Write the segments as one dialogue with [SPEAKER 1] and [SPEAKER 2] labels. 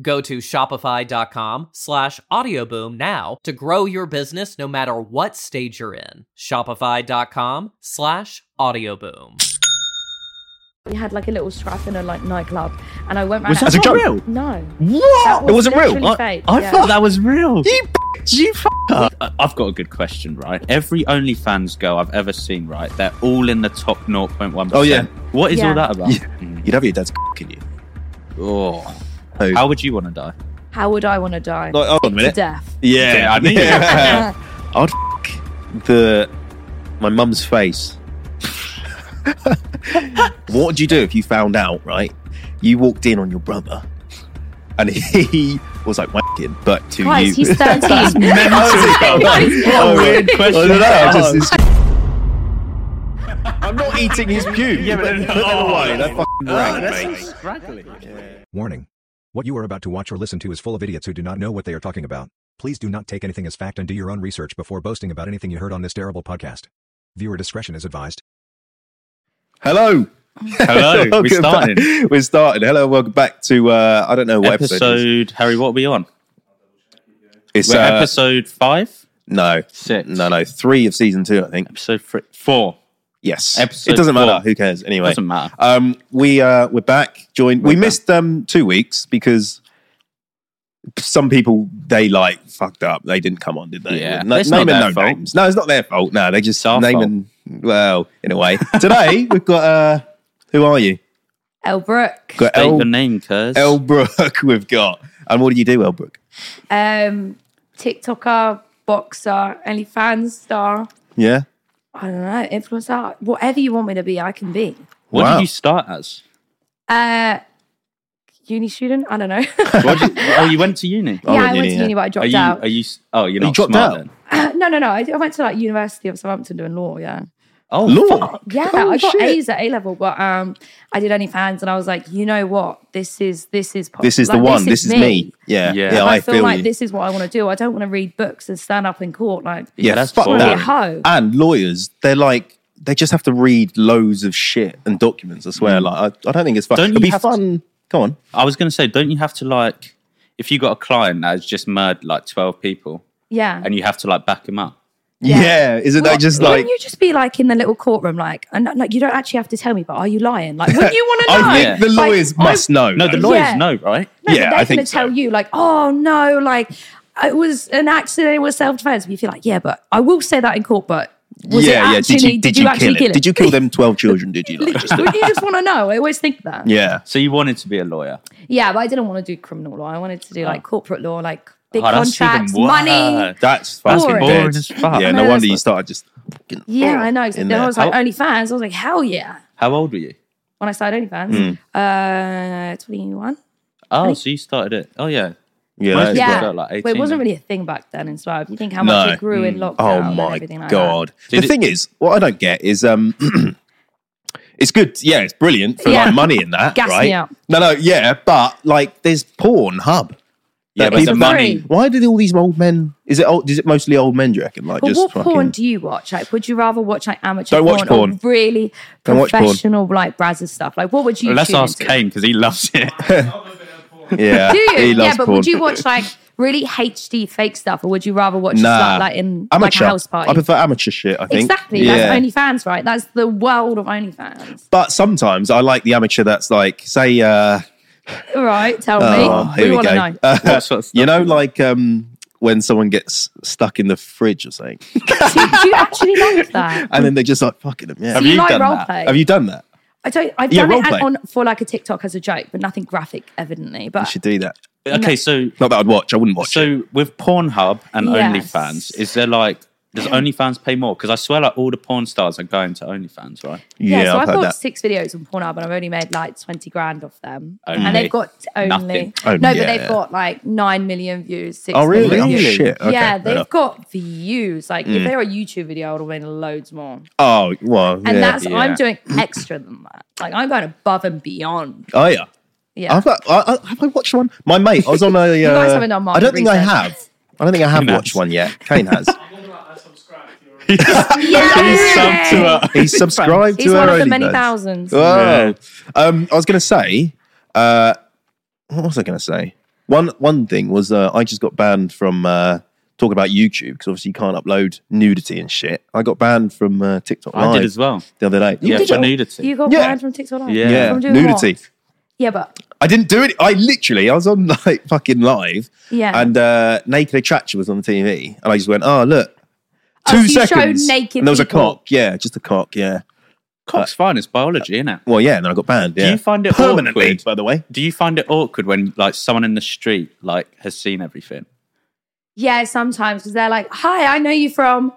[SPEAKER 1] Go to shopify.com slash audioboom now to grow your business no matter what stage you're in. Shopify.com slash audioboom.
[SPEAKER 2] We had like a little scrap in a like nightclub, and I went round.
[SPEAKER 3] Was that
[SPEAKER 2] and-
[SPEAKER 3] a joke?
[SPEAKER 2] No,
[SPEAKER 3] What?
[SPEAKER 2] That
[SPEAKER 3] it
[SPEAKER 2] was
[SPEAKER 3] wasn't real.
[SPEAKER 2] literally
[SPEAKER 3] I,
[SPEAKER 2] fake,
[SPEAKER 3] I
[SPEAKER 2] yeah.
[SPEAKER 3] thought that was real.
[SPEAKER 4] You
[SPEAKER 3] you fucker.
[SPEAKER 4] I- Uh, I've got a good question, right? Every OnlyFans girl I've ever seen, right? They're all in the top 0.1%.
[SPEAKER 3] Oh, yeah.
[SPEAKER 4] What is
[SPEAKER 2] Yeah.
[SPEAKER 4] all that about?
[SPEAKER 3] Yeah. You'd have your dad's in you.
[SPEAKER 4] Oh.
[SPEAKER 3] So-
[SPEAKER 4] How would you want to die?
[SPEAKER 2] how would I want to die?
[SPEAKER 3] Like, hold on
[SPEAKER 2] to
[SPEAKER 3] a minute.
[SPEAKER 2] death.
[SPEAKER 3] Yeah,
[SPEAKER 4] Yeah, I knew.
[SPEAKER 3] Yeah. I'd f- the my mum's face. what would you do if you found out? Right, you walked in on your brother, and he was like wanking, but to
[SPEAKER 2] Guys,
[SPEAKER 3] you,
[SPEAKER 2] he's
[SPEAKER 3] That's
[SPEAKER 2] thirteen.
[SPEAKER 3] mental. Oh,
[SPEAKER 4] What a weird question
[SPEAKER 3] I don't know,
[SPEAKER 4] to
[SPEAKER 3] I
[SPEAKER 4] ask.
[SPEAKER 3] just- I'm not eating his pubes. Yeah, but Oh, put them away. They're fucking rank, mate.
[SPEAKER 5] Warning. What you are about to watch or listen to is full of idiots who do not know what they are talking about. Please do not take anything as fact and do your own research before boasting about anything you heard on this terrible podcast. Viewer discretion is advised.
[SPEAKER 3] Hello.
[SPEAKER 4] Hello, we're
[SPEAKER 3] Welcome
[SPEAKER 4] starting.
[SPEAKER 3] back. We're starting. Hello, welcome back to uh, I don't know what episode. it is.
[SPEAKER 4] episode, Harry, what are we on?
[SPEAKER 3] It's
[SPEAKER 4] We're
[SPEAKER 3] uh,
[SPEAKER 4] episode five?
[SPEAKER 3] no,
[SPEAKER 4] Six.
[SPEAKER 3] no, no, three of season two, I think.
[SPEAKER 4] Episode three, four.
[SPEAKER 3] Yes,
[SPEAKER 4] Episode
[SPEAKER 3] it doesn't
[SPEAKER 4] four.
[SPEAKER 3] matter. Who cares anyway?
[SPEAKER 4] Doesn't matter.
[SPEAKER 3] Um, we uh, we're back. Joined. we
[SPEAKER 4] back.
[SPEAKER 3] missed um two weeks because some people they like fucked up. They didn't come on, did they?
[SPEAKER 4] Yeah.
[SPEAKER 3] No,
[SPEAKER 4] It's
[SPEAKER 3] name
[SPEAKER 4] not
[SPEAKER 3] and
[SPEAKER 4] their
[SPEAKER 3] no
[SPEAKER 4] fault.
[SPEAKER 3] names. No, it's not their fault. No, they just
[SPEAKER 4] It's our
[SPEAKER 3] name
[SPEAKER 4] fault.
[SPEAKER 3] and well, in a way. Today we've got uh, who are you?
[SPEAKER 2] El Brook.
[SPEAKER 3] We've got
[SPEAKER 4] State
[SPEAKER 3] El,
[SPEAKER 4] your name, Curz.
[SPEAKER 3] El Brook. We've got. And what do you do, El Brook?
[SPEAKER 2] Um, TikToker, boxer, OnlyFans star.
[SPEAKER 3] Yeah.
[SPEAKER 2] I don't know, influencer. Whatever you want me to be, I can be.
[SPEAKER 4] what
[SPEAKER 3] Wow.
[SPEAKER 4] did you start as?
[SPEAKER 2] Uh, uni student. I don't know.
[SPEAKER 4] What did you, oh, you went to uni?
[SPEAKER 3] Oh,
[SPEAKER 2] yeah,
[SPEAKER 3] went
[SPEAKER 2] I went
[SPEAKER 3] uni,
[SPEAKER 2] to
[SPEAKER 3] yeah.
[SPEAKER 2] uni, but I
[SPEAKER 4] Are
[SPEAKER 2] dropped
[SPEAKER 4] you,
[SPEAKER 2] out.
[SPEAKER 4] are you, s- oh, you're not
[SPEAKER 3] dropped
[SPEAKER 4] smart
[SPEAKER 3] out?
[SPEAKER 4] then.
[SPEAKER 2] no, no, no. I, I went to like University of Southampton doing law. Yeah.
[SPEAKER 4] Oh,
[SPEAKER 3] Law.
[SPEAKER 2] Yeah,
[SPEAKER 3] Oh,
[SPEAKER 2] I got
[SPEAKER 3] shit.
[SPEAKER 2] A's at A level, but um, I did OnlyFans, and I was like, you know what? This is this is pop-
[SPEAKER 3] This is
[SPEAKER 2] like,
[SPEAKER 3] the one. This, is me.
[SPEAKER 4] Yeah.
[SPEAKER 3] Yeah. Yeah.
[SPEAKER 4] If
[SPEAKER 2] I,
[SPEAKER 3] I,
[SPEAKER 2] feel, like
[SPEAKER 3] you.
[SPEAKER 2] this is what I want to do. I don't want to read books and stand up in court. Like,
[SPEAKER 3] Yeah,
[SPEAKER 4] that's
[SPEAKER 3] fuck
[SPEAKER 4] boring.
[SPEAKER 3] that.
[SPEAKER 2] Be a hoe.
[SPEAKER 3] And lawyers, they're like they just have to read loads of shit and documents. I swear, like I, I don't think it's fun.
[SPEAKER 4] Mm. Don't
[SPEAKER 3] It'd
[SPEAKER 4] you
[SPEAKER 3] be
[SPEAKER 4] have
[SPEAKER 3] fun. Come on,
[SPEAKER 4] I was going to say, don't you have to like, if you got a client that has just murdered like 12 people
[SPEAKER 2] yeah.
[SPEAKER 4] and you have to like back him up?
[SPEAKER 3] yeah,
[SPEAKER 2] Yeah.
[SPEAKER 3] isn't that just like
[SPEAKER 2] Wouldn't you just be like in the little courtroom, like, and like you don't actually have to tell me, but are you lying? Like, wouldn't you want to know?
[SPEAKER 3] I
[SPEAKER 4] Yeah.
[SPEAKER 3] think the
[SPEAKER 2] Like,
[SPEAKER 3] lawyers
[SPEAKER 2] I-
[SPEAKER 3] must know.
[SPEAKER 4] No, the
[SPEAKER 3] though.
[SPEAKER 4] lawyers
[SPEAKER 2] Yeah.
[SPEAKER 4] know,
[SPEAKER 2] No,
[SPEAKER 4] right?
[SPEAKER 2] but
[SPEAKER 3] Yeah,
[SPEAKER 2] they're
[SPEAKER 3] I think
[SPEAKER 2] gonna
[SPEAKER 3] so.
[SPEAKER 2] tell you like, oh no, like it was an accident, it was self defense. You feel like, yeah, but I will say that in court, but was it
[SPEAKER 3] yeah, yeah.
[SPEAKER 2] actually,
[SPEAKER 3] Did you did you
[SPEAKER 2] actually
[SPEAKER 3] kill
[SPEAKER 2] kill
[SPEAKER 3] it? Did you kill them twelve children? Did you? Like,
[SPEAKER 2] Just- you just want to know. I always think that. Yeah.
[SPEAKER 3] yeah,
[SPEAKER 4] So you wanted to be a lawyer.
[SPEAKER 2] but I didn't want to do criminal law. I wanted
[SPEAKER 3] Oh.
[SPEAKER 2] to do like corporate law, like big
[SPEAKER 4] Oh, that's even
[SPEAKER 2] contracts,
[SPEAKER 4] worse.
[SPEAKER 2] money.
[SPEAKER 3] that's
[SPEAKER 2] That's
[SPEAKER 3] fucking
[SPEAKER 2] boring.
[SPEAKER 3] dead.
[SPEAKER 4] Boring as fuck.
[SPEAKER 3] Yeah,
[SPEAKER 4] I
[SPEAKER 3] no
[SPEAKER 2] know,
[SPEAKER 3] wonder
[SPEAKER 2] that's
[SPEAKER 3] you
[SPEAKER 2] what-
[SPEAKER 3] started just. fucking-
[SPEAKER 2] Yeah, I know.
[SPEAKER 3] In
[SPEAKER 2] Exactly. Then I
[SPEAKER 3] there.
[SPEAKER 2] was like
[SPEAKER 4] How-
[SPEAKER 2] OnlyFans. I was like, hell yeah.
[SPEAKER 4] How old were you?
[SPEAKER 2] When I started OnlyFans,
[SPEAKER 3] Hmm.
[SPEAKER 2] uh, 21.
[SPEAKER 4] Oh, so you started it. Oh, yeah.
[SPEAKER 3] Yeah,
[SPEAKER 4] Most people
[SPEAKER 3] that is bad.
[SPEAKER 2] Yeah,
[SPEAKER 4] got, like,
[SPEAKER 2] Well, it
[SPEAKER 4] 18
[SPEAKER 2] wasn't
[SPEAKER 4] then.
[SPEAKER 2] really a thing back then in Swab. You think how much
[SPEAKER 3] No.
[SPEAKER 2] it grew in lockdown
[SPEAKER 3] Oh
[SPEAKER 2] and
[SPEAKER 3] my
[SPEAKER 2] everything like
[SPEAKER 3] god!
[SPEAKER 4] Did
[SPEAKER 3] the
[SPEAKER 4] it-
[SPEAKER 3] thing is, what I don't get is, um, it's good. Yeah, it's brilliant for
[SPEAKER 2] Yeah.
[SPEAKER 3] like money in that,
[SPEAKER 2] Gas me
[SPEAKER 3] right?
[SPEAKER 2] up.
[SPEAKER 3] No, no, yeah, but like, there's Pornhub.
[SPEAKER 4] Yeah,
[SPEAKER 3] That
[SPEAKER 4] but the
[SPEAKER 2] people-
[SPEAKER 4] money.
[SPEAKER 3] Why do all these old men? Is it old, is it mostly old men? Do you reckon? Like
[SPEAKER 2] But
[SPEAKER 3] just
[SPEAKER 2] what
[SPEAKER 3] fucking,
[SPEAKER 2] porn do you watch? Like, would you rather watch like amateur
[SPEAKER 3] Don't watch
[SPEAKER 2] or
[SPEAKER 3] porn.
[SPEAKER 2] really
[SPEAKER 3] Don't watch porn.
[SPEAKER 2] professional like Brazzers stuff? Like, what would you?
[SPEAKER 4] Let's
[SPEAKER 2] tune
[SPEAKER 4] ask
[SPEAKER 2] into?
[SPEAKER 4] Kane because he loves it.
[SPEAKER 3] Yeah,
[SPEAKER 2] Do you?
[SPEAKER 3] he
[SPEAKER 2] yeah,
[SPEAKER 3] loves
[SPEAKER 2] but
[SPEAKER 3] porn.
[SPEAKER 2] would you watch like really HD fake stuff, or would you rather watch
[SPEAKER 3] Nah.
[SPEAKER 2] stuff like in like
[SPEAKER 3] amateur?
[SPEAKER 2] a house party?
[SPEAKER 3] I prefer amateur shit. I think
[SPEAKER 2] exactly.
[SPEAKER 3] Yeah.
[SPEAKER 2] That's OnlyFans, right? That's the world of OnlyFans.
[SPEAKER 3] But sometimes I like the amateur. That's like say. uh
[SPEAKER 2] All right, tell
[SPEAKER 3] Oh,
[SPEAKER 2] me.
[SPEAKER 3] here
[SPEAKER 2] We
[SPEAKER 3] we
[SPEAKER 2] want to
[SPEAKER 3] go.
[SPEAKER 2] know.
[SPEAKER 3] Uh,
[SPEAKER 4] What sort of
[SPEAKER 3] you
[SPEAKER 4] stuff
[SPEAKER 3] know,
[SPEAKER 4] is it?
[SPEAKER 3] like um, when someone gets stuck in the fridge or something,
[SPEAKER 2] do, do you actually like that?
[SPEAKER 3] and then they're just like fucking them. Yeah.
[SPEAKER 2] Do you like
[SPEAKER 4] done
[SPEAKER 2] role
[SPEAKER 4] that?
[SPEAKER 2] play?
[SPEAKER 3] Have you done that?
[SPEAKER 2] I don't. I've
[SPEAKER 3] Yeah,
[SPEAKER 2] done
[SPEAKER 3] role
[SPEAKER 2] it
[SPEAKER 3] play.
[SPEAKER 2] on for like a TikTok as a joke, but nothing graphic, evidently.
[SPEAKER 3] You
[SPEAKER 2] But
[SPEAKER 3] should do that.
[SPEAKER 4] Okay, so
[SPEAKER 3] Not that I'd watch. I wouldn't watch. it.
[SPEAKER 4] so with Pornhub and
[SPEAKER 2] Yes.
[SPEAKER 4] OnlyFans, is there like does OnlyFans pay more? Because I swear, like all the porn stars are going to OnlyFans, right?
[SPEAKER 2] Yeah, so
[SPEAKER 3] I've
[SPEAKER 2] I've,
[SPEAKER 3] heard
[SPEAKER 2] got
[SPEAKER 3] that.
[SPEAKER 2] six videos on Pornhub and I've only made like 20 grand off them.
[SPEAKER 4] Only.
[SPEAKER 2] And they've got only.
[SPEAKER 4] Nothing.
[SPEAKER 3] Oh,
[SPEAKER 2] no,
[SPEAKER 3] yeah.
[SPEAKER 2] but they've got like 9 million views. six
[SPEAKER 3] Oh really?
[SPEAKER 2] million
[SPEAKER 3] Oh
[SPEAKER 2] views.
[SPEAKER 3] shit. Okay, Mm.
[SPEAKER 2] yeah,
[SPEAKER 3] fair
[SPEAKER 2] they've
[SPEAKER 3] enough.
[SPEAKER 2] got views. Like if they were a YouTube video, I would have made loads more.
[SPEAKER 3] Oh well.
[SPEAKER 2] And
[SPEAKER 3] yeah.
[SPEAKER 2] that's,
[SPEAKER 4] yeah.
[SPEAKER 2] I'm doing extra than that. Like I'm going above and beyond.
[SPEAKER 3] Oh yeah.
[SPEAKER 2] Yeah.
[SPEAKER 3] I've, got- I, I, have I watched one? My mate, I was on a. Uh,
[SPEAKER 2] guys haven't done
[SPEAKER 3] I don't think I
[SPEAKER 2] market
[SPEAKER 3] have. I don't think I have
[SPEAKER 4] has?
[SPEAKER 3] watched one yet. Kane has.
[SPEAKER 2] yeah.
[SPEAKER 3] He's subscribed
[SPEAKER 2] He's
[SPEAKER 3] uh, to
[SPEAKER 2] one
[SPEAKER 3] our
[SPEAKER 2] of the
[SPEAKER 3] only
[SPEAKER 2] many
[SPEAKER 3] fans.
[SPEAKER 2] thousands.
[SPEAKER 3] Whoa. Um, I was going to say, uh, what was I going to say? One one thing was uh, I just got banned from uh, talking about YouTube because obviously you can't upload nudity and shit. I got banned from uh, TikTok
[SPEAKER 4] I
[SPEAKER 3] Live
[SPEAKER 4] did as well.
[SPEAKER 3] the other day.
[SPEAKER 4] yeah,
[SPEAKER 2] did
[SPEAKER 4] for
[SPEAKER 2] it?
[SPEAKER 4] nudity.
[SPEAKER 2] You got
[SPEAKER 3] Yeah.
[SPEAKER 2] banned from TikTok Live.
[SPEAKER 4] Yeah.
[SPEAKER 3] Yeah,
[SPEAKER 2] From doing
[SPEAKER 3] nudity.
[SPEAKER 2] what? Yeah, but
[SPEAKER 3] I didn't do it. I literally, I was on like fucking live,
[SPEAKER 2] Yeah.
[SPEAKER 3] and uh, Naked Attraction was on the TV, and I just went, "Oh look,
[SPEAKER 2] Oh,
[SPEAKER 3] two
[SPEAKER 2] so you showed
[SPEAKER 3] seconds."
[SPEAKER 2] naked
[SPEAKER 3] and there was
[SPEAKER 2] people.
[SPEAKER 3] a cock. Yeah, just a cock. Yeah.
[SPEAKER 4] Cock's fine. It's biology, isn't it?
[SPEAKER 3] Well, yeah, and then I got banned.
[SPEAKER 4] Do
[SPEAKER 3] Yeah.
[SPEAKER 4] you find it
[SPEAKER 3] permanently?
[SPEAKER 4] awkward?
[SPEAKER 3] By the way,
[SPEAKER 4] Do you find it awkward when like someone in the street like has seen everything?
[SPEAKER 2] Yeah, sometimes because they're like, "Hi, I know you from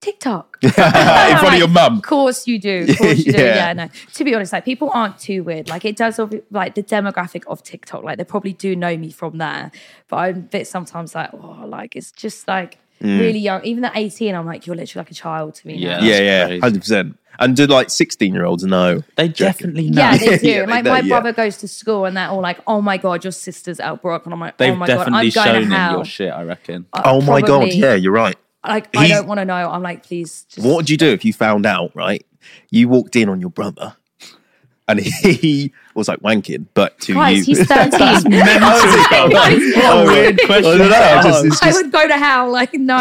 [SPEAKER 2] TikTok." in
[SPEAKER 3] in front of your mum.
[SPEAKER 2] Of course you do. Of course you do.
[SPEAKER 3] Yeah.
[SPEAKER 2] Yeah. no. To be honest, like people aren't too weird. Like it does, obvi- like the demographic of TikTok. Like they probably do know me from there. But I'm a bit sometimes like, oh, like it's just like really young. Even at 18, I'm like, you're literally like a child to me.
[SPEAKER 4] Yeah.
[SPEAKER 2] Now.
[SPEAKER 4] That's
[SPEAKER 3] Mm. yeah, yeah,
[SPEAKER 4] crazy.
[SPEAKER 3] hundred percent. And do like sixteen-year-olds know?
[SPEAKER 4] They
[SPEAKER 3] Do you reckon?
[SPEAKER 4] definitely know.
[SPEAKER 2] Yeah, they do.
[SPEAKER 3] Yeah, they
[SPEAKER 2] like
[SPEAKER 3] know,
[SPEAKER 2] my
[SPEAKER 3] yeah.
[SPEAKER 2] brother goes to school and they're all like, "Oh my god, your sister's out broke," and I'm like,
[SPEAKER 4] They've
[SPEAKER 2] "Oh my god,
[SPEAKER 4] definitely
[SPEAKER 2] I'm going
[SPEAKER 4] shown
[SPEAKER 2] to
[SPEAKER 4] him
[SPEAKER 2] hell." Uh,
[SPEAKER 4] your shit. I reckon.
[SPEAKER 2] I-
[SPEAKER 3] Oh my god!
[SPEAKER 2] probably-
[SPEAKER 3] Yeah, you're right.
[SPEAKER 2] Like I
[SPEAKER 3] He's-
[SPEAKER 2] don't want to know. I'm like, please. Just,
[SPEAKER 3] What would you do if you found out? Right, you walked in on your brother, and he was like wanking, but to
[SPEAKER 2] Guys,
[SPEAKER 3] you,
[SPEAKER 2] he's 13.
[SPEAKER 3] what a weird question. I don't know. I just, it's
[SPEAKER 2] I
[SPEAKER 3] just,
[SPEAKER 2] would go to hell. Like, no.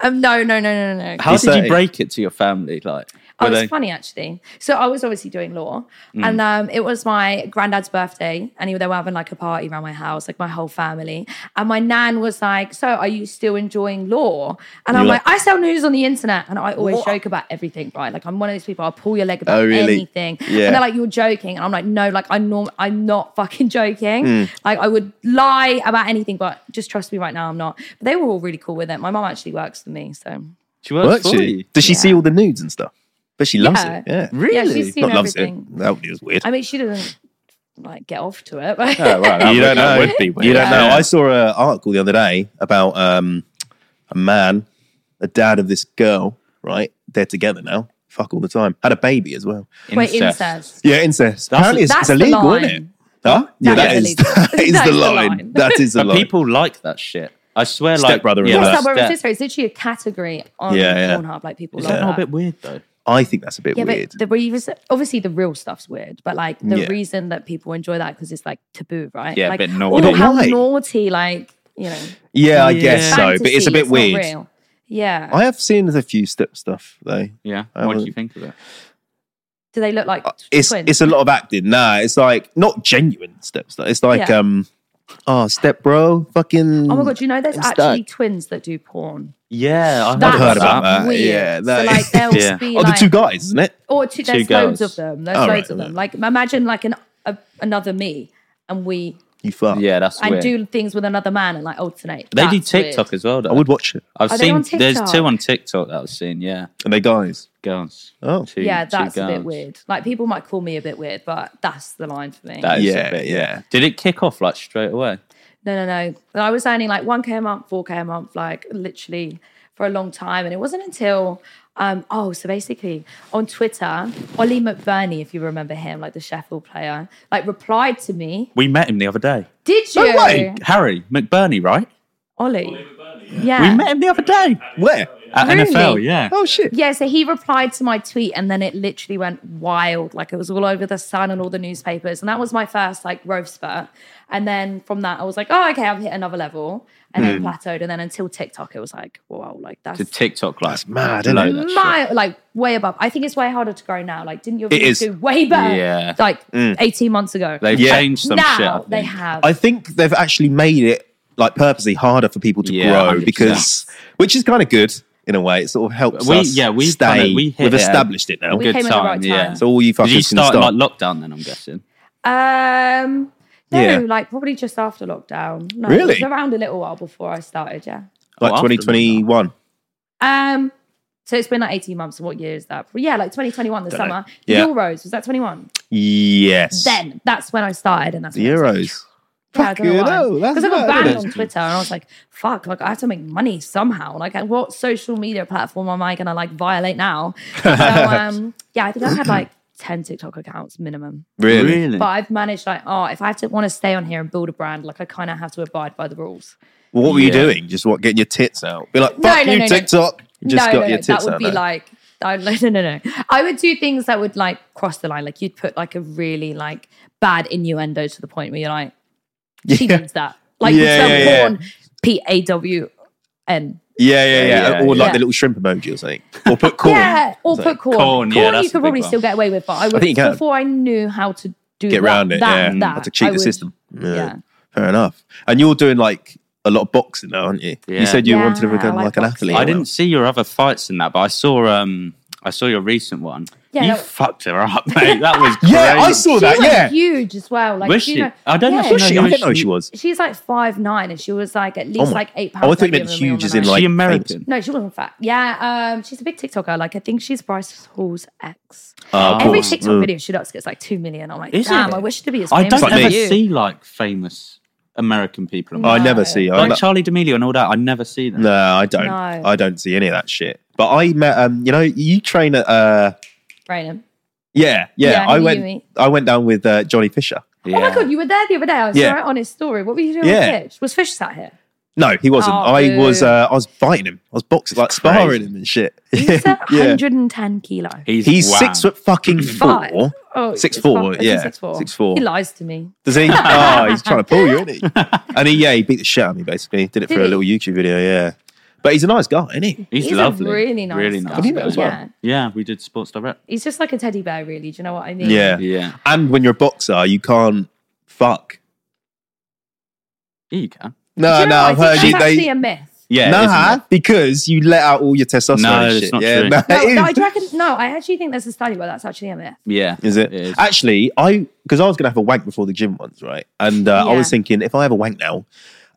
[SPEAKER 2] um, no, no, no, no, no.
[SPEAKER 4] How
[SPEAKER 3] He's
[SPEAKER 4] did you
[SPEAKER 3] saying-
[SPEAKER 4] break it to your family? Like,
[SPEAKER 2] Oh,
[SPEAKER 4] were
[SPEAKER 2] it's
[SPEAKER 4] they-
[SPEAKER 2] funny actually. So I was obviously doing law,
[SPEAKER 3] Mm.
[SPEAKER 2] and um, it was my granddad's birthday, and he, they were having like a party around my house, like my whole family. And my nan was like, "So are you still enjoying law?" And I'm
[SPEAKER 3] You're
[SPEAKER 2] like, "I sell news on the internet, and I always joke about everything, right? Like I'm one of these people. I'll pull your leg about
[SPEAKER 3] Oh, really?
[SPEAKER 2] anything."
[SPEAKER 3] Yeah.
[SPEAKER 2] And they're like, "You're joking," and I'm like, "No, like I'm norm- I'm not fucking joking.
[SPEAKER 3] Hmm.
[SPEAKER 2] Like I would lie about anything, but just trust me right now, I'm not." But they were all really cool with it. My mom actually works for me, so
[SPEAKER 4] She works
[SPEAKER 3] works
[SPEAKER 4] for
[SPEAKER 3] for
[SPEAKER 4] you.
[SPEAKER 3] you. Does she see
[SPEAKER 2] Yeah.
[SPEAKER 3] all the nudes and stuff? But she loves
[SPEAKER 2] Yeah.
[SPEAKER 3] it. Yeah,
[SPEAKER 2] Yeah, she's Really? seen
[SPEAKER 3] Not loves it.
[SPEAKER 2] everything.
[SPEAKER 3] That was weird.
[SPEAKER 2] I mean, she doesn't like get off to it, but.
[SPEAKER 3] you don't know. You don't know.
[SPEAKER 4] Yeah.
[SPEAKER 3] I saw an article the other day about um, a man, the dad of this girl. Right, they're together now. Fuck all the time. Had a baby as well.
[SPEAKER 2] Wait, incest.
[SPEAKER 3] Yeah, incest.
[SPEAKER 4] That's-
[SPEAKER 3] Apparently, it's,
[SPEAKER 2] that's
[SPEAKER 3] it's illegal,
[SPEAKER 2] the
[SPEAKER 3] isn't it?
[SPEAKER 2] line.
[SPEAKER 3] Huh? Yeah,
[SPEAKER 2] That
[SPEAKER 3] that
[SPEAKER 2] is
[SPEAKER 3] is
[SPEAKER 2] illegal.
[SPEAKER 3] that is
[SPEAKER 2] That
[SPEAKER 3] the line. That is the
[SPEAKER 4] But
[SPEAKER 3] line.
[SPEAKER 4] people like that shit. I swear, like
[SPEAKER 3] Stepbrother and
[SPEAKER 4] yeah,
[SPEAKER 3] all
[SPEAKER 2] What's
[SPEAKER 3] that.
[SPEAKER 2] that brother and
[SPEAKER 4] step-
[SPEAKER 2] sister? It's literally a category on
[SPEAKER 3] Yeah, yeah.
[SPEAKER 2] Pornhub. Like people
[SPEAKER 4] Is
[SPEAKER 2] love
[SPEAKER 4] that not a
[SPEAKER 2] that.
[SPEAKER 4] bit weird though?
[SPEAKER 3] I think that's a bit
[SPEAKER 2] yeah,
[SPEAKER 3] weird.
[SPEAKER 2] but the reason, obviously, the real stuff's weird. But like the
[SPEAKER 3] Yeah.
[SPEAKER 2] reason that people enjoy that because it's like taboo, right?
[SPEAKER 4] Yeah, a
[SPEAKER 2] like,
[SPEAKER 4] bit
[SPEAKER 2] oh,
[SPEAKER 4] naughty. But
[SPEAKER 2] how
[SPEAKER 3] why?
[SPEAKER 2] naughty, like you know.
[SPEAKER 3] yeah, I guess so, but it's
[SPEAKER 2] fantasy,
[SPEAKER 3] a bit
[SPEAKER 2] not
[SPEAKER 3] weird.
[SPEAKER 2] real. Yeah.
[SPEAKER 3] I have seen a few step stuff though.
[SPEAKER 4] Yeah.
[SPEAKER 3] I
[SPEAKER 4] What do
[SPEAKER 3] would-
[SPEAKER 4] you think of it?
[SPEAKER 2] Do they look like
[SPEAKER 3] Uh, It's
[SPEAKER 2] twins?
[SPEAKER 3] it's a lot of acting. Nah, it's like not genuine step stuff. It's like
[SPEAKER 2] Yeah.
[SPEAKER 3] um, oh step bro, fucking.
[SPEAKER 2] Oh my god! You know, there's
[SPEAKER 3] I'm
[SPEAKER 2] actually
[SPEAKER 3] stuck.
[SPEAKER 2] twins that do porn.
[SPEAKER 4] Yeah, I
[SPEAKER 2] That's
[SPEAKER 3] I've heard about that.
[SPEAKER 2] Weird.
[SPEAKER 3] Yeah, that-
[SPEAKER 2] so like they'll
[SPEAKER 4] Yeah.
[SPEAKER 2] be
[SPEAKER 3] Oh, the
[SPEAKER 2] like,
[SPEAKER 3] two guys, isn't it?
[SPEAKER 2] Or two, there's loads
[SPEAKER 4] girls.
[SPEAKER 2] of them. There's
[SPEAKER 3] Oh,
[SPEAKER 2] loads
[SPEAKER 3] right,
[SPEAKER 2] of them.
[SPEAKER 3] right.
[SPEAKER 2] Like imagine like an a, another me, and we
[SPEAKER 3] You fuck.
[SPEAKER 4] Yeah, that's
[SPEAKER 2] and
[SPEAKER 4] weird.
[SPEAKER 2] do things with another man and like alternate.
[SPEAKER 4] they do
[SPEAKER 2] That's weird.
[SPEAKER 4] TikTok as well. Though.
[SPEAKER 3] I would watch it.
[SPEAKER 4] I've
[SPEAKER 2] Are they
[SPEAKER 4] seen.
[SPEAKER 2] on
[SPEAKER 4] There's
[SPEAKER 2] TikTok?
[SPEAKER 4] two on TikTok that I've seen. Yeah,
[SPEAKER 3] And they guys.
[SPEAKER 4] girls.
[SPEAKER 3] Oh.
[SPEAKER 4] Two-
[SPEAKER 2] Yeah,
[SPEAKER 4] two
[SPEAKER 2] that's a bit
[SPEAKER 4] girls.
[SPEAKER 2] weird. Like people might call me a bit weird, but that's the line for me.
[SPEAKER 4] That is
[SPEAKER 3] Yeah,
[SPEAKER 4] a bit,
[SPEAKER 3] yeah.
[SPEAKER 4] Did it kick off like straight away?
[SPEAKER 2] no, no, no. And I was earning like one k a month, four k a month, like literally for a long time, and it wasn't until Um, oh, so basically on Twitter, Ollie McBurney, if you remember him, like the Sheffield player, like replied to me.
[SPEAKER 4] We met him the other day.
[SPEAKER 2] Did you?
[SPEAKER 3] No way.
[SPEAKER 4] Harry McBurney, right?
[SPEAKER 2] Ollie. yeah.
[SPEAKER 4] We met him the other day
[SPEAKER 3] Where?
[SPEAKER 4] at
[SPEAKER 2] Really?
[SPEAKER 4] NFL. Yeah.
[SPEAKER 3] Oh shit!
[SPEAKER 2] Yeah, so he replied to my tweet and then it literally went wild. Like it was all over the sun and all the newspapers. And that was my first like growth spurt. And then from that, I was like, oh, okay, I've hit another level. And then plateaued. And then until TikTok, it was like, wow, like that's
[SPEAKER 4] Hmm. To TikTok, like
[SPEAKER 3] That's mad, isn't
[SPEAKER 4] below
[SPEAKER 3] it?
[SPEAKER 4] that shit.
[SPEAKER 2] my like way above. I think it's way harder to grow now. Like, didn't your
[SPEAKER 3] It
[SPEAKER 2] videos
[SPEAKER 3] is.
[SPEAKER 2] do way better?
[SPEAKER 4] Yeah. Hmm.
[SPEAKER 2] Like 18 months ago.
[SPEAKER 4] They've
[SPEAKER 3] Yeah.
[SPEAKER 4] changed some
[SPEAKER 2] now
[SPEAKER 4] shit. I
[SPEAKER 2] they
[SPEAKER 4] think.
[SPEAKER 2] have.
[SPEAKER 3] I think they've actually made it like purposely harder for people to
[SPEAKER 4] Yeah,
[SPEAKER 3] grow
[SPEAKER 4] 100%.
[SPEAKER 3] because, which is kind of good in a way. It sort of helps
[SPEAKER 4] We-
[SPEAKER 3] us.
[SPEAKER 4] yeah, we've
[SPEAKER 3] stay.
[SPEAKER 4] kinda- we hit
[SPEAKER 3] have
[SPEAKER 4] it.
[SPEAKER 3] established it now.
[SPEAKER 2] We
[SPEAKER 4] Good
[SPEAKER 2] came at the
[SPEAKER 4] time,
[SPEAKER 2] right time.
[SPEAKER 4] yeah.
[SPEAKER 3] So all you
[SPEAKER 4] Did you
[SPEAKER 3] fuckers can
[SPEAKER 4] start in,
[SPEAKER 3] stop.
[SPEAKER 4] like lockdown then? I'm guessing.
[SPEAKER 2] Um, no,
[SPEAKER 3] Yeah.
[SPEAKER 2] like probably just after lockdown. No,
[SPEAKER 3] Really?
[SPEAKER 2] It was around a little while before I started, yeah.
[SPEAKER 3] Like
[SPEAKER 4] Oh, after
[SPEAKER 3] 2021.
[SPEAKER 2] Um, so it's been like 18 months. What year is that? Yeah, like 2021, the
[SPEAKER 3] Dunno.
[SPEAKER 2] summer. The
[SPEAKER 3] Yeah.
[SPEAKER 2] Euros, was that 21?
[SPEAKER 3] Yes.
[SPEAKER 2] Then that's when I started and that's
[SPEAKER 3] the
[SPEAKER 2] when I was like,
[SPEAKER 3] Euros.
[SPEAKER 2] Yeah, I don't know
[SPEAKER 3] Fucking
[SPEAKER 2] why.
[SPEAKER 3] hell, that's
[SPEAKER 2] Because I got
[SPEAKER 3] mad,
[SPEAKER 2] banned
[SPEAKER 3] isn't
[SPEAKER 2] on Twitter and I was like, fuck, like I have to make money somehow. Like what social media platform am I gonna like violate now? So um yeah, I think I've had like 10 TikTok accounts minimum.
[SPEAKER 3] Really?
[SPEAKER 2] But I've managed like, oh, if I have to want to stay on here and build a brand, like I kind of have to abide by the rules.
[SPEAKER 3] Well, what were you
[SPEAKER 4] Yeah.
[SPEAKER 3] doing? Just what? Getting your tits out? Be like, fuck
[SPEAKER 2] No, no,
[SPEAKER 3] you,
[SPEAKER 2] no, no.
[SPEAKER 3] TikTok. You Just
[SPEAKER 2] no,
[SPEAKER 3] got
[SPEAKER 2] no,
[SPEAKER 3] your
[SPEAKER 2] no,
[SPEAKER 3] tits
[SPEAKER 2] that would
[SPEAKER 3] out
[SPEAKER 2] be
[SPEAKER 3] there.
[SPEAKER 2] like I, no, no, no, no. I would do things that would like cross the line. Like you'd put like a really like bad innuendo to the point where you're like, she
[SPEAKER 3] Yeah.
[SPEAKER 2] means that. Like you
[SPEAKER 3] Yeah,
[SPEAKER 2] spell
[SPEAKER 3] yeah, yeah.
[SPEAKER 2] porn, P A W N.
[SPEAKER 3] yeah, yeah, yeah,
[SPEAKER 4] Yeah,
[SPEAKER 3] Or like
[SPEAKER 2] yeah.
[SPEAKER 3] the little shrimp emoji or something. Or put corn.
[SPEAKER 2] Yeah, or
[SPEAKER 3] It's
[SPEAKER 2] put
[SPEAKER 3] like
[SPEAKER 2] corn.
[SPEAKER 4] corn, yeah, that's
[SPEAKER 2] you
[SPEAKER 4] the
[SPEAKER 2] could
[SPEAKER 4] big
[SPEAKER 2] probably
[SPEAKER 4] one.
[SPEAKER 2] still get away with, but I would
[SPEAKER 3] think you can.
[SPEAKER 2] before I knew how to do
[SPEAKER 3] Get
[SPEAKER 2] that,
[SPEAKER 3] around it.
[SPEAKER 2] that,
[SPEAKER 3] yeah.
[SPEAKER 2] that,
[SPEAKER 3] Have to cheat
[SPEAKER 2] I
[SPEAKER 3] the
[SPEAKER 2] would-
[SPEAKER 3] system. Yeah.
[SPEAKER 2] Yeah.
[SPEAKER 3] Fair enough. And you're doing like a lot of boxing now, aren't you?
[SPEAKER 4] Yeah.
[SPEAKER 3] You said you wanted to
[SPEAKER 2] Yeah,
[SPEAKER 3] become
[SPEAKER 2] I
[SPEAKER 3] like,
[SPEAKER 2] like
[SPEAKER 3] an
[SPEAKER 2] boxing.
[SPEAKER 3] athlete.
[SPEAKER 4] I didn't see your other fights in that, but I saw um I saw your recent one.
[SPEAKER 2] Yeah,
[SPEAKER 4] you
[SPEAKER 2] that-
[SPEAKER 4] fucked her up, mate. That was crazy.
[SPEAKER 3] Yeah, I saw
[SPEAKER 2] She
[SPEAKER 3] that.
[SPEAKER 2] was
[SPEAKER 3] Yeah.
[SPEAKER 2] huge as well. Like
[SPEAKER 4] Was
[SPEAKER 2] you
[SPEAKER 4] she?
[SPEAKER 2] know,
[SPEAKER 4] I don't know if
[SPEAKER 2] yeah,
[SPEAKER 4] you
[SPEAKER 3] Was she? I
[SPEAKER 4] No,
[SPEAKER 3] didn't know
[SPEAKER 4] she-
[SPEAKER 3] she was.
[SPEAKER 2] She's like five nine, and she was like at least
[SPEAKER 3] my-
[SPEAKER 2] like eight pounds.
[SPEAKER 3] Oh, I thought you
[SPEAKER 2] heavier
[SPEAKER 3] meant
[SPEAKER 2] than me on
[SPEAKER 3] huge
[SPEAKER 2] the
[SPEAKER 3] as in
[SPEAKER 2] night.
[SPEAKER 3] like.
[SPEAKER 4] She American?
[SPEAKER 3] famous.
[SPEAKER 2] No, she wasn't fat. Yeah, um, she's a big TikToker. Like I think she's Bryce Hall's ex.
[SPEAKER 3] Ah,
[SPEAKER 2] Every
[SPEAKER 3] boss.
[SPEAKER 2] TikTok
[SPEAKER 3] Mm.
[SPEAKER 2] video she does gets like two million. I'm like,
[SPEAKER 4] Is
[SPEAKER 2] damn,
[SPEAKER 4] it?
[SPEAKER 2] I wish to be as
[SPEAKER 4] I
[SPEAKER 2] famous
[SPEAKER 4] don't
[SPEAKER 3] Like
[SPEAKER 2] as
[SPEAKER 4] ever
[SPEAKER 3] me.
[SPEAKER 4] see like famous American people. in
[SPEAKER 3] I
[SPEAKER 4] my-
[SPEAKER 3] never see. I
[SPEAKER 4] Like
[SPEAKER 3] Oh, no,
[SPEAKER 4] Charlie D'Amelio and all that. I never see them.
[SPEAKER 3] no, I don't.
[SPEAKER 2] No.
[SPEAKER 3] I don't see any of that shit. But I met. Um, you know, you train at. Uh,
[SPEAKER 2] Brandon.
[SPEAKER 3] yeah, yeah.
[SPEAKER 2] Yeah,
[SPEAKER 3] I
[SPEAKER 2] you
[SPEAKER 3] went.
[SPEAKER 2] meet.
[SPEAKER 3] I went down with uh, Johnny Fisher.
[SPEAKER 2] Oh my god, you were there the other day. I saw
[SPEAKER 3] Yeah.
[SPEAKER 2] it on his story. What were you doing
[SPEAKER 3] Yeah.
[SPEAKER 2] with Fish? Was Fish sat here?
[SPEAKER 3] No, he wasn't.
[SPEAKER 2] Oh,
[SPEAKER 3] I was.
[SPEAKER 2] boo.
[SPEAKER 3] Uh, I was fighting him. I was boxing, like sparring
[SPEAKER 4] crazy.
[SPEAKER 3] him and shit.
[SPEAKER 2] He's at
[SPEAKER 3] yeah.
[SPEAKER 2] 110 kilo.
[SPEAKER 3] He's
[SPEAKER 4] wow.
[SPEAKER 3] six foot fucking
[SPEAKER 2] Five.
[SPEAKER 3] four.
[SPEAKER 2] Oh,
[SPEAKER 3] Six
[SPEAKER 2] it's
[SPEAKER 3] four,
[SPEAKER 2] fuck- it's
[SPEAKER 3] yeah.
[SPEAKER 2] Six four.
[SPEAKER 3] Six four.
[SPEAKER 2] He lies to me.
[SPEAKER 3] Does he? oh, he's trying to pull you, isn't he? And he, yeah, he beat the shit out of me. Basically, He did it
[SPEAKER 2] Did
[SPEAKER 3] for a
[SPEAKER 2] he?
[SPEAKER 3] little YouTube video. Yeah, but he's a nice guy, isn't he?
[SPEAKER 4] He's,
[SPEAKER 2] He's a
[SPEAKER 4] lovely.
[SPEAKER 2] really nice
[SPEAKER 4] Really
[SPEAKER 2] guy.
[SPEAKER 4] nice.
[SPEAKER 3] Have you met
[SPEAKER 4] guy.
[SPEAKER 3] as well?
[SPEAKER 2] Yeah.
[SPEAKER 4] Yeah, we did Sports Direct.
[SPEAKER 2] He's just like a teddy bear, really. Do you know what I mean?
[SPEAKER 3] Yeah.
[SPEAKER 4] Yeah.
[SPEAKER 3] And when you're a boxer, you can't fuck.
[SPEAKER 4] Yeah, you can.
[SPEAKER 2] Do
[SPEAKER 3] No,
[SPEAKER 2] you know
[SPEAKER 3] Uh, no,
[SPEAKER 2] what?
[SPEAKER 3] I've
[SPEAKER 2] I
[SPEAKER 3] heard
[SPEAKER 2] think
[SPEAKER 3] you.
[SPEAKER 2] that's actually
[SPEAKER 3] They,
[SPEAKER 2] a myth.
[SPEAKER 4] Yeah.
[SPEAKER 3] nah, because you let out all your testosterone.
[SPEAKER 4] No,
[SPEAKER 3] and
[SPEAKER 4] it's
[SPEAKER 3] shit.
[SPEAKER 4] not
[SPEAKER 3] yeah,
[SPEAKER 4] true.
[SPEAKER 3] no, it
[SPEAKER 2] No,
[SPEAKER 3] is.
[SPEAKER 2] no, I reckon. No, I actually think there's a study where that's actually a myth.
[SPEAKER 4] Yeah.
[SPEAKER 3] Is it?
[SPEAKER 4] It is.
[SPEAKER 3] Actually, I because I was gonna have a wank before the gym once, right? And uh, I
[SPEAKER 2] Yeah.
[SPEAKER 3] was thinking, if I have a wank now,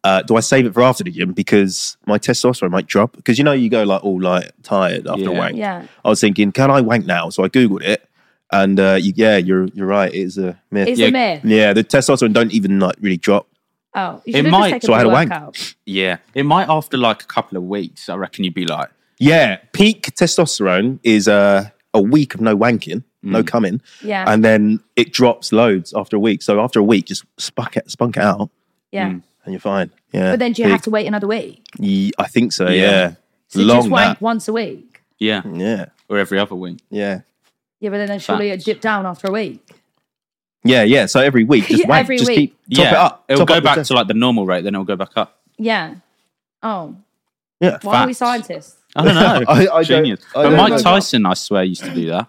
[SPEAKER 3] uh, do I save it for after the gym because my testosterone might drop? Because you know you go like all like tired after a
[SPEAKER 4] Yeah.
[SPEAKER 3] wank.
[SPEAKER 2] Yeah.
[SPEAKER 3] I was thinking, can I wank now? So I googled it, and uh, you, yeah, you're you're right. It's a myth.
[SPEAKER 2] It's
[SPEAKER 4] Yeah.
[SPEAKER 2] a myth.
[SPEAKER 3] yeah, the testosterone don't even like really drop.
[SPEAKER 2] Oh, you
[SPEAKER 4] It
[SPEAKER 2] should have
[SPEAKER 4] might-
[SPEAKER 2] just taken
[SPEAKER 3] so I
[SPEAKER 2] the
[SPEAKER 3] had a wank.
[SPEAKER 2] workout.
[SPEAKER 4] Yeah. It might after like a couple of weeks, I reckon you'd be like,
[SPEAKER 3] Yeah, peak testosterone is uh, a week of no wanking,
[SPEAKER 4] Mm.
[SPEAKER 3] no coming,
[SPEAKER 2] Yeah.
[SPEAKER 3] and then it drops loads after a week. So after a week, just spunk it, spunk it out,
[SPEAKER 2] yeah.
[SPEAKER 3] and you're fine. Yeah,
[SPEAKER 2] But then do you have to wait another week?
[SPEAKER 3] Ye- I think so. Yeah,
[SPEAKER 4] Yeah.
[SPEAKER 2] So
[SPEAKER 3] long
[SPEAKER 2] just wank
[SPEAKER 3] that.
[SPEAKER 2] once a week.
[SPEAKER 4] yeah,
[SPEAKER 3] Yeah,
[SPEAKER 4] or every other week.
[SPEAKER 3] yeah,
[SPEAKER 2] Yeah, but then surely it
[SPEAKER 4] Facts.
[SPEAKER 2] dip down after a week.
[SPEAKER 3] yeah, yeah. So every week, just
[SPEAKER 2] Yeah,
[SPEAKER 3] wank,
[SPEAKER 2] every
[SPEAKER 3] just
[SPEAKER 2] week.
[SPEAKER 3] keep top
[SPEAKER 4] yeah.
[SPEAKER 3] it up.
[SPEAKER 4] It'll
[SPEAKER 3] top
[SPEAKER 4] go
[SPEAKER 3] up the
[SPEAKER 4] back
[SPEAKER 3] test-
[SPEAKER 4] to like the normal rate, then it'll go back up.
[SPEAKER 2] Yeah. Oh,
[SPEAKER 3] yeah.
[SPEAKER 2] why are we
[SPEAKER 4] Facts.
[SPEAKER 2] scientists?
[SPEAKER 4] I don't know.
[SPEAKER 3] I- I don't-
[SPEAKER 4] Genius.
[SPEAKER 3] I
[SPEAKER 4] but
[SPEAKER 3] don't
[SPEAKER 4] Mike
[SPEAKER 3] know.
[SPEAKER 4] Tyson, I swear, used to do that.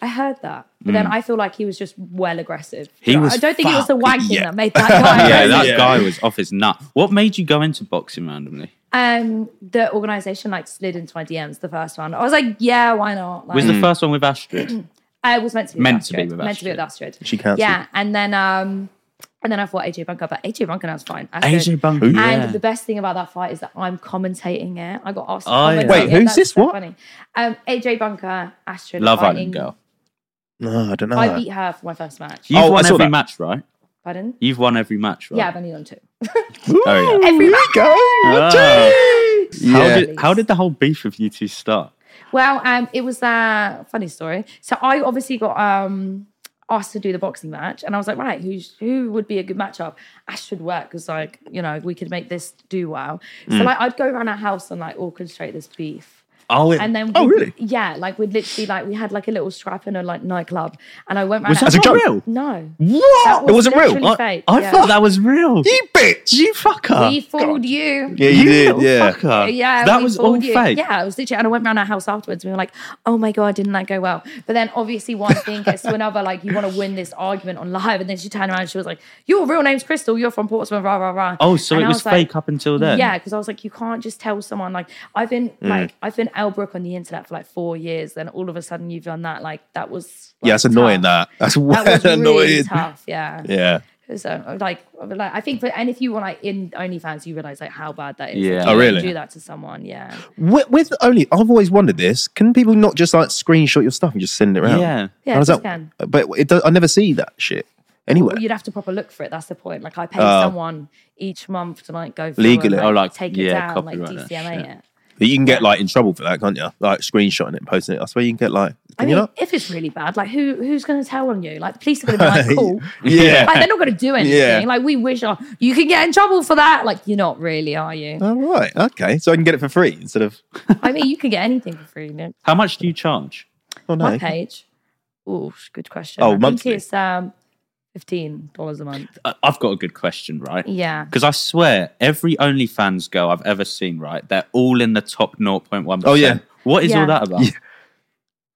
[SPEAKER 2] I heard that, but then I feel like he was just well aggressive.
[SPEAKER 4] Hmm. He was
[SPEAKER 2] I don't think it was the
[SPEAKER 3] fucked,
[SPEAKER 2] wanking
[SPEAKER 3] yeah.
[SPEAKER 2] that made that guy.
[SPEAKER 4] yeah, that
[SPEAKER 2] aggressive.
[SPEAKER 4] guy was off his nut. What made you go into boxing randomly?
[SPEAKER 2] Um, the organization like slid into my DMs the first one. I was like, yeah, why not? Like,
[SPEAKER 4] Was the first one with
[SPEAKER 2] Mm.
[SPEAKER 4] Astrid?
[SPEAKER 2] I was meant to be
[SPEAKER 4] Meant
[SPEAKER 2] with
[SPEAKER 4] to be
[SPEAKER 2] Astrid.
[SPEAKER 4] with
[SPEAKER 2] meant to be
[SPEAKER 4] Astrid.
[SPEAKER 2] with Astrid.
[SPEAKER 3] She cancelled.
[SPEAKER 2] Yeah, and then um, and then I fought AJ Bunker, but AJ Bunker now's fine. Astrid-
[SPEAKER 4] AJ Bunker. Yeah.
[SPEAKER 2] And the best thing about that fight is that I'm commentating it. I got asked. To
[SPEAKER 4] Oh, yeah.
[SPEAKER 2] commentate
[SPEAKER 4] Wait,
[SPEAKER 2] it.
[SPEAKER 3] who's
[SPEAKER 2] That's
[SPEAKER 3] this?
[SPEAKER 2] So
[SPEAKER 3] What?
[SPEAKER 2] Funny. Um, AJ Bunker, Astrid.
[SPEAKER 4] Love
[SPEAKER 2] fighting-
[SPEAKER 4] Island girl. Uh-huh.
[SPEAKER 3] No, I don't know.
[SPEAKER 2] I beat her for my first match.
[SPEAKER 4] You've
[SPEAKER 3] Oh, I
[SPEAKER 4] won
[SPEAKER 3] saw
[SPEAKER 4] every
[SPEAKER 3] that.
[SPEAKER 4] match, right?
[SPEAKER 2] Pardon?
[SPEAKER 4] You've won every match, right?
[SPEAKER 2] Yeah, I've only done two.
[SPEAKER 4] Oh,
[SPEAKER 3] Ooh,
[SPEAKER 2] Every-
[SPEAKER 3] here we go.
[SPEAKER 4] Oh.
[SPEAKER 3] Yeah.
[SPEAKER 4] How did how did the whole beef of you two start?
[SPEAKER 2] Well, um, it was a funny story. So I obviously got um asked to do the boxing match, and I was like, right, who who would be a good matchup? Ash should work because like you know we could make this do well.
[SPEAKER 4] Mm.
[SPEAKER 2] So like I'd go around our house and like orchestrate this beef.
[SPEAKER 4] Oh, it,
[SPEAKER 2] And then
[SPEAKER 3] Oh,
[SPEAKER 2] we'd-
[SPEAKER 3] really?
[SPEAKER 2] Yeah, like we'd literally like we had like a little scrap in a like nightclub, and I went round.
[SPEAKER 4] Was
[SPEAKER 2] our-
[SPEAKER 3] As a
[SPEAKER 4] That's
[SPEAKER 3] joke?
[SPEAKER 4] not real.
[SPEAKER 2] No,
[SPEAKER 3] What?
[SPEAKER 2] That
[SPEAKER 3] It wasn't real.
[SPEAKER 2] literally
[SPEAKER 4] I,
[SPEAKER 2] fake,
[SPEAKER 4] I
[SPEAKER 2] yeah.
[SPEAKER 4] thought that was real.
[SPEAKER 3] You bitch.
[SPEAKER 4] You fucker.
[SPEAKER 2] we fooled you.
[SPEAKER 3] Oh, Yeah, you did.
[SPEAKER 4] little
[SPEAKER 3] Yeah.
[SPEAKER 4] fucker.
[SPEAKER 2] Yeah,
[SPEAKER 4] that
[SPEAKER 2] we
[SPEAKER 4] was
[SPEAKER 2] fooled
[SPEAKER 4] all
[SPEAKER 2] you.
[SPEAKER 4] fake.
[SPEAKER 2] Yeah, it was literally. And I went round our house afterwards. And we were like, "Oh my god, didn't that go well?" But then obviously one thing gets to another. Like you want to win this argument on live, and then she turned around and she was like, "Your real name's Crystal. You're from Portsmouth." Rah rah rah.
[SPEAKER 4] Oh, so
[SPEAKER 2] And
[SPEAKER 4] it
[SPEAKER 2] I
[SPEAKER 4] was,
[SPEAKER 2] like,
[SPEAKER 4] fake up until then.
[SPEAKER 2] Yeah, because I was like, you can't just tell someone like I've been
[SPEAKER 3] Mm.
[SPEAKER 2] like I've been Elbrook on the internet for like four years, then all of a sudden you've done that. Like that was like,
[SPEAKER 3] Yeah, it's annoying
[SPEAKER 2] tough.
[SPEAKER 3] that. That's
[SPEAKER 2] That was
[SPEAKER 3] well
[SPEAKER 2] really
[SPEAKER 3] annoying.
[SPEAKER 2] tough. Yeah.
[SPEAKER 3] Yeah.
[SPEAKER 2] So like, like I think, for, and if you were like in OnlyFans, you realize like how bad that is.
[SPEAKER 4] Yeah.
[SPEAKER 2] Like,
[SPEAKER 4] Oh,
[SPEAKER 2] you
[SPEAKER 3] really?
[SPEAKER 2] Do that to someone, yeah.
[SPEAKER 3] With, with only, I've always wondered this. Can people not just like screenshot your stuff and just send it around?
[SPEAKER 4] Yeah.
[SPEAKER 2] Yeah,
[SPEAKER 3] How does
[SPEAKER 2] just
[SPEAKER 3] that,
[SPEAKER 2] can.
[SPEAKER 3] But it does, I never see that shit anywhere.
[SPEAKER 2] Well, you'd have to proper look for it. That's the point. Like I pay
[SPEAKER 3] Oh.
[SPEAKER 2] someone each month to like go through
[SPEAKER 3] Legally.
[SPEAKER 2] and,
[SPEAKER 4] Oh, like,
[SPEAKER 2] take it
[SPEAKER 4] yeah,
[SPEAKER 2] down, like
[SPEAKER 4] copyright and
[SPEAKER 2] DCMA
[SPEAKER 4] shit.
[SPEAKER 2] it.
[SPEAKER 3] But you can get like in trouble for that, can't you? Like screenshotting it and posting it. I swear you can get like. Can
[SPEAKER 2] I
[SPEAKER 3] you
[SPEAKER 2] mean,
[SPEAKER 3] not?
[SPEAKER 2] if it's really bad, like who who's going to tell on you? Like the police are going to be like, cool.
[SPEAKER 3] Yeah.
[SPEAKER 2] Like, they're not going to do anything.
[SPEAKER 3] Yeah.
[SPEAKER 2] Like we wish on you can get in trouble for that. Like you're not really, are you?
[SPEAKER 3] All Oh, right. Okay. So I can get it for free instead of.
[SPEAKER 2] I mean, you can get anything for free. Nick.
[SPEAKER 4] How much do you charge?
[SPEAKER 3] Oh no.
[SPEAKER 2] My page. Oh, good question.
[SPEAKER 3] Oh,
[SPEAKER 2] I
[SPEAKER 3] monthly.
[SPEAKER 2] think it's um, fifteen dollars a month.
[SPEAKER 4] I- I've got a good question, right?
[SPEAKER 2] Yeah.
[SPEAKER 4] Because I swear, every OnlyFans girl I've ever seen, right, they're all in the top 0.1%.
[SPEAKER 3] Oh, yeah.
[SPEAKER 4] What is
[SPEAKER 2] Yeah.
[SPEAKER 4] all that about?
[SPEAKER 3] Yeah.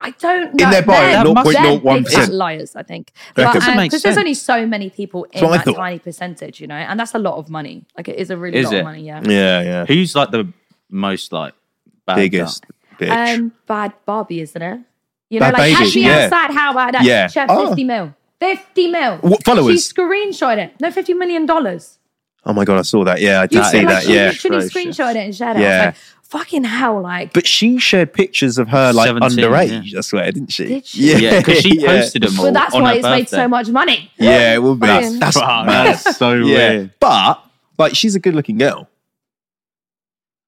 [SPEAKER 2] I don't know.
[SPEAKER 3] In their bio,
[SPEAKER 2] They're-
[SPEAKER 3] 0.01%.
[SPEAKER 2] they're big liars, I think.
[SPEAKER 3] That
[SPEAKER 2] Because
[SPEAKER 3] doesn't
[SPEAKER 4] make
[SPEAKER 2] there's
[SPEAKER 4] sense.
[SPEAKER 2] only so many people in
[SPEAKER 3] what I
[SPEAKER 2] that
[SPEAKER 3] thought.
[SPEAKER 2] tiny percentage, you know, and that's a lot of money. Like it is a really
[SPEAKER 4] Is
[SPEAKER 2] lot
[SPEAKER 4] it?
[SPEAKER 2] of money, yeah.
[SPEAKER 3] Yeah. Yeah.
[SPEAKER 4] Who's like the most like bad
[SPEAKER 3] Biggest bitch.
[SPEAKER 2] Um, bad Barbie, isn't it? You know,
[SPEAKER 3] Bad
[SPEAKER 2] like
[SPEAKER 3] baby,
[SPEAKER 2] catch me
[SPEAKER 3] yeah.
[SPEAKER 2] outside. How about that?
[SPEAKER 3] Yeah.
[SPEAKER 2] Chef,
[SPEAKER 3] Oh.
[SPEAKER 2] 50 mil. 50 mil.
[SPEAKER 3] What, followers?
[SPEAKER 2] She screenshot it. No, 50 million dollars.
[SPEAKER 3] oh my god, I saw that. Yeah, I did
[SPEAKER 2] You
[SPEAKER 3] see
[SPEAKER 2] see, like,
[SPEAKER 3] that.
[SPEAKER 2] She
[SPEAKER 3] Yeah.
[SPEAKER 2] literally
[SPEAKER 4] Atrocious.
[SPEAKER 2] screenshot it and shared it.
[SPEAKER 3] Yeah.
[SPEAKER 2] I was like, fucking hell, like.
[SPEAKER 3] But she shared pictures of her like
[SPEAKER 4] 17,
[SPEAKER 3] underage. I swear, didn't she?
[SPEAKER 2] Did she?
[SPEAKER 4] Yeah, because she
[SPEAKER 3] yeah.
[SPEAKER 4] posted them all
[SPEAKER 2] well, that's
[SPEAKER 4] on
[SPEAKER 2] why
[SPEAKER 4] her
[SPEAKER 2] it's made so
[SPEAKER 4] birthday.
[SPEAKER 2] much money.
[SPEAKER 3] Yeah, it would be.
[SPEAKER 2] That's-
[SPEAKER 3] That's,
[SPEAKER 4] Fuck,
[SPEAKER 3] mad.
[SPEAKER 4] that's so
[SPEAKER 3] yeah.
[SPEAKER 4] weird.
[SPEAKER 3] But like, she's a good-looking girl.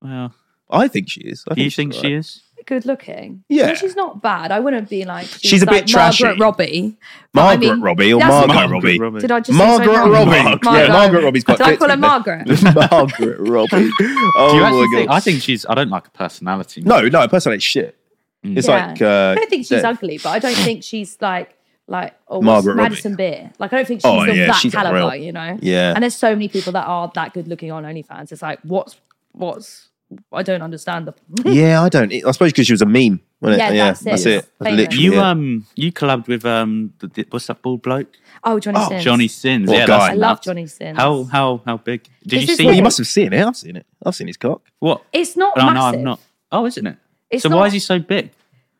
[SPEAKER 4] Well,
[SPEAKER 3] I think she is. I
[SPEAKER 4] do you
[SPEAKER 3] she's
[SPEAKER 4] think
[SPEAKER 3] all
[SPEAKER 4] she
[SPEAKER 3] right.
[SPEAKER 4] is?
[SPEAKER 2] Good looking.
[SPEAKER 3] Yeah.
[SPEAKER 2] No, she's not bad. I wouldn't be like she's,
[SPEAKER 3] She's a
[SPEAKER 2] like
[SPEAKER 3] bit trashy.
[SPEAKER 2] Margaret Robbie. But I
[SPEAKER 3] Margaret
[SPEAKER 2] mean,
[SPEAKER 3] Robbie or
[SPEAKER 2] that's-
[SPEAKER 3] Margot Robbie?
[SPEAKER 2] Did I just say
[SPEAKER 3] Margaret
[SPEAKER 2] something wrong?
[SPEAKER 3] Robbie. Yeah, Margaret Robbie's quite
[SPEAKER 2] Did I
[SPEAKER 3] fit
[SPEAKER 2] call her
[SPEAKER 3] to be fair.
[SPEAKER 2] Margaret?
[SPEAKER 3] Margaret Robbie. Oh
[SPEAKER 4] Do you
[SPEAKER 3] my
[SPEAKER 4] actually
[SPEAKER 3] god.
[SPEAKER 4] think? I think she's. I don't like her personality.
[SPEAKER 3] No, no, personally, it's shit. It's
[SPEAKER 2] Yeah.
[SPEAKER 3] like uh,
[SPEAKER 2] I don't think she's
[SPEAKER 3] yeah.
[SPEAKER 2] ugly, but I don't think she's like like oh,
[SPEAKER 3] Margaret
[SPEAKER 2] Margaret
[SPEAKER 3] Robbie.
[SPEAKER 2] Madison Beer. Like I don't think she's
[SPEAKER 3] Oh,
[SPEAKER 2] of
[SPEAKER 3] yeah,
[SPEAKER 2] that
[SPEAKER 3] she's
[SPEAKER 2] caliber,
[SPEAKER 3] unreal.
[SPEAKER 2] you know.
[SPEAKER 3] Yeah.
[SPEAKER 2] And there's so many people that are that good looking on OnlyFans. It's like what's what's I don't understand the.
[SPEAKER 3] yeah, I don't. I suppose because she was a meme. Wasn't
[SPEAKER 2] Yeah,
[SPEAKER 3] it? yeah,
[SPEAKER 2] that's it.
[SPEAKER 3] that's it.
[SPEAKER 2] Famous.
[SPEAKER 3] Literally,
[SPEAKER 4] You
[SPEAKER 3] yeah.
[SPEAKER 4] um, you collabed with um, the, the- what's that ball bloke?
[SPEAKER 2] Oh, Johnny Sins.
[SPEAKER 4] Johnny Sins.
[SPEAKER 3] What
[SPEAKER 4] yeah,
[SPEAKER 3] guy?
[SPEAKER 4] that's
[SPEAKER 2] I love
[SPEAKER 4] nuts.
[SPEAKER 2] Johnny Sins.
[SPEAKER 4] How how how big? Did
[SPEAKER 2] This
[SPEAKER 4] you
[SPEAKER 2] is
[SPEAKER 4] see
[SPEAKER 2] what-
[SPEAKER 3] Well, you
[SPEAKER 4] him?
[SPEAKER 3] must have seen it. I've seen it. I've seen his cock.
[SPEAKER 4] what?
[SPEAKER 2] It's not
[SPEAKER 4] No, no,
[SPEAKER 2] massive.
[SPEAKER 4] I'm not. Oh, isn't it?
[SPEAKER 2] It's
[SPEAKER 4] so
[SPEAKER 2] not-
[SPEAKER 4] why is he so big?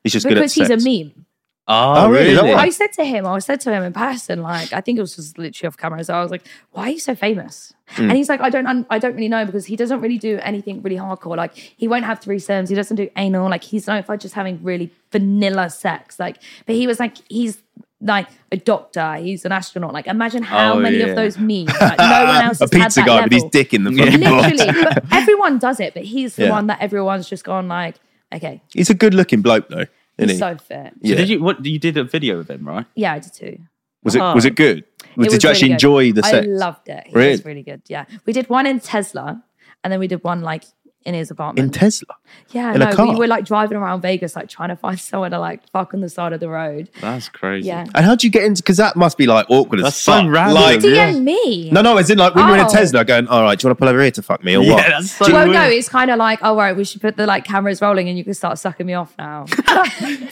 [SPEAKER 3] He's just good at
[SPEAKER 2] Because he's a
[SPEAKER 3] sex.
[SPEAKER 2] meme.
[SPEAKER 4] Oh,
[SPEAKER 3] really? Is that why?
[SPEAKER 2] I said to him, I said to him in person, like I think it was just literally off camera. So I was like, "Why are you so famous?"
[SPEAKER 3] Mm.
[SPEAKER 2] And he's like, "I don't, un- I don't really know because he doesn't really do anything really hardcore. Like he won't have threesomes, he doesn't do anal. Like he's known for just having really vanilla sex. Like, but he was like, he's like a doctor, he's an astronaut. Like imagine how
[SPEAKER 4] Oh,
[SPEAKER 2] many
[SPEAKER 4] yeah.
[SPEAKER 2] of those memes. Like, no one else
[SPEAKER 3] a
[SPEAKER 2] has had
[SPEAKER 3] pizza
[SPEAKER 2] that
[SPEAKER 3] guy with his
[SPEAKER 2] level.
[SPEAKER 3] dick in the fucking box.
[SPEAKER 2] Literally, but everyone does it. But he's the
[SPEAKER 3] Yeah.
[SPEAKER 2] one that everyone's just gone like, okay,
[SPEAKER 3] He's a good-looking bloke though, isn't he?
[SPEAKER 2] he's so fit.
[SPEAKER 3] yeah.
[SPEAKER 4] Did you what? You did a video with him, right?
[SPEAKER 2] Yeah, I did too.
[SPEAKER 3] was it was it good? Was,
[SPEAKER 2] It
[SPEAKER 3] did
[SPEAKER 2] was
[SPEAKER 3] you actually
[SPEAKER 2] really good.
[SPEAKER 3] enjoy the sex?
[SPEAKER 2] I loved it. It
[SPEAKER 3] Really?
[SPEAKER 2] was really good. Yeah, we did one in Tesla, and then we did one like in his apartment.
[SPEAKER 3] in Tesla.
[SPEAKER 2] yeah,
[SPEAKER 3] in a
[SPEAKER 2] no,
[SPEAKER 3] car?
[SPEAKER 2] we were like driving around Vegas, like trying to find someone to like fuck on the side of the road.
[SPEAKER 4] That's crazy.
[SPEAKER 2] Yeah,
[SPEAKER 3] And how do you get into? Because that must be like awkward
[SPEAKER 4] That's
[SPEAKER 3] as
[SPEAKER 4] so
[SPEAKER 3] fuck.
[SPEAKER 4] random.
[SPEAKER 3] Like,
[SPEAKER 4] Yeah.
[SPEAKER 2] DM me.
[SPEAKER 3] no, no, it's in like when you're in a
[SPEAKER 2] Oh.
[SPEAKER 3] Tesla, going, all right, do you want to pull over here to fuck me or what?
[SPEAKER 4] Yeah, that's so
[SPEAKER 2] well,
[SPEAKER 4] weird.
[SPEAKER 2] no, it's kind of like, all right, we should put the like cameras rolling, and you can start sucking me off now.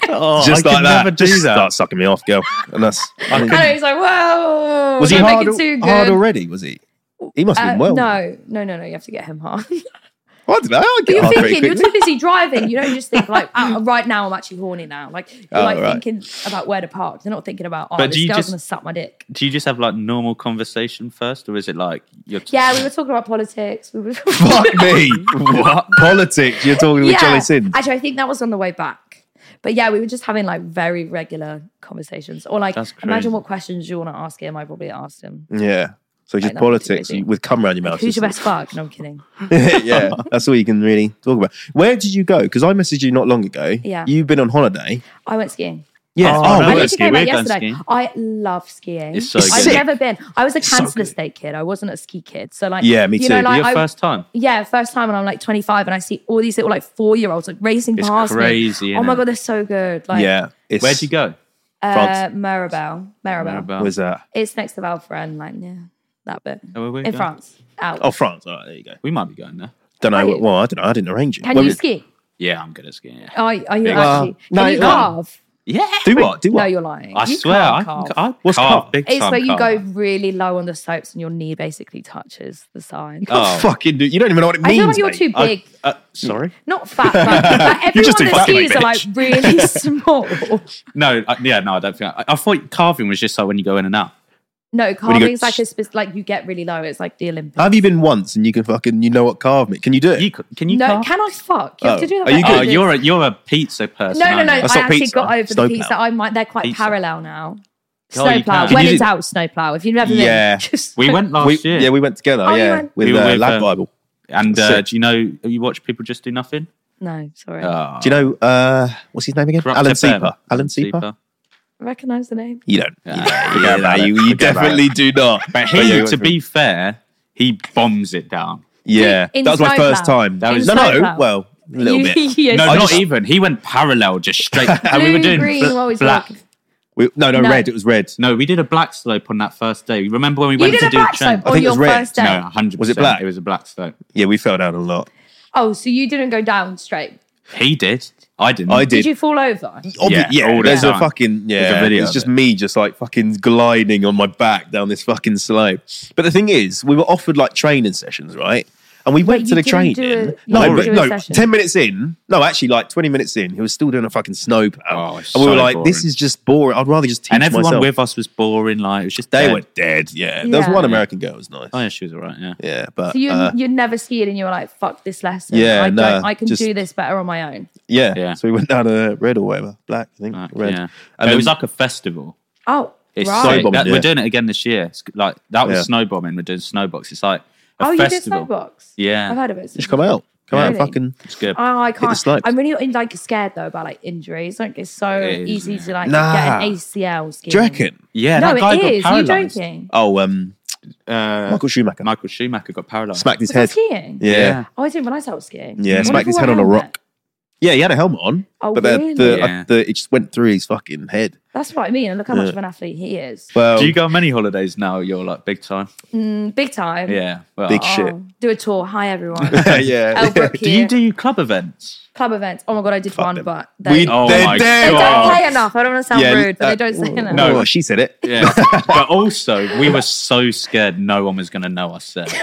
[SPEAKER 4] Oh, I
[SPEAKER 3] Just
[SPEAKER 4] could
[SPEAKER 3] like that.
[SPEAKER 4] Never do
[SPEAKER 3] Just
[SPEAKER 4] that.
[SPEAKER 3] start sucking me off, girl. And that's.
[SPEAKER 2] and he's like, whoa,
[SPEAKER 3] was he
[SPEAKER 2] don't
[SPEAKER 3] hard,
[SPEAKER 2] make it too good.
[SPEAKER 3] hard already? Was he? He must have
[SPEAKER 2] Uh,
[SPEAKER 3] been well.
[SPEAKER 2] no, no, no, no. You have to get him hard.
[SPEAKER 3] I don't know.
[SPEAKER 2] But
[SPEAKER 3] I
[SPEAKER 4] Oh,
[SPEAKER 3] get
[SPEAKER 2] you're
[SPEAKER 3] hard pretty
[SPEAKER 2] thinking, you're
[SPEAKER 3] quickly.
[SPEAKER 2] too busy driving. You don't just think like, oh, right now I'm actually horny now. Like you're
[SPEAKER 3] Oh,
[SPEAKER 2] like
[SPEAKER 3] right.
[SPEAKER 2] thinking about where to park. You're not thinking about, oh,
[SPEAKER 4] But do
[SPEAKER 2] this
[SPEAKER 4] you
[SPEAKER 2] girl's
[SPEAKER 4] just-
[SPEAKER 2] gonna suck my dick.
[SPEAKER 4] Do you just have like normal conversation first, or is it like you're? T-
[SPEAKER 2] Yeah, we were talking about politics. We were
[SPEAKER 3] Fuck me. what? Politics. You're talking with Johnny Sins.
[SPEAKER 2] Actually, I think that was on the way back. But yeah, we were just having like very regular conversations. Or like
[SPEAKER 4] That's crazy.
[SPEAKER 2] imagine what questions you want to ask him. I probably asked him.
[SPEAKER 3] Yeah. So it's
[SPEAKER 2] Like, that would
[SPEAKER 3] just
[SPEAKER 2] be
[SPEAKER 3] politics
[SPEAKER 2] crazy.
[SPEAKER 3] you- with cum around your mouth.
[SPEAKER 2] Who's your
[SPEAKER 3] just-
[SPEAKER 2] best fuck? No, I'm kidding.
[SPEAKER 3] yeah, that's all you can really talk about. Where did you go? Because I messaged you not long ago.
[SPEAKER 2] Yeah.
[SPEAKER 3] You've been on holiday.
[SPEAKER 2] I went skiing.
[SPEAKER 3] Yeah.
[SPEAKER 4] Oh,
[SPEAKER 3] Oh,
[SPEAKER 4] no,
[SPEAKER 2] I
[SPEAKER 4] went
[SPEAKER 2] need
[SPEAKER 3] really?
[SPEAKER 2] to
[SPEAKER 4] skiing.
[SPEAKER 2] go back
[SPEAKER 4] We've done
[SPEAKER 2] yesterday.
[SPEAKER 4] skiing.
[SPEAKER 2] I love skiing.
[SPEAKER 4] It's so
[SPEAKER 2] I've
[SPEAKER 3] good.
[SPEAKER 2] never been. I was a
[SPEAKER 3] So
[SPEAKER 2] Kansas
[SPEAKER 3] good.
[SPEAKER 2] State kid. I wasn't a ski kid. So like,
[SPEAKER 3] Yeah, me
[SPEAKER 2] you
[SPEAKER 3] too.
[SPEAKER 2] Know, like,
[SPEAKER 4] Your
[SPEAKER 2] I-
[SPEAKER 4] first time.
[SPEAKER 2] yeah, first time, and I'm like 25, and I see all these little like four year olds like racing
[SPEAKER 4] It's
[SPEAKER 2] past
[SPEAKER 4] crazy,
[SPEAKER 2] me.
[SPEAKER 4] innit?
[SPEAKER 2] Oh my god, they're so good. Like,
[SPEAKER 3] yeah. It's,
[SPEAKER 4] Where'd you go?
[SPEAKER 2] uh,
[SPEAKER 3] France.
[SPEAKER 2] Maribel, Maribel.
[SPEAKER 4] Whereabouts?
[SPEAKER 3] Was uh, that?
[SPEAKER 2] It's next to Valfriend, like yeah, that bit
[SPEAKER 4] Oh, where we
[SPEAKER 2] in
[SPEAKER 4] going?
[SPEAKER 2] France. Out.
[SPEAKER 3] Oh, France. All right, there you go.
[SPEAKER 4] We might be going there.
[SPEAKER 3] Don't
[SPEAKER 2] Are
[SPEAKER 3] know.
[SPEAKER 2] you?
[SPEAKER 3] Well, I don't know. I didn't arrange it.
[SPEAKER 2] Can
[SPEAKER 3] Well,
[SPEAKER 2] you
[SPEAKER 3] we-
[SPEAKER 2] ski?
[SPEAKER 4] Yeah, I'm good at skiing. Yeah.
[SPEAKER 2] Oh, are you actually?
[SPEAKER 3] Well,
[SPEAKER 2] Can
[SPEAKER 3] no,
[SPEAKER 2] you
[SPEAKER 3] no.
[SPEAKER 2] carve?
[SPEAKER 4] yeah.
[SPEAKER 3] Do what? Do what?
[SPEAKER 2] No, you're lying.
[SPEAKER 4] I
[SPEAKER 2] You
[SPEAKER 4] swear,
[SPEAKER 2] can't
[SPEAKER 4] I can
[SPEAKER 2] carve.
[SPEAKER 4] I
[SPEAKER 3] What's
[SPEAKER 4] carve
[SPEAKER 3] carve?
[SPEAKER 4] big
[SPEAKER 2] It's
[SPEAKER 4] time
[SPEAKER 2] where you go
[SPEAKER 4] carve.
[SPEAKER 2] really low on the slopes and your knee basically touches the sign.
[SPEAKER 3] You can't
[SPEAKER 4] Oh.
[SPEAKER 3] fucking do. You don't even know what it means.
[SPEAKER 2] I feel like you're too
[SPEAKER 3] mate.
[SPEAKER 4] I-
[SPEAKER 2] big.
[SPEAKER 4] uh, sorry.
[SPEAKER 2] Not fat. Like, like everyone
[SPEAKER 3] You're just
[SPEAKER 2] that
[SPEAKER 3] too fat,
[SPEAKER 2] skis are like really small.
[SPEAKER 4] No. I, yeah. No. I don't think. I, I thought carving was just like when you go in and out.
[SPEAKER 2] No,
[SPEAKER 3] you go-
[SPEAKER 2] carving's like a spe- like you get really low. It's like the Olympics.
[SPEAKER 3] Have you been once and you can fucking you know what carve me? Can you do it?
[SPEAKER 4] You c- can you
[SPEAKER 2] no,
[SPEAKER 4] carve?
[SPEAKER 2] can I fuck? You
[SPEAKER 3] Oh,
[SPEAKER 2] have to do that.
[SPEAKER 3] are you
[SPEAKER 2] by
[SPEAKER 3] good?
[SPEAKER 4] oh,
[SPEAKER 2] others.
[SPEAKER 4] you're a you're a pizza person.
[SPEAKER 2] no, no,
[SPEAKER 4] aren't
[SPEAKER 2] no. I
[SPEAKER 4] you?
[SPEAKER 3] That's not
[SPEAKER 2] actually
[SPEAKER 3] pizza.
[SPEAKER 2] got over
[SPEAKER 3] Snowplow.
[SPEAKER 2] the pizza. I might. They're quite
[SPEAKER 4] Pizza.
[SPEAKER 2] parallel now.
[SPEAKER 4] Oh, you
[SPEAKER 2] Snowplow.
[SPEAKER 4] can.
[SPEAKER 2] When
[SPEAKER 3] Did you
[SPEAKER 2] it's
[SPEAKER 3] do-
[SPEAKER 2] out, snowplow. If you've never
[SPEAKER 3] Yeah.
[SPEAKER 2] been, just
[SPEAKER 4] We went last
[SPEAKER 3] we,
[SPEAKER 4] year.
[SPEAKER 3] Yeah, we went together.
[SPEAKER 2] Oh, you
[SPEAKER 3] yeah,
[SPEAKER 2] went-
[SPEAKER 3] with
[SPEAKER 4] Oh, We were
[SPEAKER 3] uh,
[SPEAKER 4] with,
[SPEAKER 3] Lad
[SPEAKER 4] uh,
[SPEAKER 3] Bible.
[SPEAKER 4] and uh,
[SPEAKER 3] Sick.
[SPEAKER 4] do you know? You watch people just do nothing?
[SPEAKER 2] no. Sorry,
[SPEAKER 4] Oh.
[SPEAKER 3] Do you know uh, what's his name again?
[SPEAKER 4] Corrupt
[SPEAKER 3] Alan
[SPEAKER 4] FM.
[SPEAKER 3] Seeper. Alan Seeper.
[SPEAKER 2] recognize the name.
[SPEAKER 3] You don't.
[SPEAKER 4] Yeah.
[SPEAKER 3] you,
[SPEAKER 4] Forget
[SPEAKER 3] don't
[SPEAKER 4] about
[SPEAKER 3] know.
[SPEAKER 4] it.
[SPEAKER 3] you, you
[SPEAKER 4] Forget about
[SPEAKER 3] definitely do not.
[SPEAKER 4] But
[SPEAKER 3] But
[SPEAKER 4] he,
[SPEAKER 3] yeah,
[SPEAKER 4] to be fair, he bombs it down.
[SPEAKER 3] yeah,
[SPEAKER 2] In
[SPEAKER 3] that was my
[SPEAKER 2] Snowplow.
[SPEAKER 3] first time. That
[SPEAKER 2] In
[SPEAKER 3] was no, no.
[SPEAKER 2] Snowplow.
[SPEAKER 3] Well, a little
[SPEAKER 2] You-
[SPEAKER 3] bit.
[SPEAKER 2] yes.
[SPEAKER 4] No,
[SPEAKER 3] I
[SPEAKER 4] not
[SPEAKER 3] just-
[SPEAKER 4] even. He went parallel, just straight. and
[SPEAKER 2] Blue,
[SPEAKER 4] we were doing
[SPEAKER 2] green,
[SPEAKER 4] bl-
[SPEAKER 2] what was
[SPEAKER 4] black.
[SPEAKER 2] it?
[SPEAKER 3] We, no, no,
[SPEAKER 2] No.
[SPEAKER 3] red. It was red.
[SPEAKER 4] No, we did a black slope on that first day. Remember when we
[SPEAKER 2] You
[SPEAKER 4] went
[SPEAKER 2] did
[SPEAKER 4] to
[SPEAKER 2] a
[SPEAKER 4] do the
[SPEAKER 2] black
[SPEAKER 4] train?
[SPEAKER 2] slope
[SPEAKER 3] I
[SPEAKER 2] on
[SPEAKER 3] think it
[SPEAKER 2] your
[SPEAKER 3] was red.
[SPEAKER 2] first day.
[SPEAKER 4] No, hundred.
[SPEAKER 3] Was it black?
[SPEAKER 4] It was a black slope.
[SPEAKER 3] Yeah, we fell down a lot.
[SPEAKER 2] Oh, so you didn't go down straight?
[SPEAKER 4] He did. I didn't.
[SPEAKER 3] I
[SPEAKER 2] Did,
[SPEAKER 3] did.
[SPEAKER 2] you fall over?
[SPEAKER 3] Obvi-
[SPEAKER 4] Yeah,
[SPEAKER 3] yeah,
[SPEAKER 4] all the
[SPEAKER 3] there's a
[SPEAKER 4] time.
[SPEAKER 3] fucking yeah.
[SPEAKER 4] There's a video
[SPEAKER 3] it's
[SPEAKER 4] of
[SPEAKER 3] just
[SPEAKER 4] it.
[SPEAKER 3] me, just like fucking gliding on my back down this fucking slope. But the thing is, we were offered like training sessions, right? And we went
[SPEAKER 2] you
[SPEAKER 3] to the
[SPEAKER 2] didn't
[SPEAKER 3] training.
[SPEAKER 2] do a- you
[SPEAKER 3] no,
[SPEAKER 2] didn't
[SPEAKER 3] but
[SPEAKER 2] do a
[SPEAKER 3] no,
[SPEAKER 2] session.
[SPEAKER 3] ten minutes in. No, actually, like twenty minutes in, he was still doing a fucking snowplow,
[SPEAKER 4] Oh,
[SPEAKER 3] and
[SPEAKER 4] it's
[SPEAKER 3] we were
[SPEAKER 4] so
[SPEAKER 3] like, "This
[SPEAKER 4] boring.
[SPEAKER 3] is just boring. I'd rather just teach
[SPEAKER 4] and everyone
[SPEAKER 3] myself."
[SPEAKER 4] with us was boring. Like it was just
[SPEAKER 3] they
[SPEAKER 4] dead.
[SPEAKER 3] were dead. Yeah. there was
[SPEAKER 2] Yeah.
[SPEAKER 3] one American girl. It was nice.
[SPEAKER 4] Oh yeah, she was alright. Yeah.
[SPEAKER 3] Yeah, but
[SPEAKER 2] So you
[SPEAKER 3] uh,
[SPEAKER 2] you never skied and you were like, fuck this lesson.
[SPEAKER 3] Yeah,
[SPEAKER 2] I,
[SPEAKER 3] no,
[SPEAKER 2] don't, I can
[SPEAKER 3] just-
[SPEAKER 2] do this better on my own.
[SPEAKER 3] yeah.
[SPEAKER 4] Yeah.
[SPEAKER 3] So we went down to red or whatever, black. I think
[SPEAKER 4] Like,
[SPEAKER 3] red.
[SPEAKER 4] yeah.
[SPEAKER 3] And
[SPEAKER 4] But it was
[SPEAKER 3] then-
[SPEAKER 4] like a festival.
[SPEAKER 2] Oh,
[SPEAKER 4] It's
[SPEAKER 2] right.
[SPEAKER 4] sick.
[SPEAKER 3] Snowbombing,
[SPEAKER 4] That-
[SPEAKER 3] yeah.
[SPEAKER 4] We're doing it again this year. It's like that was
[SPEAKER 3] Yeah.
[SPEAKER 4] snowbombing. We're doing snowbox. It's like a
[SPEAKER 2] oh, you did
[SPEAKER 4] festival.
[SPEAKER 2] snowbox.
[SPEAKER 4] Yeah.
[SPEAKER 2] I've heard of it.
[SPEAKER 3] you should come out. Come out and
[SPEAKER 2] Really?
[SPEAKER 3] fucking.
[SPEAKER 4] It's good.
[SPEAKER 2] Oh, I can't.
[SPEAKER 3] slopes.
[SPEAKER 2] I'm really in- like scared though about like injuries. Like it's so
[SPEAKER 4] It is,
[SPEAKER 2] easy
[SPEAKER 4] yeah.
[SPEAKER 2] to like
[SPEAKER 3] Nah.
[SPEAKER 2] get an ACL. Skiing.
[SPEAKER 3] Do you reckon?
[SPEAKER 4] yeah.
[SPEAKER 2] no,
[SPEAKER 4] that guy
[SPEAKER 2] it is.
[SPEAKER 4] Got
[SPEAKER 2] You
[SPEAKER 4] paralysed.
[SPEAKER 2] joking?
[SPEAKER 3] Oh, um,
[SPEAKER 4] Uh,
[SPEAKER 3] Michael Schumacher
[SPEAKER 4] Michael Schumacher got paralysed.
[SPEAKER 3] smacked his
[SPEAKER 2] Was I
[SPEAKER 3] head.
[SPEAKER 2] skiing?
[SPEAKER 3] Yeah. yeah,
[SPEAKER 4] Yeah.
[SPEAKER 2] Oh, I didn't realize I was skiing.
[SPEAKER 3] yeah,
[SPEAKER 2] What
[SPEAKER 3] smacked
[SPEAKER 2] if
[SPEAKER 3] his
[SPEAKER 2] I
[SPEAKER 3] head on a
[SPEAKER 2] helmet?
[SPEAKER 3] rock. he had a helmet on,
[SPEAKER 2] Oh,
[SPEAKER 3] but
[SPEAKER 2] really?
[SPEAKER 3] the, the,
[SPEAKER 4] Yeah.
[SPEAKER 3] the it just went through his fucking head.
[SPEAKER 2] That's what I mean. And look how much of an athlete he is.
[SPEAKER 3] Well,
[SPEAKER 4] Do you go on many holidays now? You're like big time.
[SPEAKER 2] Mm, big time.
[SPEAKER 4] Yeah. Well, uh,
[SPEAKER 3] Big
[SPEAKER 2] Oh,
[SPEAKER 3] shit.
[SPEAKER 2] Do a tour. Hi, everyone.
[SPEAKER 3] yeah,
[SPEAKER 2] Elbrook
[SPEAKER 4] do
[SPEAKER 2] here.
[SPEAKER 4] you do club events?
[SPEAKER 2] club events? Oh my god, I did
[SPEAKER 3] Fuck
[SPEAKER 2] one,
[SPEAKER 3] them.
[SPEAKER 2] but
[SPEAKER 3] We-
[SPEAKER 2] they,
[SPEAKER 4] Oh
[SPEAKER 3] they're
[SPEAKER 4] my
[SPEAKER 3] dead.
[SPEAKER 2] they
[SPEAKER 4] God.
[SPEAKER 2] don't say enough. I don't want to sound
[SPEAKER 3] Yeah,
[SPEAKER 2] rude, but
[SPEAKER 3] uh,
[SPEAKER 2] they don't say enough.
[SPEAKER 4] No.
[SPEAKER 3] Oh, she said it.
[SPEAKER 4] Yeah. but also, we were so scared no one was going to know us there.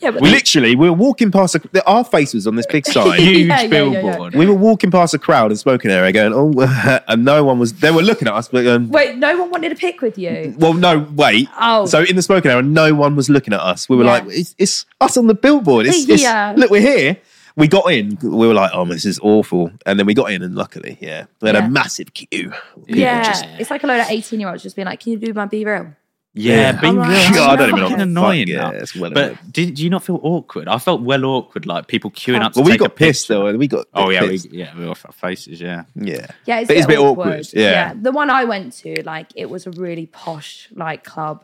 [SPEAKER 2] Yeah, but
[SPEAKER 3] We literally we were walking past a, our face was on this big sign.
[SPEAKER 4] Huge
[SPEAKER 2] yeah, yeah.
[SPEAKER 4] billboard.
[SPEAKER 3] We were walking past a crowd in Spoken area going, oh, and no one was, they were looking at us, but um,
[SPEAKER 2] wait, no one wanted a pic with you.
[SPEAKER 3] well, no, wait.
[SPEAKER 2] Oh.
[SPEAKER 3] So in the Spoken area, no one was looking at us. We were
[SPEAKER 2] Yeah.
[SPEAKER 3] like, it's, it's us on the billboard. It's, it's-
[SPEAKER 2] Yeah.
[SPEAKER 3] Look, we're here. We got in. We were like, oh, this is awful. And then we got in, and luckily, yeah, we had
[SPEAKER 2] Yeah.
[SPEAKER 3] a massive queue. People
[SPEAKER 2] Yeah,
[SPEAKER 3] just-
[SPEAKER 2] it's like a load of eighteen-year-olds just being like, "Can you do my be real?"
[SPEAKER 4] Yeah,
[SPEAKER 3] Yeah.
[SPEAKER 4] being
[SPEAKER 2] Oh,
[SPEAKER 4] real.
[SPEAKER 2] right. God, I don't even know
[SPEAKER 4] fucking
[SPEAKER 2] what the
[SPEAKER 3] fuck,
[SPEAKER 4] annoying.
[SPEAKER 3] yeah,
[SPEAKER 4] now.
[SPEAKER 3] it's well
[SPEAKER 4] but
[SPEAKER 3] annoying.
[SPEAKER 4] did do you not feel awkward? I felt well awkward, like people
[SPEAKER 2] Oh.
[SPEAKER 4] queuing up. To
[SPEAKER 3] Well, we
[SPEAKER 4] take a
[SPEAKER 3] got pissed,
[SPEAKER 4] picture.
[SPEAKER 3] though, and we got.
[SPEAKER 4] Oh yeah, we,
[SPEAKER 3] pissed.
[SPEAKER 4] yeah, we off our faces. Yeah,
[SPEAKER 3] Yeah.
[SPEAKER 2] Yeah, it's,
[SPEAKER 3] But
[SPEAKER 2] a, bit awkward.
[SPEAKER 3] yeah.
[SPEAKER 2] the one I went to, like, it was a really posh like club,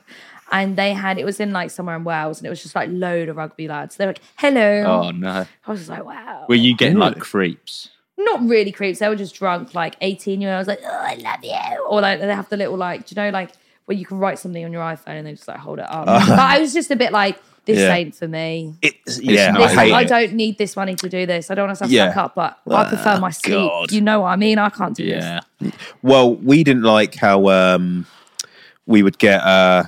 [SPEAKER 2] and they had it was in like somewhere in Wales, and it was just like load of rugby lads. They're like, "Hello,"
[SPEAKER 4] Oh no,
[SPEAKER 2] I was just like, "Wow."
[SPEAKER 4] were you getting like creeps?
[SPEAKER 2] not really creeps. They were just drunk, like 18 year olds, like, oh, I love you. Or like, they have the little, like, do you know, like, where you can write something on your iPhone and they just like hold it up. but I was just a bit like, this
[SPEAKER 3] Yeah.
[SPEAKER 2] ain't for me.
[SPEAKER 3] It's, yeah,
[SPEAKER 4] not.
[SPEAKER 3] I
[SPEAKER 2] This, I,
[SPEAKER 3] hate it.
[SPEAKER 2] don't need this money to do this. I don't want to
[SPEAKER 3] Yeah. Uh,
[SPEAKER 2] suck up, but I prefer my sleep.
[SPEAKER 3] God.
[SPEAKER 2] You know what I mean? I can't do
[SPEAKER 4] Yeah,
[SPEAKER 3] Well, we didn't like how um, we would get. Uh,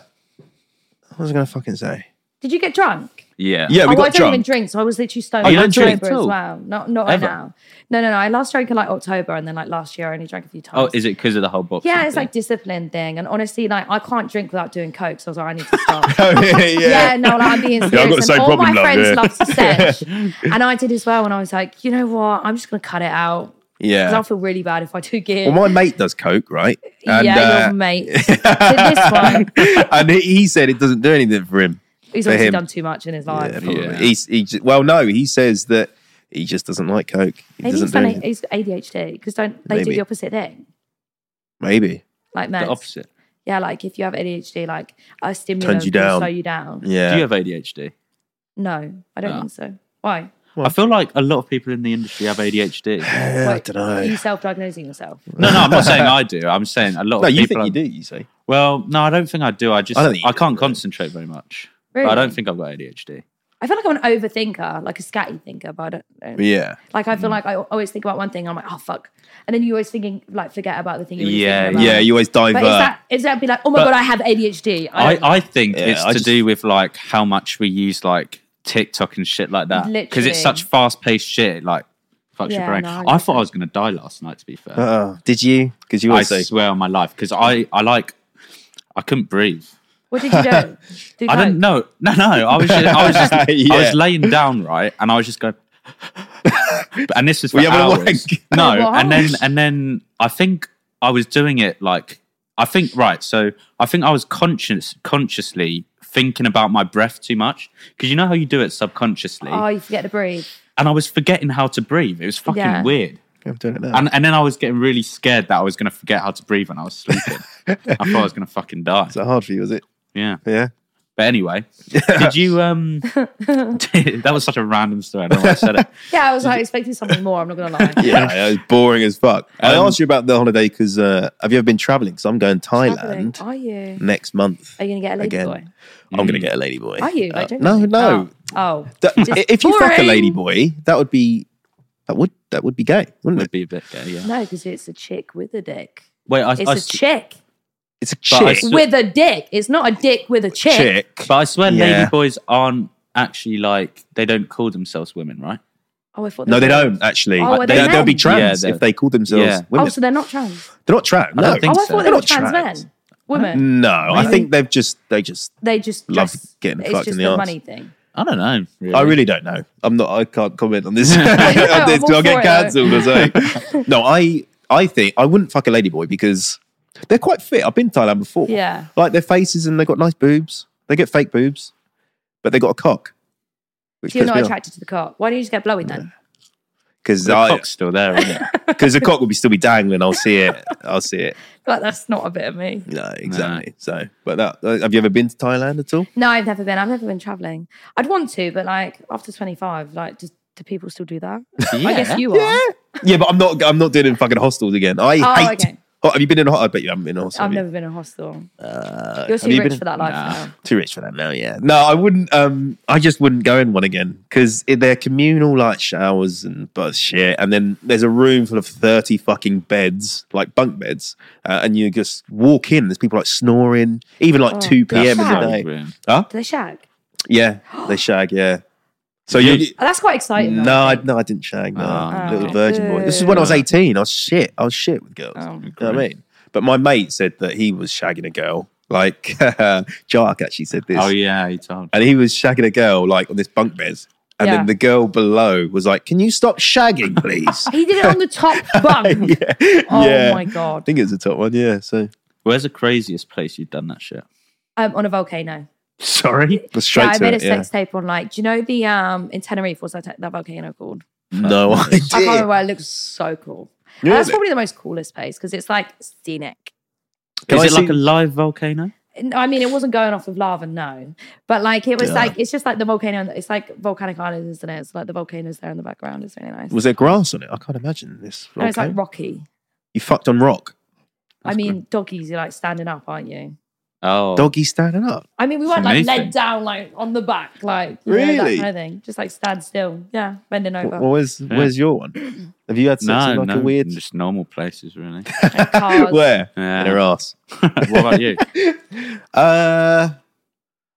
[SPEAKER 3] what was I going to fucking say?
[SPEAKER 2] this. Did you get drunk?
[SPEAKER 4] yeah,
[SPEAKER 3] Yeah, we
[SPEAKER 2] oh, I
[SPEAKER 3] got
[SPEAKER 2] don't even
[SPEAKER 3] drunk.
[SPEAKER 2] drink, so I was literally stoned.
[SPEAKER 4] Oh, you
[SPEAKER 2] I'm
[SPEAKER 4] don't drink
[SPEAKER 2] sober
[SPEAKER 4] at
[SPEAKER 2] as
[SPEAKER 4] all?
[SPEAKER 2] well. Not not right
[SPEAKER 4] Ever?
[SPEAKER 2] now. No, no, no. I last drank in like October, and then like last year, I only drank a few times.
[SPEAKER 4] Oh, is it because of the whole box?
[SPEAKER 2] yeah, it's like discipline thing. And honestly, like I can't drink without doing coke, so I was like, I need to stop.
[SPEAKER 3] Oh, yeah, yeah.
[SPEAKER 2] Yeah, no, like, I'm being serious.
[SPEAKER 3] got the same
[SPEAKER 2] and all my
[SPEAKER 3] problem, love,
[SPEAKER 2] friends
[SPEAKER 3] yeah.
[SPEAKER 2] love to sesh. and I did as well. And I was like, you know what? I'm just going to cut it out.
[SPEAKER 3] Yeah.
[SPEAKER 2] Because I'll feel really bad if I do give.
[SPEAKER 3] Well, my mate does coke, right? uh,
[SPEAKER 2] yeah, your mate. Did this one.
[SPEAKER 3] and he- he said it doesn't do anything for him.
[SPEAKER 2] he's
[SPEAKER 3] For
[SPEAKER 2] obviously
[SPEAKER 3] him.
[SPEAKER 2] done too much in his life.
[SPEAKER 3] Yeah, probably.
[SPEAKER 4] Yeah.
[SPEAKER 3] He's, he j- well, no, he says that he just doesn't like coke. He
[SPEAKER 2] Maybe
[SPEAKER 3] doesn't
[SPEAKER 2] he's,
[SPEAKER 3] do
[SPEAKER 2] done,
[SPEAKER 3] anything.
[SPEAKER 2] he's got ADHD because don't they do
[SPEAKER 3] Maybe.
[SPEAKER 2] the opposite thing?
[SPEAKER 3] Maybe.
[SPEAKER 2] Like
[SPEAKER 4] The
[SPEAKER 2] meds.
[SPEAKER 4] opposite.
[SPEAKER 2] Yeah, like if you have ADHD, like a stimulant
[SPEAKER 3] you
[SPEAKER 2] will
[SPEAKER 3] down.
[SPEAKER 2] slow you down.
[SPEAKER 3] Yeah.
[SPEAKER 4] Do you have ADHD?
[SPEAKER 2] No, I don't
[SPEAKER 4] Ah.
[SPEAKER 2] think so. Why?
[SPEAKER 4] I feel like a lot of people in the industry have ADHD.
[SPEAKER 3] Yeah, I
[SPEAKER 2] Wait,
[SPEAKER 3] don't
[SPEAKER 2] Are
[SPEAKER 3] know.
[SPEAKER 2] you self-diagnosing yourself?
[SPEAKER 4] no, no, I'm not saying I do. I'm saying a lot
[SPEAKER 3] No,
[SPEAKER 4] of
[SPEAKER 3] you
[SPEAKER 4] people.
[SPEAKER 3] think you
[SPEAKER 4] I'm-
[SPEAKER 3] do, you say?
[SPEAKER 4] Well, no, I don't think I do. I just
[SPEAKER 3] I
[SPEAKER 4] I,
[SPEAKER 3] don't think you do,
[SPEAKER 4] can't
[SPEAKER 3] really.
[SPEAKER 4] concentrate very much. But
[SPEAKER 2] Really?
[SPEAKER 4] I don't think I've got ADHD.
[SPEAKER 2] I feel like I'm an overthinker, like a scatty thinker, but I don't. know.
[SPEAKER 3] Yeah.
[SPEAKER 2] Like I feel like I always think about one thing, and I'm like, oh fuck, and then you always thinking like forget about the thing. You were just
[SPEAKER 4] Yeah,
[SPEAKER 2] thinking about.
[SPEAKER 3] Yeah, you always divert.
[SPEAKER 2] But is that is that be like, oh my
[SPEAKER 4] But-
[SPEAKER 2] god, I have ADHD? I,
[SPEAKER 4] I,
[SPEAKER 2] don't-
[SPEAKER 4] I think
[SPEAKER 3] Yeah,
[SPEAKER 4] it's
[SPEAKER 3] I
[SPEAKER 4] to
[SPEAKER 3] just-
[SPEAKER 4] do with like how much we use like TikTok and shit like that. Because
[SPEAKER 2] Literally.
[SPEAKER 4] it's such fast paced shit. Like, fucks
[SPEAKER 2] Yeah,
[SPEAKER 4] your brain.
[SPEAKER 2] no, I
[SPEAKER 4] I thought I was going to die last night, to be fair.
[SPEAKER 3] Uh, did you? Because you
[SPEAKER 4] I
[SPEAKER 3] always say,
[SPEAKER 4] swear on my life. Because I, I like, I couldn't breathe.
[SPEAKER 2] what did you do? do
[SPEAKER 4] I didn't know. No, no. I was just, I was just, I
[SPEAKER 3] Yeah.
[SPEAKER 4] was laying down, right, and I was just going. and this was for
[SPEAKER 3] Were you having a
[SPEAKER 4] hours.
[SPEAKER 3] wank?
[SPEAKER 4] No,
[SPEAKER 2] Why?
[SPEAKER 4] and then and then I think I was doing it like I think right. So I think I was conscious consciously thinking about my breath too much because you know how you do it subconsciously,
[SPEAKER 2] Oh, you forget to breathe.
[SPEAKER 4] and I was forgetting how to breathe. It was fucking
[SPEAKER 2] Yeah.
[SPEAKER 4] weird.
[SPEAKER 3] I'm doing it now.
[SPEAKER 4] And, and then I was getting really scared that I was going to forget how to breathe when I was sleeping. I thought I was going to fucking die.
[SPEAKER 3] Is that hard for you, is it?
[SPEAKER 4] Yeah.
[SPEAKER 3] Yeah.
[SPEAKER 4] But anyway, did you? um That was such a random story. I don't know why I said it.
[SPEAKER 2] Yeah, I was like expecting something more. I'm not gonna lie.
[SPEAKER 3] Yeah, it's boring as fuck. I
[SPEAKER 4] Um,
[SPEAKER 3] asked you about the holiday because uh, have you ever been traveling? Because I'm going Thailand
[SPEAKER 2] Traveling. Oh. Are you?
[SPEAKER 3] next month.
[SPEAKER 2] Are you gonna get a lady
[SPEAKER 3] Again.
[SPEAKER 2] boy?
[SPEAKER 3] I'm going to get a ladyboy.
[SPEAKER 2] Are you?
[SPEAKER 3] Uh,
[SPEAKER 2] Like,
[SPEAKER 3] no,
[SPEAKER 2] genuinely?
[SPEAKER 3] no.
[SPEAKER 2] Oh, oh.
[SPEAKER 3] That-
[SPEAKER 2] Just
[SPEAKER 3] if you fuck a
[SPEAKER 2] boring.
[SPEAKER 3] ladyboy, that would be that would that would be gay, wouldn't
[SPEAKER 4] Would
[SPEAKER 3] it?
[SPEAKER 4] be a bit gay, yeah.
[SPEAKER 2] no, because it's a chick with a dick.
[SPEAKER 4] Wait, I,
[SPEAKER 2] It's
[SPEAKER 4] I
[SPEAKER 2] a
[SPEAKER 4] s-
[SPEAKER 2] chick
[SPEAKER 3] It's a
[SPEAKER 4] But I
[SPEAKER 3] chick.
[SPEAKER 4] s-
[SPEAKER 2] with a dick. It's not a dick with a chick.
[SPEAKER 3] Chick.
[SPEAKER 4] but I swear,
[SPEAKER 3] Yeah.
[SPEAKER 4] lady boys aren't actually like they don't call themselves women, right?
[SPEAKER 2] Oh, I thought
[SPEAKER 3] No, they
[SPEAKER 2] were-
[SPEAKER 3] don't actually.
[SPEAKER 2] Oh, are
[SPEAKER 3] they,
[SPEAKER 2] they
[SPEAKER 3] will be
[SPEAKER 2] men?
[SPEAKER 3] trans
[SPEAKER 4] Yeah,
[SPEAKER 3] if they call themselves
[SPEAKER 4] yeah.
[SPEAKER 2] Oh,
[SPEAKER 3] women.
[SPEAKER 2] so they're not trans.
[SPEAKER 3] they're not trans.
[SPEAKER 4] I
[SPEAKER 3] No,
[SPEAKER 4] don't think
[SPEAKER 2] oh, I
[SPEAKER 4] so.
[SPEAKER 2] thought they
[SPEAKER 3] They're
[SPEAKER 2] were trans,
[SPEAKER 3] not trans.
[SPEAKER 2] men. Women.
[SPEAKER 3] no. I
[SPEAKER 2] Oh, Really?
[SPEAKER 3] think they've just they just.
[SPEAKER 2] They just
[SPEAKER 3] Love
[SPEAKER 2] dress-
[SPEAKER 3] getting
[SPEAKER 2] it's
[SPEAKER 3] fucked
[SPEAKER 2] just
[SPEAKER 3] in the arse.
[SPEAKER 2] money thing.
[SPEAKER 4] I don't know. Really.
[SPEAKER 3] I really don't know. I'm not. I can't comment on this. on this, 'cause I'll
[SPEAKER 2] all
[SPEAKER 3] get
[SPEAKER 2] for
[SPEAKER 3] cancelled or something. no, I I think I wouldn't fuck a ladyboy because they're quite fit. I've been to Thailand before.
[SPEAKER 2] Yeah.
[SPEAKER 3] like their faces and they've got nice boobs. They get fake boobs, but they got a cock. Which
[SPEAKER 2] So you're
[SPEAKER 3] pisses
[SPEAKER 2] not
[SPEAKER 3] me off.
[SPEAKER 2] attracted to the cock. Why don't you just get blowy then?
[SPEAKER 3] because
[SPEAKER 4] The
[SPEAKER 3] I
[SPEAKER 4] cock's still there, isn't it?
[SPEAKER 3] because the cock will be still be dangling. I'll see it. I'll see it.
[SPEAKER 2] Like that's not a bit of me.
[SPEAKER 3] No, exactly. So, but that uh, have you ever been to Thailand at all?
[SPEAKER 2] No, I've never been. I've never been traveling. I'd want to, but like after 25, like just do people still do that? I guess you are.
[SPEAKER 3] Yeah, but I'm not. I'm not doing it in fucking hostels again. I
[SPEAKER 2] Oh,
[SPEAKER 3] hate.
[SPEAKER 2] okay.
[SPEAKER 3] Oh, have you been in a hostel? I bet you haven't been in a hostel.
[SPEAKER 2] I've
[SPEAKER 3] have you?
[SPEAKER 2] never been in a hostel.
[SPEAKER 3] Uh,
[SPEAKER 2] You're
[SPEAKER 3] have
[SPEAKER 2] too
[SPEAKER 3] you
[SPEAKER 2] rich
[SPEAKER 3] been-
[SPEAKER 2] for that life.
[SPEAKER 4] Nah.
[SPEAKER 2] now.
[SPEAKER 3] Too rich for that now. Yeah. No, I wouldn't. Um, I just wouldn't go in one again because they're communal like showers and but shit. And then there's a room full of thirty fucking beds, like bunk beds, uh, and you just walk in. There's people like snoring, even like
[SPEAKER 2] Oh,
[SPEAKER 3] two
[SPEAKER 2] that's
[SPEAKER 3] p.m. in
[SPEAKER 2] sad.
[SPEAKER 3] the
[SPEAKER 4] Very
[SPEAKER 3] day.
[SPEAKER 4] weird.
[SPEAKER 2] Do they shag?
[SPEAKER 3] Yeah, they shag. Yeah. So you.
[SPEAKER 2] Oh, that's quite exciting. though,
[SPEAKER 3] No, I,
[SPEAKER 2] I think.
[SPEAKER 3] no, I didn't shag. No,
[SPEAKER 4] Ah,
[SPEAKER 3] little
[SPEAKER 2] okay.
[SPEAKER 3] virgin boy. This is when I was eighteen. I was shit. I was shit with girls.
[SPEAKER 2] Oh.
[SPEAKER 3] You know what I mean? But my mate said that he was shagging a girl. Like Jark actually said this.
[SPEAKER 4] Oh yeah, he told.
[SPEAKER 3] And he was shagging a girl like on this bunk bed. And
[SPEAKER 2] Yeah.
[SPEAKER 3] then the girl below was like, Can you stop shagging, please?
[SPEAKER 2] He did it on the top bunk.
[SPEAKER 3] yeah.
[SPEAKER 2] Oh
[SPEAKER 3] yeah.
[SPEAKER 2] my
[SPEAKER 3] I
[SPEAKER 2] god.
[SPEAKER 3] think it was the top one, yeah. So
[SPEAKER 4] Where's the craziest place you've done that shit?
[SPEAKER 2] I'm on a volcano.
[SPEAKER 4] Sorry.
[SPEAKER 3] but straight
[SPEAKER 2] yeah, I
[SPEAKER 3] to
[SPEAKER 2] made
[SPEAKER 3] it.
[SPEAKER 2] a sex tape on like, do you know the um in Tenerife? What's that, te- that volcano called?
[SPEAKER 3] yeah. No idea.
[SPEAKER 2] I can't remember. It looks so cool. And
[SPEAKER 3] Really?
[SPEAKER 2] that's probably the most coolest place because it's like scenic.
[SPEAKER 3] Can
[SPEAKER 4] Is
[SPEAKER 3] I
[SPEAKER 4] it like
[SPEAKER 3] see-
[SPEAKER 4] a live volcano?
[SPEAKER 2] And, I mean, it wasn't going off of lava, no, but like it was
[SPEAKER 3] Yeah.
[SPEAKER 2] like it's just like the volcano. It's like volcanic island, isn't it? It's like the volcanoes there in the background. It's really nice.
[SPEAKER 3] Was there grass on it? I can't imagine this.
[SPEAKER 2] and it's
[SPEAKER 3] volcano.
[SPEAKER 2] like rocky.
[SPEAKER 3] you fucked on rock.
[SPEAKER 2] I mean, doggies, you're like standing up, aren't you?
[SPEAKER 4] Oh,
[SPEAKER 3] Doggy standing up.
[SPEAKER 2] I mean, we weren't like
[SPEAKER 4] amazing.
[SPEAKER 2] led down like on the back, like you know,
[SPEAKER 3] Really?
[SPEAKER 2] that kind of thing. Just like stand still, yeah, bending
[SPEAKER 3] Wh-
[SPEAKER 2] over.
[SPEAKER 3] Well, where's where's your one? Have you had sex
[SPEAKER 4] no,
[SPEAKER 3] in like
[SPEAKER 4] no,
[SPEAKER 3] a weird
[SPEAKER 4] just normal places, really.
[SPEAKER 2] and cars.
[SPEAKER 3] Where?
[SPEAKER 4] Yeah.
[SPEAKER 3] In her ass.
[SPEAKER 4] what about you?
[SPEAKER 3] Uh,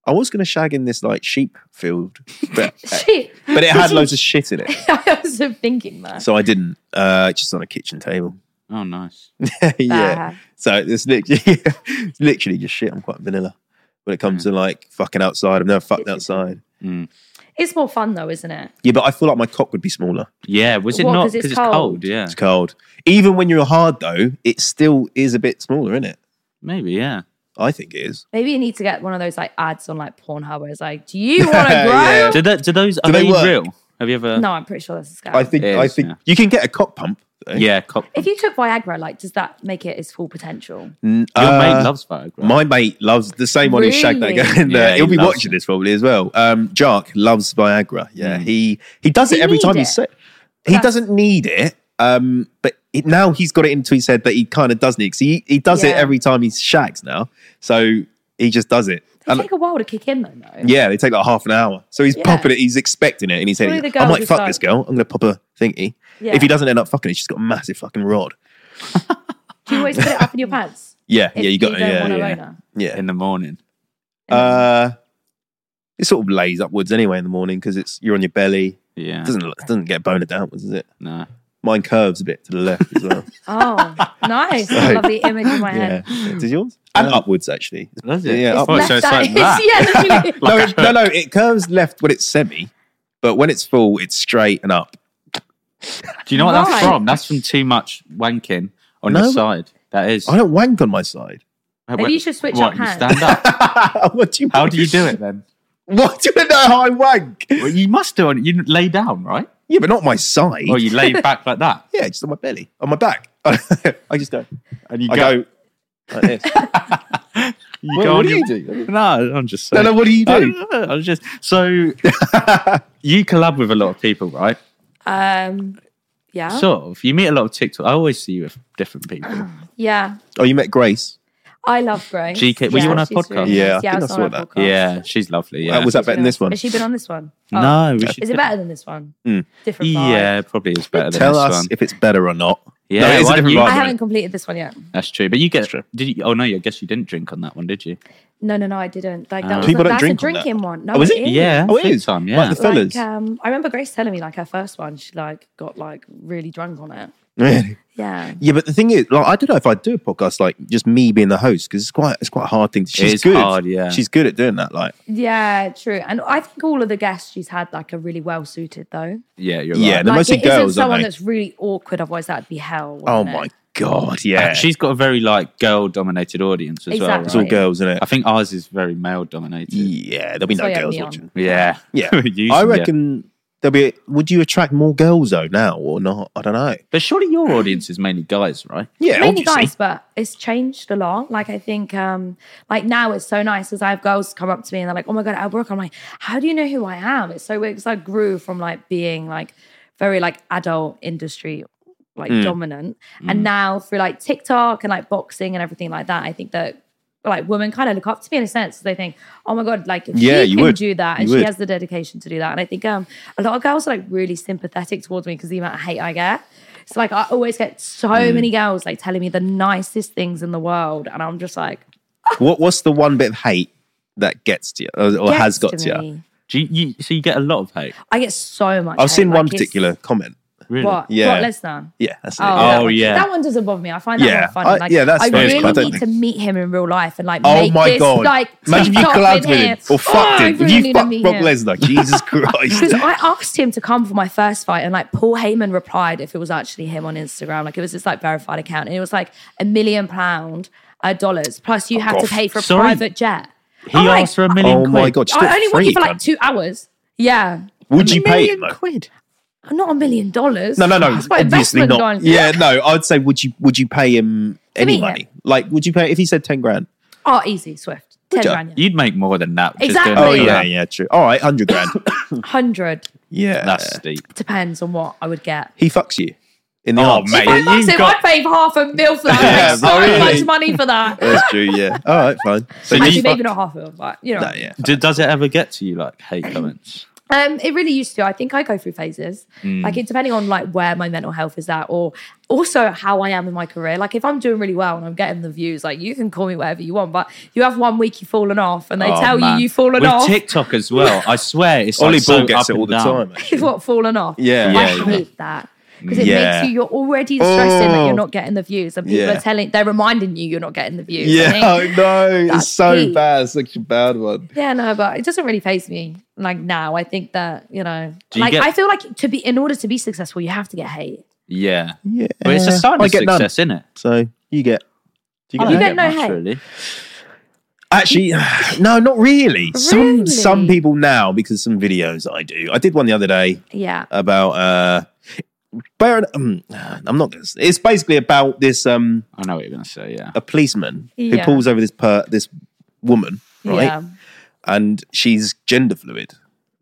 [SPEAKER 3] I was going to shag in this like sheep field, but
[SPEAKER 2] Shit,
[SPEAKER 3] but it had loads of shit in it,
[SPEAKER 2] I was thinking that.
[SPEAKER 3] so I didn't. Uh, just on a kitchen table.
[SPEAKER 4] Oh, nice.
[SPEAKER 2] Uh-huh.
[SPEAKER 3] yeah. So it's literally, it's literally just shit. I'm quite vanilla when it
[SPEAKER 4] Mm.
[SPEAKER 3] comes to like fucking outside. I've never fucked outside.
[SPEAKER 2] It's more fun though, isn't it?
[SPEAKER 3] Yeah, but I feel like my cock would be smaller.
[SPEAKER 4] Yeah, was it
[SPEAKER 2] What,
[SPEAKER 4] not
[SPEAKER 2] 'cause it's
[SPEAKER 4] it's
[SPEAKER 2] cold?
[SPEAKER 4] cold? Yeah,
[SPEAKER 3] It's cold. Even when you're hard though, it still is a bit smaller, isn't it?
[SPEAKER 4] maybe. Yeah,
[SPEAKER 3] I think it is.
[SPEAKER 2] Maybe you need to get one of those like ads on like Pornhub where it's like, do you want to grow?
[SPEAKER 4] Do, that, do those are
[SPEAKER 3] they
[SPEAKER 4] they,
[SPEAKER 3] work?
[SPEAKER 4] real? Have you ever?
[SPEAKER 2] No, I'm pretty sure that's a scam.
[SPEAKER 3] I think.
[SPEAKER 4] It
[SPEAKER 3] I
[SPEAKER 4] is,
[SPEAKER 3] think
[SPEAKER 4] yeah.
[SPEAKER 3] you can get a cock pump. Though.
[SPEAKER 4] Yeah, cop.
[SPEAKER 2] if you took Viagra, like, does that make it its full potential?
[SPEAKER 3] N-
[SPEAKER 4] Your
[SPEAKER 3] uh,
[SPEAKER 4] mate loves Viagra.
[SPEAKER 3] My mate loves the same one who shagged that
[SPEAKER 2] Really?
[SPEAKER 3] guy. in there.
[SPEAKER 4] Yeah, he
[SPEAKER 3] he'll be
[SPEAKER 4] loves
[SPEAKER 3] watching this probably as well. Um, Jark loves Viagra.
[SPEAKER 4] Mm.
[SPEAKER 3] Yeah, he he does
[SPEAKER 2] Does
[SPEAKER 3] it
[SPEAKER 2] he
[SPEAKER 3] every
[SPEAKER 2] need
[SPEAKER 3] time
[SPEAKER 2] it?
[SPEAKER 3] he's sick. He
[SPEAKER 2] That's-
[SPEAKER 3] doesn't need it, um, but it, now he's got it into his head that he kind of does need. 'cause he he does it
[SPEAKER 2] Yeah.
[SPEAKER 3] every time he shags now, so he just does it.
[SPEAKER 2] They
[SPEAKER 3] And-
[SPEAKER 2] take a while to kick in, though. No.
[SPEAKER 3] yeah, they take like half an hour. So he's
[SPEAKER 2] Yeah.
[SPEAKER 3] popping it. He's expecting it, and he's
[SPEAKER 2] Surely
[SPEAKER 3] saying,
[SPEAKER 2] the
[SPEAKER 3] "I
[SPEAKER 2] girls
[SPEAKER 3] might
[SPEAKER 2] just
[SPEAKER 3] fuck
[SPEAKER 2] like-
[SPEAKER 3] this girl. I'm gonna pop a thingy."
[SPEAKER 2] Yeah.
[SPEAKER 3] If he doesn't end up fucking, it, she's got a massive fucking rod.
[SPEAKER 2] do you always put it up in your pants?
[SPEAKER 3] Yeah,
[SPEAKER 2] If
[SPEAKER 3] yeah, you got
[SPEAKER 2] don't
[SPEAKER 3] yeah,
[SPEAKER 2] want a
[SPEAKER 3] yeah,
[SPEAKER 2] boner?
[SPEAKER 3] yeah.
[SPEAKER 4] in the morning.
[SPEAKER 3] Uh, it sort of lays upwards anyway in the morning because it's you're on your belly.
[SPEAKER 4] Yeah.
[SPEAKER 3] It doesn't it doesn't get boned downwards, does it?
[SPEAKER 4] no.
[SPEAKER 3] Mine curves a bit to the left as well.
[SPEAKER 2] Oh, nice. I love the image in my
[SPEAKER 3] yeah,
[SPEAKER 2] head.
[SPEAKER 3] does yours?
[SPEAKER 4] Um,
[SPEAKER 3] And upwards actually.
[SPEAKER 4] Does
[SPEAKER 3] it?
[SPEAKER 4] it?
[SPEAKER 3] Yeah,
[SPEAKER 2] It's
[SPEAKER 3] Oh,
[SPEAKER 2] left
[SPEAKER 4] so it's
[SPEAKER 2] that
[SPEAKER 4] like
[SPEAKER 2] is-
[SPEAKER 4] that.
[SPEAKER 2] Yeah, literally.
[SPEAKER 3] no, it, no, no. It curves left when it's semi, but when it's full, it's straight and up.
[SPEAKER 4] Do you know what that's
[SPEAKER 2] Right.
[SPEAKER 4] from? That's from too much wanking on
[SPEAKER 3] No.
[SPEAKER 4] your side. That is.
[SPEAKER 3] I don't wank on my side.
[SPEAKER 2] Maybe you should switch
[SPEAKER 4] what,
[SPEAKER 2] up
[SPEAKER 4] you
[SPEAKER 2] hands.
[SPEAKER 4] Stand up.
[SPEAKER 3] what do you?
[SPEAKER 4] How do you do it then?
[SPEAKER 3] What do you know? How I wank?
[SPEAKER 4] Well, you must do it. You lay down, right?
[SPEAKER 3] Yeah, but not my side.
[SPEAKER 4] Or Oh, you lay back like that.
[SPEAKER 3] Yeah, just on my belly, on my back. I just go.
[SPEAKER 4] And you
[SPEAKER 3] I
[SPEAKER 4] go.
[SPEAKER 3] go like this.
[SPEAKER 4] You
[SPEAKER 3] What-
[SPEAKER 4] go
[SPEAKER 3] what
[SPEAKER 4] on
[SPEAKER 3] do
[SPEAKER 4] your-
[SPEAKER 3] you do?
[SPEAKER 4] No, I'm just
[SPEAKER 3] no,
[SPEAKER 4] saying.
[SPEAKER 3] no. What do you
[SPEAKER 4] I
[SPEAKER 3] do?
[SPEAKER 4] don't know, I was just so you collab with a lot of people, right?
[SPEAKER 2] Um, yeah.
[SPEAKER 4] Sort of. You meet a lot of TikTok. I always see you with different people.
[SPEAKER 2] yeah.
[SPEAKER 3] Oh. Oh, you met Grace.
[SPEAKER 2] I love Grace.
[SPEAKER 4] GK were you on her
[SPEAKER 2] she's
[SPEAKER 4] podcast?
[SPEAKER 2] really
[SPEAKER 3] Yeah, I
[SPEAKER 2] nice. yeah, I
[SPEAKER 3] think I
[SPEAKER 2] was
[SPEAKER 3] saw
[SPEAKER 2] on her
[SPEAKER 3] that.
[SPEAKER 2] podcast.
[SPEAKER 4] Yeah, she's lovely. Yeah.
[SPEAKER 3] Uh, was that better than this one?
[SPEAKER 2] Has she been on this one? Oh.
[SPEAKER 4] No, we should.
[SPEAKER 2] Is it better than this one?
[SPEAKER 3] Mm.
[SPEAKER 2] Different vibe.
[SPEAKER 4] Yeah, probably is better than
[SPEAKER 3] Tell
[SPEAKER 4] this
[SPEAKER 3] us
[SPEAKER 4] one.
[SPEAKER 3] if it's better or not.
[SPEAKER 4] Yeah,
[SPEAKER 3] no, it is a
[SPEAKER 4] why don't
[SPEAKER 3] different
[SPEAKER 4] you-
[SPEAKER 2] I
[SPEAKER 3] vibe.
[SPEAKER 2] haven't completed this one yet.
[SPEAKER 4] That's true. But you get. Did you? Oh no, I guess you didn't drink on that one, did you?
[SPEAKER 2] No, no, no, I didn't. Like that
[SPEAKER 4] Ah.
[SPEAKER 2] was
[SPEAKER 3] People
[SPEAKER 2] a,
[SPEAKER 3] don't
[SPEAKER 2] that's
[SPEAKER 3] drink
[SPEAKER 2] a
[SPEAKER 3] on that.
[SPEAKER 2] drinking one. No,
[SPEAKER 3] Oh, is it?
[SPEAKER 2] is.
[SPEAKER 4] Yeah.
[SPEAKER 3] Oh, it
[SPEAKER 4] big
[SPEAKER 3] is?
[SPEAKER 4] Time, yeah.
[SPEAKER 3] Like the fellas.
[SPEAKER 2] Like, um, I remember Grace telling me like her first one, she like got like really drunk on it.
[SPEAKER 3] Really?
[SPEAKER 2] Yeah.
[SPEAKER 3] Yeah, but the thing is, like, I don't know if I'd do a podcast like just me being the host because it's quite it's quite a hard thing. To, she's
[SPEAKER 4] is
[SPEAKER 3] good.
[SPEAKER 4] hard, yeah.
[SPEAKER 3] she's good at doing that. Like,
[SPEAKER 2] Yeah, true. And I think all of the guests she's had like are really well suited though.
[SPEAKER 4] yeah, you're
[SPEAKER 3] Yeah,
[SPEAKER 4] right.
[SPEAKER 3] They're
[SPEAKER 2] like
[SPEAKER 3] mostly
[SPEAKER 2] it
[SPEAKER 3] girls,
[SPEAKER 2] not
[SPEAKER 3] aren't
[SPEAKER 2] someone
[SPEAKER 3] they?
[SPEAKER 2] that's really awkward, otherwise that'd be hell. wouldn't
[SPEAKER 3] oh
[SPEAKER 2] it?
[SPEAKER 3] my god, yeah,
[SPEAKER 4] And she's got a very like girl-dominated audience as well.
[SPEAKER 2] Exactly.
[SPEAKER 3] it's all
[SPEAKER 4] right?
[SPEAKER 3] girls, isn't
[SPEAKER 4] I
[SPEAKER 3] it?
[SPEAKER 4] think ours is very male-dominated.
[SPEAKER 3] Yeah, there'll be
[SPEAKER 2] That's
[SPEAKER 3] no
[SPEAKER 2] why you had
[SPEAKER 3] girls
[SPEAKER 2] me on.
[SPEAKER 3] watching.
[SPEAKER 4] Yeah,
[SPEAKER 3] Yeah,
[SPEAKER 4] You-
[SPEAKER 3] I reckon there'll be. would you attract more girls though now or not? I don't know.
[SPEAKER 4] But surely your audience is mainly guys, right?
[SPEAKER 3] Yeah,
[SPEAKER 2] Mainly
[SPEAKER 3] obviously.
[SPEAKER 2] guys, but it's changed a lot. Like I think, um, like now it's so nice because I have girls come up to me and they're like, "Oh my god, at work," I'm like, "How do you know who I am?" It's so weird because I grew from like being like very like adult industry like
[SPEAKER 3] Mm.
[SPEAKER 2] dominant, and now through like TikTok and like boxing and everything like that, I think that like women kind of look up to me in a sense. They think, "Oh my god, like if
[SPEAKER 3] Yeah,
[SPEAKER 2] she
[SPEAKER 3] you
[SPEAKER 2] can
[SPEAKER 3] would.
[SPEAKER 2] do that, and
[SPEAKER 3] You
[SPEAKER 2] she
[SPEAKER 3] would.
[SPEAKER 2] has the dedication to do that." And I think um a lot of girls are like really sympathetic towards me because the amount of hate I get. So like I always get so
[SPEAKER 3] Mm.
[SPEAKER 2] many girls like telling me the nicest things in the world, and I'm just like,
[SPEAKER 3] What what's the one bit of hate that gets to you or, or
[SPEAKER 2] gets
[SPEAKER 3] has got to,
[SPEAKER 2] to
[SPEAKER 3] you?
[SPEAKER 2] me.
[SPEAKER 4] Do you, you, so you get a lot of hate.
[SPEAKER 2] I get so much.
[SPEAKER 3] I've
[SPEAKER 2] hate,
[SPEAKER 3] seen
[SPEAKER 2] like,
[SPEAKER 3] one
[SPEAKER 2] it's-
[SPEAKER 3] particular comment.
[SPEAKER 4] Really?
[SPEAKER 2] What?
[SPEAKER 3] Yeah.
[SPEAKER 2] What Lesnar?
[SPEAKER 3] Yeah, that's it.
[SPEAKER 4] Oh,
[SPEAKER 2] that one-
[SPEAKER 4] yeah.
[SPEAKER 2] that one doesn't bother me. I find that
[SPEAKER 3] Yeah.
[SPEAKER 2] one funny.
[SPEAKER 3] I-
[SPEAKER 2] like,
[SPEAKER 3] yeah, that's
[SPEAKER 2] I
[SPEAKER 3] fair,
[SPEAKER 2] really
[SPEAKER 3] but I don't
[SPEAKER 2] need
[SPEAKER 3] think-
[SPEAKER 2] to meet him in real life and like
[SPEAKER 3] Oh
[SPEAKER 2] make
[SPEAKER 3] my
[SPEAKER 2] this,
[SPEAKER 3] god!
[SPEAKER 2] like
[SPEAKER 3] Imagine if you
[SPEAKER 2] TikTok
[SPEAKER 3] collabed
[SPEAKER 2] with
[SPEAKER 3] with him or fucked
[SPEAKER 2] Oh, I really
[SPEAKER 3] him. If
[SPEAKER 2] need
[SPEAKER 3] you
[SPEAKER 2] to
[SPEAKER 3] fucked
[SPEAKER 2] meet
[SPEAKER 3] Brock
[SPEAKER 2] him.
[SPEAKER 3] Lesnar, Jesus Christ!
[SPEAKER 2] Because I asked him to come for my first fight, and like Paul Heyman replied if it was actually him on Instagram. Like it was this like verified account, and it was like a million pound uh, dollars plus you have to
[SPEAKER 3] off.
[SPEAKER 2] pay for a
[SPEAKER 4] Sorry.
[SPEAKER 2] private jet.
[SPEAKER 4] He
[SPEAKER 2] I'm like,
[SPEAKER 4] asked for a million
[SPEAKER 3] oh
[SPEAKER 4] quid.
[SPEAKER 3] my god! She's
[SPEAKER 2] I
[SPEAKER 3] not
[SPEAKER 2] only want
[SPEAKER 3] free,
[SPEAKER 2] you for like
[SPEAKER 3] cunt.
[SPEAKER 2] two hours. Yeah,
[SPEAKER 3] Would you pay
[SPEAKER 4] Million
[SPEAKER 3] him? though?
[SPEAKER 4] quid.
[SPEAKER 2] not a million dollars.
[SPEAKER 3] No, no, no.
[SPEAKER 2] That's my
[SPEAKER 3] obviously
[SPEAKER 2] investment
[SPEAKER 3] not.
[SPEAKER 2] gone.
[SPEAKER 3] Yeah, no. I'd say would you would you pay him any
[SPEAKER 2] meet him.
[SPEAKER 3] money? Like, would you pay if he said ten grand?
[SPEAKER 2] Oh, easy, Swift. Ten
[SPEAKER 3] ya?
[SPEAKER 2] grand, yeah.
[SPEAKER 4] You'd make more than that. just
[SPEAKER 2] Exactly.
[SPEAKER 4] doing
[SPEAKER 3] Oh
[SPEAKER 4] it
[SPEAKER 2] Yeah.
[SPEAKER 4] for
[SPEAKER 3] yeah,
[SPEAKER 4] that.
[SPEAKER 3] yeah, true. All right, hundred grand.
[SPEAKER 2] Hundred
[SPEAKER 3] yeah,
[SPEAKER 4] That's steep.
[SPEAKER 2] depends on what I would get.
[SPEAKER 3] he fucks you in the
[SPEAKER 4] Oh,
[SPEAKER 3] arms.
[SPEAKER 4] mate.
[SPEAKER 2] If I
[SPEAKER 4] you
[SPEAKER 2] bucks him,
[SPEAKER 4] got-
[SPEAKER 2] I'd pay half a mil for that.
[SPEAKER 3] Yeah,
[SPEAKER 2] I'd pay so
[SPEAKER 3] really.
[SPEAKER 2] much money for that.
[SPEAKER 3] That's true. Yeah. All right, fine.
[SPEAKER 4] So
[SPEAKER 2] Actually,
[SPEAKER 4] you-
[SPEAKER 2] maybe not half of it, but you know.
[SPEAKER 3] No, yeah.
[SPEAKER 4] Do, does it ever get to you like hate comments?
[SPEAKER 2] Um, it really used to. I think I go through phases.
[SPEAKER 4] Mm.
[SPEAKER 2] Like it depending on like where my mental health is at, or also how I am in my career. Like if I'm doing really well and I'm getting the views, like you can call me whatever you want, but you have one week you've fallen off, and they
[SPEAKER 4] Oh,
[SPEAKER 2] tell
[SPEAKER 4] man.
[SPEAKER 2] you you've fallen
[SPEAKER 4] With
[SPEAKER 2] off.
[SPEAKER 4] TikTok as well. I swear it's
[SPEAKER 3] Ollie
[SPEAKER 4] like so
[SPEAKER 3] Ball gets
[SPEAKER 4] up
[SPEAKER 3] it all
[SPEAKER 4] and
[SPEAKER 3] the
[SPEAKER 4] down.
[SPEAKER 3] time. actually.
[SPEAKER 2] is what fallen off.
[SPEAKER 3] Yeah,
[SPEAKER 2] I
[SPEAKER 4] yeah,
[SPEAKER 2] hate that because it
[SPEAKER 3] Yeah.
[SPEAKER 2] makes you you're already stressing that
[SPEAKER 3] Oh.
[SPEAKER 2] you're not getting the views, and people
[SPEAKER 3] Yeah.
[SPEAKER 2] are telling they're reminding you you're not getting the views. I
[SPEAKER 3] Yeah,
[SPEAKER 2] think.
[SPEAKER 3] I know. It's
[SPEAKER 2] That's
[SPEAKER 3] so
[SPEAKER 2] deep.
[SPEAKER 3] bad. Such a bad one.
[SPEAKER 2] Yeah, no, but it doesn't really phase me like now. I think that, you know,
[SPEAKER 4] you
[SPEAKER 2] like
[SPEAKER 4] get-
[SPEAKER 2] I feel like to be in order to be successful, you have to get hate.
[SPEAKER 4] Yeah.
[SPEAKER 3] Yeah,
[SPEAKER 4] But it's a sign
[SPEAKER 3] I
[SPEAKER 4] of
[SPEAKER 3] get
[SPEAKER 4] success, isn't it?
[SPEAKER 3] None. So you get. Do
[SPEAKER 2] Oh, You get no
[SPEAKER 4] much,
[SPEAKER 2] hate.
[SPEAKER 4] really.
[SPEAKER 3] Actually, no, not really. Some
[SPEAKER 2] Really?
[SPEAKER 3] some people now because some videos I do. I did one the other day
[SPEAKER 2] Yeah.
[SPEAKER 3] about uh bear, um, I'm not gonna it's basically about this um
[SPEAKER 4] I know what you're going to say. Yeah.
[SPEAKER 3] a policeman who
[SPEAKER 2] Yeah.
[SPEAKER 3] pulls over this per this woman, right?
[SPEAKER 2] Yeah.
[SPEAKER 3] And she's gender fluid.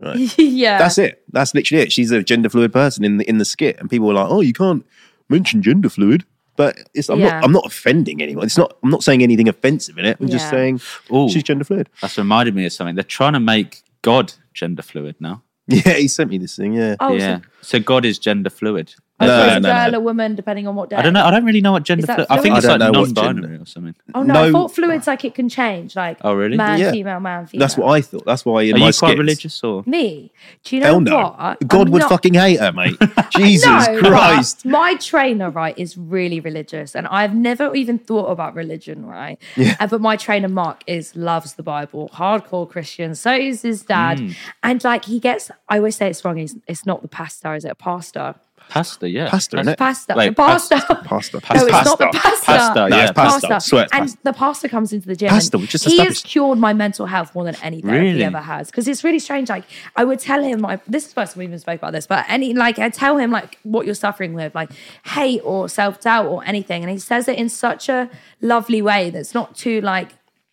[SPEAKER 2] yeah.
[SPEAKER 3] That's it. That's literally it. She's a gender fluid person in the in the skit, and people were like, "Oh, you can't mention gender fluid." But it's, I'm
[SPEAKER 2] Yeah.
[SPEAKER 3] not. I'm not offending anyone. It's not. I'm not saying anything offensive in it. I'm just
[SPEAKER 2] Yeah.
[SPEAKER 3] saying
[SPEAKER 4] Oh,
[SPEAKER 3] she's gender fluid.
[SPEAKER 4] that's reminded me of something. They're trying to make God gender fluid now.
[SPEAKER 3] Yeah, he sent me this thing. Yeah,
[SPEAKER 2] Oh,
[SPEAKER 4] yeah. So, God is gender fluid.
[SPEAKER 2] so, oh,
[SPEAKER 3] No,
[SPEAKER 2] so it's a
[SPEAKER 3] no, no.
[SPEAKER 2] girl, a woman, depending on what day.
[SPEAKER 4] I don't know. I don't really know what gender
[SPEAKER 2] Is that
[SPEAKER 4] fluid. I think
[SPEAKER 2] fluid?
[SPEAKER 4] it's
[SPEAKER 3] I
[SPEAKER 4] like
[SPEAKER 3] don't know what
[SPEAKER 4] non-binary
[SPEAKER 3] gender-
[SPEAKER 4] or something.
[SPEAKER 2] Oh no, I
[SPEAKER 3] No.
[SPEAKER 2] thought fluids like it can change, like
[SPEAKER 4] Oh, really?
[SPEAKER 2] man,
[SPEAKER 3] Yeah.
[SPEAKER 2] female, man, female.
[SPEAKER 3] that's what I thought. That's why in
[SPEAKER 4] Are you
[SPEAKER 3] my
[SPEAKER 4] quite
[SPEAKER 3] skits-
[SPEAKER 4] religious or?
[SPEAKER 2] Me? Do you know
[SPEAKER 3] Hell no.
[SPEAKER 2] what?
[SPEAKER 3] God
[SPEAKER 2] I'm
[SPEAKER 3] would
[SPEAKER 2] not-
[SPEAKER 3] fucking hate her, mate. Jesus
[SPEAKER 2] No,
[SPEAKER 3] Christ.
[SPEAKER 2] but My trainer, right, is really religious, and I've never even thought about religion, right?
[SPEAKER 3] Yeah.
[SPEAKER 2] Uh, But my trainer Mark is loves the Bible, hardcore Christian. So is his dad,
[SPEAKER 4] Hmm.
[SPEAKER 2] and like he gets. I always say it's wrong. It's, it's not the pasta, is it? A pasta,
[SPEAKER 4] Pasta, yeah.
[SPEAKER 3] Pasta, innit?
[SPEAKER 2] pasta,
[SPEAKER 4] Wait,
[SPEAKER 2] pasta.
[SPEAKER 3] Pasta.
[SPEAKER 2] No, it's not the pasta.
[SPEAKER 4] Pasta,
[SPEAKER 3] No,
[SPEAKER 4] yeah.
[SPEAKER 3] it's pasta. I swear it's
[SPEAKER 2] and
[SPEAKER 3] pasta.
[SPEAKER 2] the pasta comes into the gym.
[SPEAKER 3] Pasta,
[SPEAKER 2] and
[SPEAKER 3] we just
[SPEAKER 2] he has
[SPEAKER 3] established.
[SPEAKER 2] cured my mental health more than any therapy
[SPEAKER 4] Really?
[SPEAKER 2] ever has. Because it's really strange. Like I would tell him, like this is the first time we even spoke about this, but any like I tell him like what you're suffering with, like hate or self doubt or anything, and he says it in such a lovely way that's not too like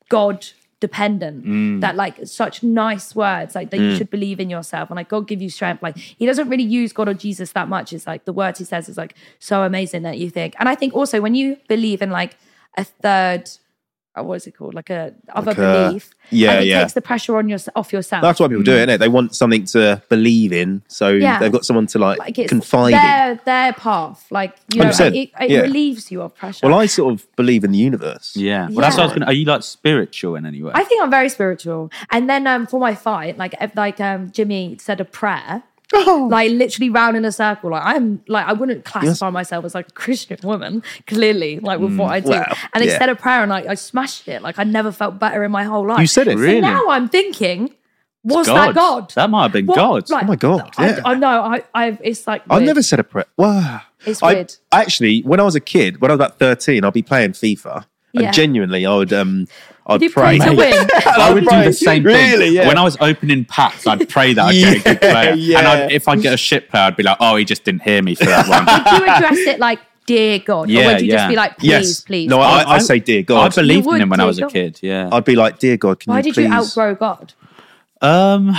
[SPEAKER 2] God dependent that like such nice words like that you should believe in yourself and like god give you strength like he doesn't really use god or jesus that much it's like the words he says is like so amazing that you think and i think also when you believe in like a third uh, what is it called like a other
[SPEAKER 3] Like a-
[SPEAKER 2] belief
[SPEAKER 3] yeah,
[SPEAKER 2] and it
[SPEAKER 3] yeah.
[SPEAKER 2] takes the pressure on your, off yourself
[SPEAKER 3] That's why people do it, innit? They want something to believe in, so
[SPEAKER 2] Yeah.
[SPEAKER 3] they've got someone to like,
[SPEAKER 2] like it's
[SPEAKER 3] confide in.
[SPEAKER 2] their their path like you know
[SPEAKER 3] 100%,
[SPEAKER 2] like, it, it
[SPEAKER 3] yeah.
[SPEAKER 2] relieves you of pressure
[SPEAKER 3] Well, I sort of believe in the universe.
[SPEAKER 4] Yeah. Well, that's what I was
[SPEAKER 2] Yeah.
[SPEAKER 4] going to. Are you like spiritual in any way?
[SPEAKER 2] I think I'm very spiritual. And then um, for my fight, like if, like um, Jimmy said a prayer.
[SPEAKER 3] Oh.
[SPEAKER 2] Like literally round in a circle. Like I'm like I wouldn't classify myself as like a Christian woman, clearly, like with what I do.
[SPEAKER 3] Mm, well,
[SPEAKER 2] and I
[SPEAKER 3] yeah.
[SPEAKER 2] said a prayer and like I smashed it. Like I never felt better in my whole life.
[SPEAKER 3] You said it.
[SPEAKER 2] So
[SPEAKER 4] Really?
[SPEAKER 2] now I'm thinking, was that God?
[SPEAKER 4] That might have been
[SPEAKER 2] What-
[SPEAKER 4] God.
[SPEAKER 2] like,
[SPEAKER 3] Oh my God,
[SPEAKER 2] I,
[SPEAKER 3] yeah.
[SPEAKER 2] I know. I, I it's like
[SPEAKER 3] I've
[SPEAKER 2] weird.
[SPEAKER 3] never said a prayer. Wow.
[SPEAKER 2] It's
[SPEAKER 3] I-
[SPEAKER 2] weird.
[SPEAKER 3] Actually, when I was a kid, when I was about 13, I'd be playing FIFA.
[SPEAKER 2] Yeah.
[SPEAKER 3] And genuinely, I would um, I'd
[SPEAKER 2] You
[SPEAKER 3] pray.
[SPEAKER 2] pray to win.
[SPEAKER 4] I would do the same thing.
[SPEAKER 3] Really? Yeah.
[SPEAKER 4] When I was opening packs, I'd pray that I'd get a good
[SPEAKER 3] Yeah,
[SPEAKER 4] player.
[SPEAKER 3] yeah.
[SPEAKER 4] And I'd, if I get a shit player, I'd be like, oh, he just didn't hear me for that one.
[SPEAKER 2] Would you address it like dear God?
[SPEAKER 4] Yeah,
[SPEAKER 2] or would you
[SPEAKER 4] yeah.
[SPEAKER 2] just be like, please,
[SPEAKER 3] yes.
[SPEAKER 2] please?
[SPEAKER 3] No, I, I,
[SPEAKER 4] I-
[SPEAKER 3] say, dear
[SPEAKER 4] I
[SPEAKER 3] God.
[SPEAKER 4] believed
[SPEAKER 2] You
[SPEAKER 4] in
[SPEAKER 2] would
[SPEAKER 4] him when I
[SPEAKER 2] do
[SPEAKER 4] was a
[SPEAKER 2] God.
[SPEAKER 4] kid. Yeah.
[SPEAKER 3] I'd be like, dear God, can
[SPEAKER 2] Why
[SPEAKER 3] you
[SPEAKER 2] did
[SPEAKER 3] please?
[SPEAKER 2] you outgrow God?
[SPEAKER 4] Um,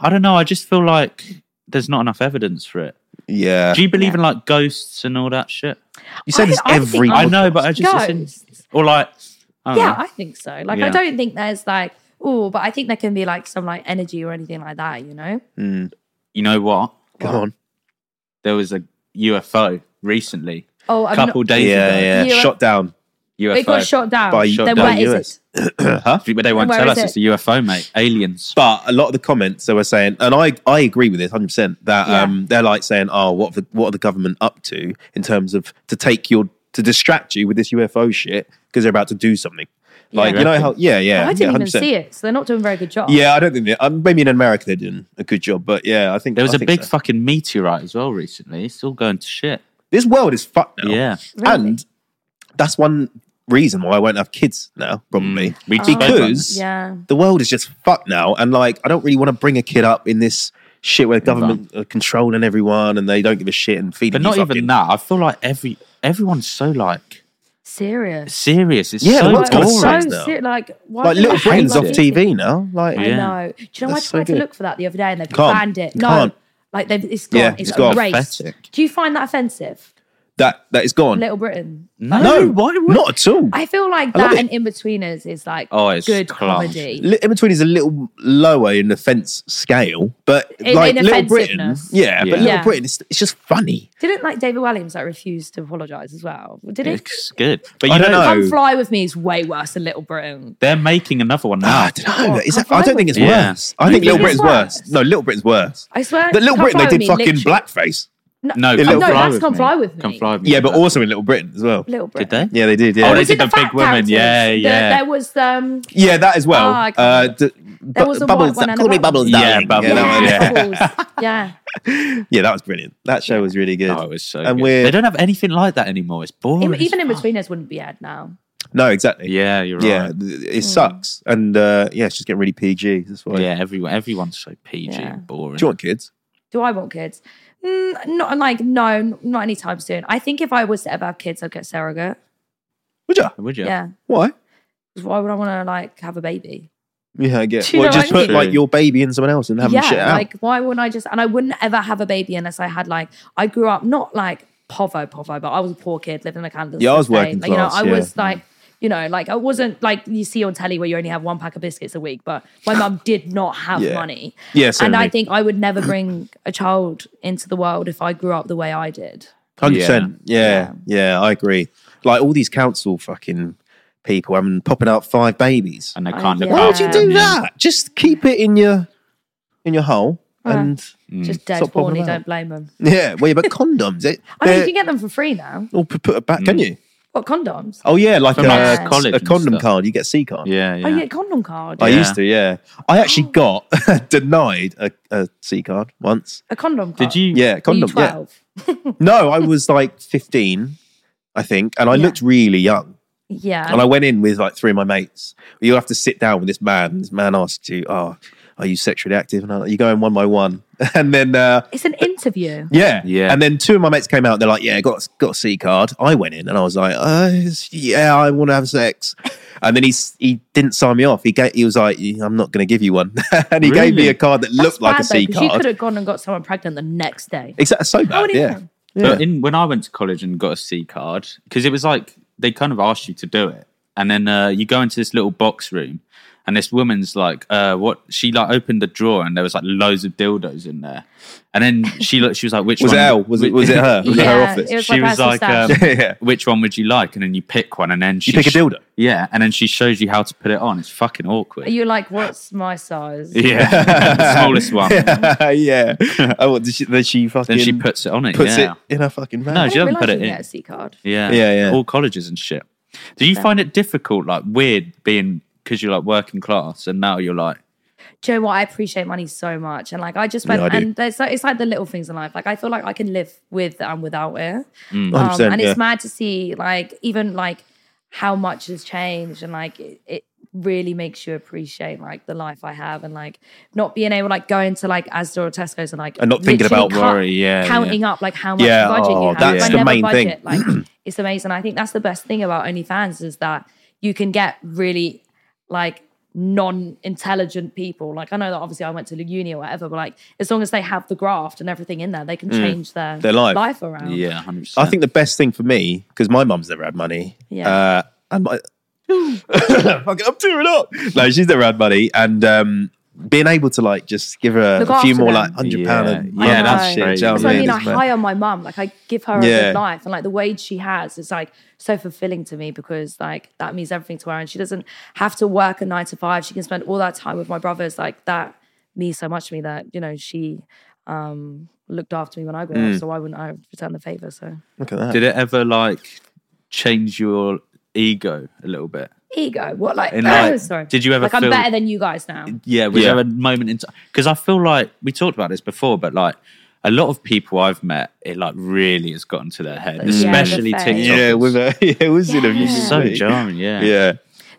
[SPEAKER 4] I don't know. I just feel like there's not enough evidence for it.
[SPEAKER 3] Yeah.
[SPEAKER 4] Do you believe in like ghosts and all that shit?
[SPEAKER 3] You say
[SPEAKER 2] I-
[SPEAKER 3] this
[SPEAKER 2] I think
[SPEAKER 3] every.
[SPEAKER 4] I
[SPEAKER 2] Ghosts.
[SPEAKER 4] know, but I just it's in-
[SPEAKER 2] Ghosts.
[SPEAKER 4] or like I don't
[SPEAKER 2] Yeah,
[SPEAKER 3] Uh-huh.
[SPEAKER 4] know.
[SPEAKER 2] I think so. Like,
[SPEAKER 4] Yeah.
[SPEAKER 2] I don't think there's like, oh, but I think there can be like some like energy or anything like that, you know?
[SPEAKER 4] You know what?
[SPEAKER 3] Come on.
[SPEAKER 4] There was a UFO recently,
[SPEAKER 2] Oh,
[SPEAKER 4] a
[SPEAKER 2] I'm
[SPEAKER 4] couple
[SPEAKER 3] Yeah,
[SPEAKER 4] days ago.
[SPEAKER 3] yeah.
[SPEAKER 2] You-
[SPEAKER 3] Shot down.
[SPEAKER 4] Yeah. UFO.
[SPEAKER 2] not, it got shot down.
[SPEAKER 3] by-
[SPEAKER 4] shot
[SPEAKER 2] then
[SPEAKER 4] down
[SPEAKER 2] where is
[SPEAKER 3] US.
[SPEAKER 2] it? Oh,
[SPEAKER 4] But they won't
[SPEAKER 2] Where
[SPEAKER 4] tell
[SPEAKER 2] is
[SPEAKER 4] us
[SPEAKER 2] it?
[SPEAKER 4] it's a UFO, mate. Aliens.
[SPEAKER 3] But a lot of the comments they were saying, and I, I agree with this 100%, that
[SPEAKER 2] Yeah.
[SPEAKER 3] um, they're like saying, oh, what, the, what are the government up to in terms of to take your, to distract you with this UFO shit because they're about to do something. Like,
[SPEAKER 4] Yeah.
[SPEAKER 3] you know how, yeah, yeah.
[SPEAKER 2] Oh, I didn't
[SPEAKER 3] yeah,
[SPEAKER 2] even
[SPEAKER 3] 100%.
[SPEAKER 2] see it. So they're not doing a very good job.
[SPEAKER 3] Yeah, I don't think they, um, maybe in America they're doing a good job, but yeah, I think
[SPEAKER 4] There was
[SPEAKER 3] a
[SPEAKER 4] a big fucking meteorite as well recently. It's all going to shit.
[SPEAKER 3] this world is fucked now.
[SPEAKER 4] Yeah.
[SPEAKER 2] Really?
[SPEAKER 3] and that's one reason why I won't have kids now, probably
[SPEAKER 4] We just spoke about
[SPEAKER 3] because
[SPEAKER 2] Yeah.
[SPEAKER 3] the world is just fucked now, and like I don't really want to bring a kid up in this shit where the government are controlling everyone and they don't give a shit and
[SPEAKER 4] But
[SPEAKER 3] feeding.
[SPEAKER 4] not
[SPEAKER 3] you
[SPEAKER 4] even
[SPEAKER 3] fucking-
[SPEAKER 4] that. I feel like every everyone's so like
[SPEAKER 2] Serious.
[SPEAKER 4] serious. It's
[SPEAKER 3] Yeah, the
[SPEAKER 4] so
[SPEAKER 3] world's kinda
[SPEAKER 4] boring.
[SPEAKER 3] sucks
[SPEAKER 2] so
[SPEAKER 3] now.
[SPEAKER 2] ser- like, why
[SPEAKER 3] Like
[SPEAKER 2] do
[SPEAKER 3] Little
[SPEAKER 2] they have,
[SPEAKER 3] Britain's
[SPEAKER 2] like,
[SPEAKER 3] off
[SPEAKER 2] these-
[SPEAKER 3] TV now. Like
[SPEAKER 2] I
[SPEAKER 4] Yeah.
[SPEAKER 2] know. Do you know
[SPEAKER 3] That's
[SPEAKER 2] I
[SPEAKER 3] so
[SPEAKER 2] tried
[SPEAKER 3] good.
[SPEAKER 2] to look for that the other day and they've
[SPEAKER 3] Can't.
[SPEAKER 2] banned it? No.
[SPEAKER 3] Can't.
[SPEAKER 2] Like they've it's gone.
[SPEAKER 3] Yeah,
[SPEAKER 2] it's
[SPEAKER 3] it's gone.
[SPEAKER 2] erased.
[SPEAKER 4] Pathetic.
[SPEAKER 2] Do you find that offensive?
[SPEAKER 3] that, that is gone.
[SPEAKER 2] Little Britain.
[SPEAKER 4] No,
[SPEAKER 3] no,
[SPEAKER 4] why would
[SPEAKER 3] not at all.
[SPEAKER 2] I feel like
[SPEAKER 3] love
[SPEAKER 2] that
[SPEAKER 3] it.
[SPEAKER 2] and in betweeners is like
[SPEAKER 4] Oh, it's
[SPEAKER 2] good
[SPEAKER 4] class.
[SPEAKER 2] comedy.
[SPEAKER 3] Li- in between is a little lower in offence scale, but
[SPEAKER 2] In-
[SPEAKER 3] like
[SPEAKER 2] in
[SPEAKER 3] Little Britain,
[SPEAKER 2] offensiveness.
[SPEAKER 3] yeah,
[SPEAKER 4] Yeah.
[SPEAKER 3] but Little
[SPEAKER 2] Yeah.
[SPEAKER 3] Britain, it's, it's just funny.
[SPEAKER 2] Didn't like David Williams like refuse to apologize as well? Did he?
[SPEAKER 4] It's good. But
[SPEAKER 3] I
[SPEAKER 4] you
[SPEAKER 3] don't
[SPEAKER 4] don't
[SPEAKER 3] know.
[SPEAKER 4] know.
[SPEAKER 2] Come fly with me is way worse than Little Britain.
[SPEAKER 4] They're making another one now.
[SPEAKER 3] Ah, I don't know.
[SPEAKER 2] Oh,
[SPEAKER 3] Is
[SPEAKER 2] Come
[SPEAKER 3] that, I
[SPEAKER 2] Fly
[SPEAKER 3] don't think it's
[SPEAKER 4] With Me. Yeah.
[SPEAKER 3] worse. I think
[SPEAKER 4] You
[SPEAKER 3] Little
[SPEAKER 4] think
[SPEAKER 3] Britain's
[SPEAKER 2] it's
[SPEAKER 3] worse.
[SPEAKER 2] worse?
[SPEAKER 3] No, Little Britain's worse.
[SPEAKER 2] I swear.
[SPEAKER 3] The Little
[SPEAKER 2] Come Fly
[SPEAKER 3] Britain, they
[SPEAKER 2] With
[SPEAKER 3] did
[SPEAKER 2] Me,
[SPEAKER 3] fucking
[SPEAKER 2] literally. Oh,
[SPEAKER 3] blackface.
[SPEAKER 4] no,
[SPEAKER 3] Little
[SPEAKER 4] come
[SPEAKER 3] No,
[SPEAKER 4] fly
[SPEAKER 2] that's
[SPEAKER 4] with
[SPEAKER 2] Come
[SPEAKER 4] me.
[SPEAKER 2] Fly With Me.
[SPEAKER 4] Come fly with me.
[SPEAKER 3] Yeah, but also in Little Britain as well.
[SPEAKER 2] Little
[SPEAKER 4] did
[SPEAKER 2] Britain.
[SPEAKER 4] they?
[SPEAKER 3] Yeah, they did. Yeah,
[SPEAKER 4] Oh,
[SPEAKER 2] Or
[SPEAKER 4] they
[SPEAKER 2] was
[SPEAKER 4] did
[SPEAKER 2] it the,
[SPEAKER 4] the big
[SPEAKER 2] fat
[SPEAKER 4] women?
[SPEAKER 2] counters?
[SPEAKER 4] Yeah,
[SPEAKER 2] The-
[SPEAKER 4] yeah.
[SPEAKER 2] there was um,
[SPEAKER 3] yeah, that as well.
[SPEAKER 2] Oh, I can't
[SPEAKER 3] uh,
[SPEAKER 2] remember.
[SPEAKER 3] d-
[SPEAKER 2] There
[SPEAKER 3] bu-
[SPEAKER 2] was a
[SPEAKER 3] bubbles.
[SPEAKER 2] white one and
[SPEAKER 3] call
[SPEAKER 2] a
[SPEAKER 3] me
[SPEAKER 2] black
[SPEAKER 3] bubbles.
[SPEAKER 2] one.
[SPEAKER 4] Yeah,
[SPEAKER 3] darling.
[SPEAKER 4] Bubbles.
[SPEAKER 3] Yeah, that was-
[SPEAKER 2] yeah,
[SPEAKER 3] yeah.
[SPEAKER 2] bubbles. yeah.
[SPEAKER 3] Yeah, that was brilliant. That show was really good.
[SPEAKER 4] Oh, it was so
[SPEAKER 3] And
[SPEAKER 4] good.
[SPEAKER 3] we're
[SPEAKER 4] They don't have anything like that anymore. Oh, It's boring.
[SPEAKER 2] Even
[SPEAKER 4] as
[SPEAKER 2] even in
[SPEAKER 4] fuck.
[SPEAKER 2] betweeners wouldn't be aired now.
[SPEAKER 3] No, exactly.
[SPEAKER 4] Yeah, you're right.
[SPEAKER 3] Yeah, th-
[SPEAKER 2] Hmm.
[SPEAKER 3] it sucks, and uh, yeah, it's just getting really PG. That's why.
[SPEAKER 4] yeah, everyone, everyone's so PG,
[SPEAKER 2] Yeah.
[SPEAKER 4] boring.
[SPEAKER 3] Do you want kids?
[SPEAKER 2] Do I want kids? Mm, not like no, n- not anytime soon. I think if I was to ever have kids, I'd get surrogate.
[SPEAKER 3] Would you?
[SPEAKER 4] Would you?
[SPEAKER 2] Yeah.
[SPEAKER 3] Why?
[SPEAKER 2] 'Cause Why would I want to like have a baby?
[SPEAKER 3] Yeah, I get.
[SPEAKER 2] Do you
[SPEAKER 3] Well,
[SPEAKER 2] know
[SPEAKER 3] just
[SPEAKER 2] what I
[SPEAKER 3] put
[SPEAKER 4] mean?
[SPEAKER 3] like your baby in someone else and have
[SPEAKER 2] yeah,
[SPEAKER 3] them shit out.
[SPEAKER 2] like why wouldn't I just? And I wouldn't ever have a baby unless I had like I grew up not like povo povo, but I was a poor kid living in a Canada.
[SPEAKER 3] Yeah, I was working
[SPEAKER 2] like, you know,
[SPEAKER 3] class,
[SPEAKER 2] I
[SPEAKER 3] yeah.
[SPEAKER 2] was like. You know, like I wasn't like you see on telly where you only have one pack of biscuits a week, but my mum did not have
[SPEAKER 3] Yeah.
[SPEAKER 2] money.
[SPEAKER 3] yeah, so
[SPEAKER 2] and I
[SPEAKER 3] hundred
[SPEAKER 2] think I would never bring a child into the world if I grew up the way I did.
[SPEAKER 3] percent. Yeah, yeah, I agree. Like all these council fucking people having popping out five babies.
[SPEAKER 4] And they
[SPEAKER 2] Oh,
[SPEAKER 4] can't look
[SPEAKER 2] yeah.
[SPEAKER 3] Why
[SPEAKER 4] out
[SPEAKER 3] would you
[SPEAKER 4] for
[SPEAKER 3] do
[SPEAKER 4] them, yeah.
[SPEAKER 3] that? Just keep it in your in your hole
[SPEAKER 2] Right.
[SPEAKER 3] and
[SPEAKER 4] Mm.
[SPEAKER 2] Just
[SPEAKER 3] Mm. Stop
[SPEAKER 2] dead
[SPEAKER 3] popping
[SPEAKER 2] horny,
[SPEAKER 3] out.
[SPEAKER 2] don't blame them.
[SPEAKER 3] yeah. Well, yeah, but condoms. It,
[SPEAKER 2] I mean, you
[SPEAKER 3] they're
[SPEAKER 2] can get them for free now.
[SPEAKER 3] all p- put back, can you?
[SPEAKER 2] What condoms?
[SPEAKER 3] Oh yeah, like a,
[SPEAKER 4] From
[SPEAKER 2] like
[SPEAKER 3] a
[SPEAKER 4] Mm. college and
[SPEAKER 3] condom
[SPEAKER 4] stuff.
[SPEAKER 3] card. You get C card.
[SPEAKER 4] Yeah,
[SPEAKER 2] Oh,
[SPEAKER 4] yeah.
[SPEAKER 2] yeah, condom card.
[SPEAKER 3] I
[SPEAKER 4] Yeah.
[SPEAKER 3] used to, yeah. I actually
[SPEAKER 2] Oh.
[SPEAKER 3] got denied a, a C card once.
[SPEAKER 2] A condom card.
[SPEAKER 4] Did you?
[SPEAKER 3] Yeah,
[SPEAKER 2] Were you
[SPEAKER 3] condom. Yeah.
[SPEAKER 2] 12?
[SPEAKER 3] No, I was like 15, I think, and I
[SPEAKER 2] Yeah.
[SPEAKER 3] looked really young.
[SPEAKER 2] Yeah.
[SPEAKER 3] And I went in with like three of my mates. You have to sit down with this man. This man asks you, "Oh, are you sexually active?" And I, you go in one by one, and then uh,
[SPEAKER 2] It's an interview.
[SPEAKER 3] yeah,
[SPEAKER 4] Yeah.
[SPEAKER 3] And then two of my mates came out. They're like, "Yeah, got got a C card." I went in, and I was like, uh, it's- "Yeah, I want to have sex." And then he s- he didn't sign me off. He gave, he was like, "I'm not going to give you one," and he gave me
[SPEAKER 4] Really?
[SPEAKER 3] a card that looked like a
[SPEAKER 2] bad, though,
[SPEAKER 3] C
[SPEAKER 2] 'cause You could
[SPEAKER 3] card.
[SPEAKER 2] have gone and got someone pregnant the next day.
[SPEAKER 3] Exactly, so bad.
[SPEAKER 2] did
[SPEAKER 3] yeah,
[SPEAKER 2] you?
[SPEAKER 4] But in, when I went to college and got a C card, because it was like they kind of asked you to do it, and then uh, you go into this little box room, and this woman's like, uh, "What?" She like opened the drawer, and there was like loads of dildos in there, and then she looked. She was like, "Which
[SPEAKER 3] was it
[SPEAKER 4] one
[SPEAKER 3] Al? Was it was it her? Was it her
[SPEAKER 2] Yeah,
[SPEAKER 3] office?
[SPEAKER 2] it was
[SPEAKER 4] She
[SPEAKER 2] my
[SPEAKER 4] was
[SPEAKER 2] personal
[SPEAKER 4] like,
[SPEAKER 2] stash.
[SPEAKER 4] um,
[SPEAKER 3] yeah,
[SPEAKER 4] Which one would you like?" And then you pick one, and then she
[SPEAKER 3] you pick a
[SPEAKER 4] sh-
[SPEAKER 3] dildo.
[SPEAKER 4] Yeah, and then she shows you how to put it on. It's fucking awkward.
[SPEAKER 2] Are you like, what's my size?
[SPEAKER 4] yeah, the smallest one.
[SPEAKER 3] yeah. Oh, what, did she, then she fucking
[SPEAKER 4] Then she puts it on it.
[SPEAKER 3] puts
[SPEAKER 4] yeah.
[SPEAKER 3] it in her fucking van.
[SPEAKER 4] No,
[SPEAKER 2] I
[SPEAKER 4] she
[SPEAKER 2] didn't
[SPEAKER 4] hasn't put
[SPEAKER 2] realise
[SPEAKER 4] it
[SPEAKER 2] you
[SPEAKER 4] in.
[SPEAKER 2] get a C card.
[SPEAKER 4] Yeah,
[SPEAKER 3] Yeah, yeah.
[SPEAKER 4] All colleges and shit. Do you find it difficult, like weird, being because you're like working class, and now you're like,
[SPEAKER 2] Do you know what? I appreciate money so much, and like I just went
[SPEAKER 3] Yeah, I do.
[SPEAKER 2] and there's like, it's like the little things in life. Like I feel like I can live with and without it.
[SPEAKER 3] 100%,
[SPEAKER 2] um, and
[SPEAKER 3] yeah.
[SPEAKER 2] it's mad to see like even like how much has changed and like it, it really makes you appreciate like the life I have and like not being able to like go into like Asda or Tesco's and like
[SPEAKER 3] And not thinking
[SPEAKER 2] literally
[SPEAKER 3] about
[SPEAKER 2] cut-
[SPEAKER 4] worry, yeah,
[SPEAKER 2] counting up like how much
[SPEAKER 3] Yeah,
[SPEAKER 2] budget
[SPEAKER 3] oh,
[SPEAKER 2] you have
[SPEAKER 3] that's
[SPEAKER 2] I
[SPEAKER 3] the
[SPEAKER 2] never
[SPEAKER 3] main thing.
[SPEAKER 2] budget. like it's amazing I think that's the best thing about OnlyFans is that you can get really like non-intelligent people like I know that obviously I went to uni or whatever but like as long as they have the graft and everything in there they can change their,
[SPEAKER 3] Mm. Their life.
[SPEAKER 2] around
[SPEAKER 4] yeah, hundred percent.
[SPEAKER 3] I think the best thing for me because my mum's never had money.
[SPEAKER 2] Yeah.
[SPEAKER 3] Uh, and my fucking, I'm tearing up. No, she's never had money, and um, being able to like just give her
[SPEAKER 2] Look
[SPEAKER 3] a few
[SPEAKER 2] after
[SPEAKER 3] more
[SPEAKER 2] them.
[SPEAKER 3] like hundred pound.
[SPEAKER 4] Yeah.
[SPEAKER 3] and
[SPEAKER 4] I
[SPEAKER 2] know.
[SPEAKER 3] yeah, that's shit. do you know
[SPEAKER 4] That's
[SPEAKER 2] That's
[SPEAKER 3] what
[SPEAKER 2] what I
[SPEAKER 3] mean?
[SPEAKER 2] mean. I
[SPEAKER 3] It's mad.
[SPEAKER 2] hire my mum. Like I give her a
[SPEAKER 3] Yeah.
[SPEAKER 2] good life, and like the wage she has is like so fulfilling to me because like that means everything to her, and she doesn't have to work a nine to five. She can spend all that time with my brothers. Like that means so much to me that you know she um looked after me when I grew up.
[SPEAKER 4] Mm.
[SPEAKER 2] So why wouldn't I return the favor? So
[SPEAKER 3] Look at that.
[SPEAKER 4] Did it ever like change your ego a little bit?
[SPEAKER 2] ego. What like?
[SPEAKER 4] And, like,
[SPEAKER 2] sorry.
[SPEAKER 4] did you ever
[SPEAKER 2] like
[SPEAKER 4] feel-
[SPEAKER 2] I'm better than you guys now?
[SPEAKER 4] Yeah, was
[SPEAKER 3] Yeah.
[SPEAKER 4] there a moment in time? Because I feel like we talked about this before, but like a lot of people I've met, it like really has gotten to their head,
[SPEAKER 2] the
[SPEAKER 4] especially
[SPEAKER 2] face.
[SPEAKER 4] TikTok.
[SPEAKER 3] Yeah, with her. Yeah, it was in a
[SPEAKER 2] Yeah.
[SPEAKER 3] music
[SPEAKER 4] so
[SPEAKER 3] video.
[SPEAKER 4] jarring. Yeah,
[SPEAKER 3] Yeah,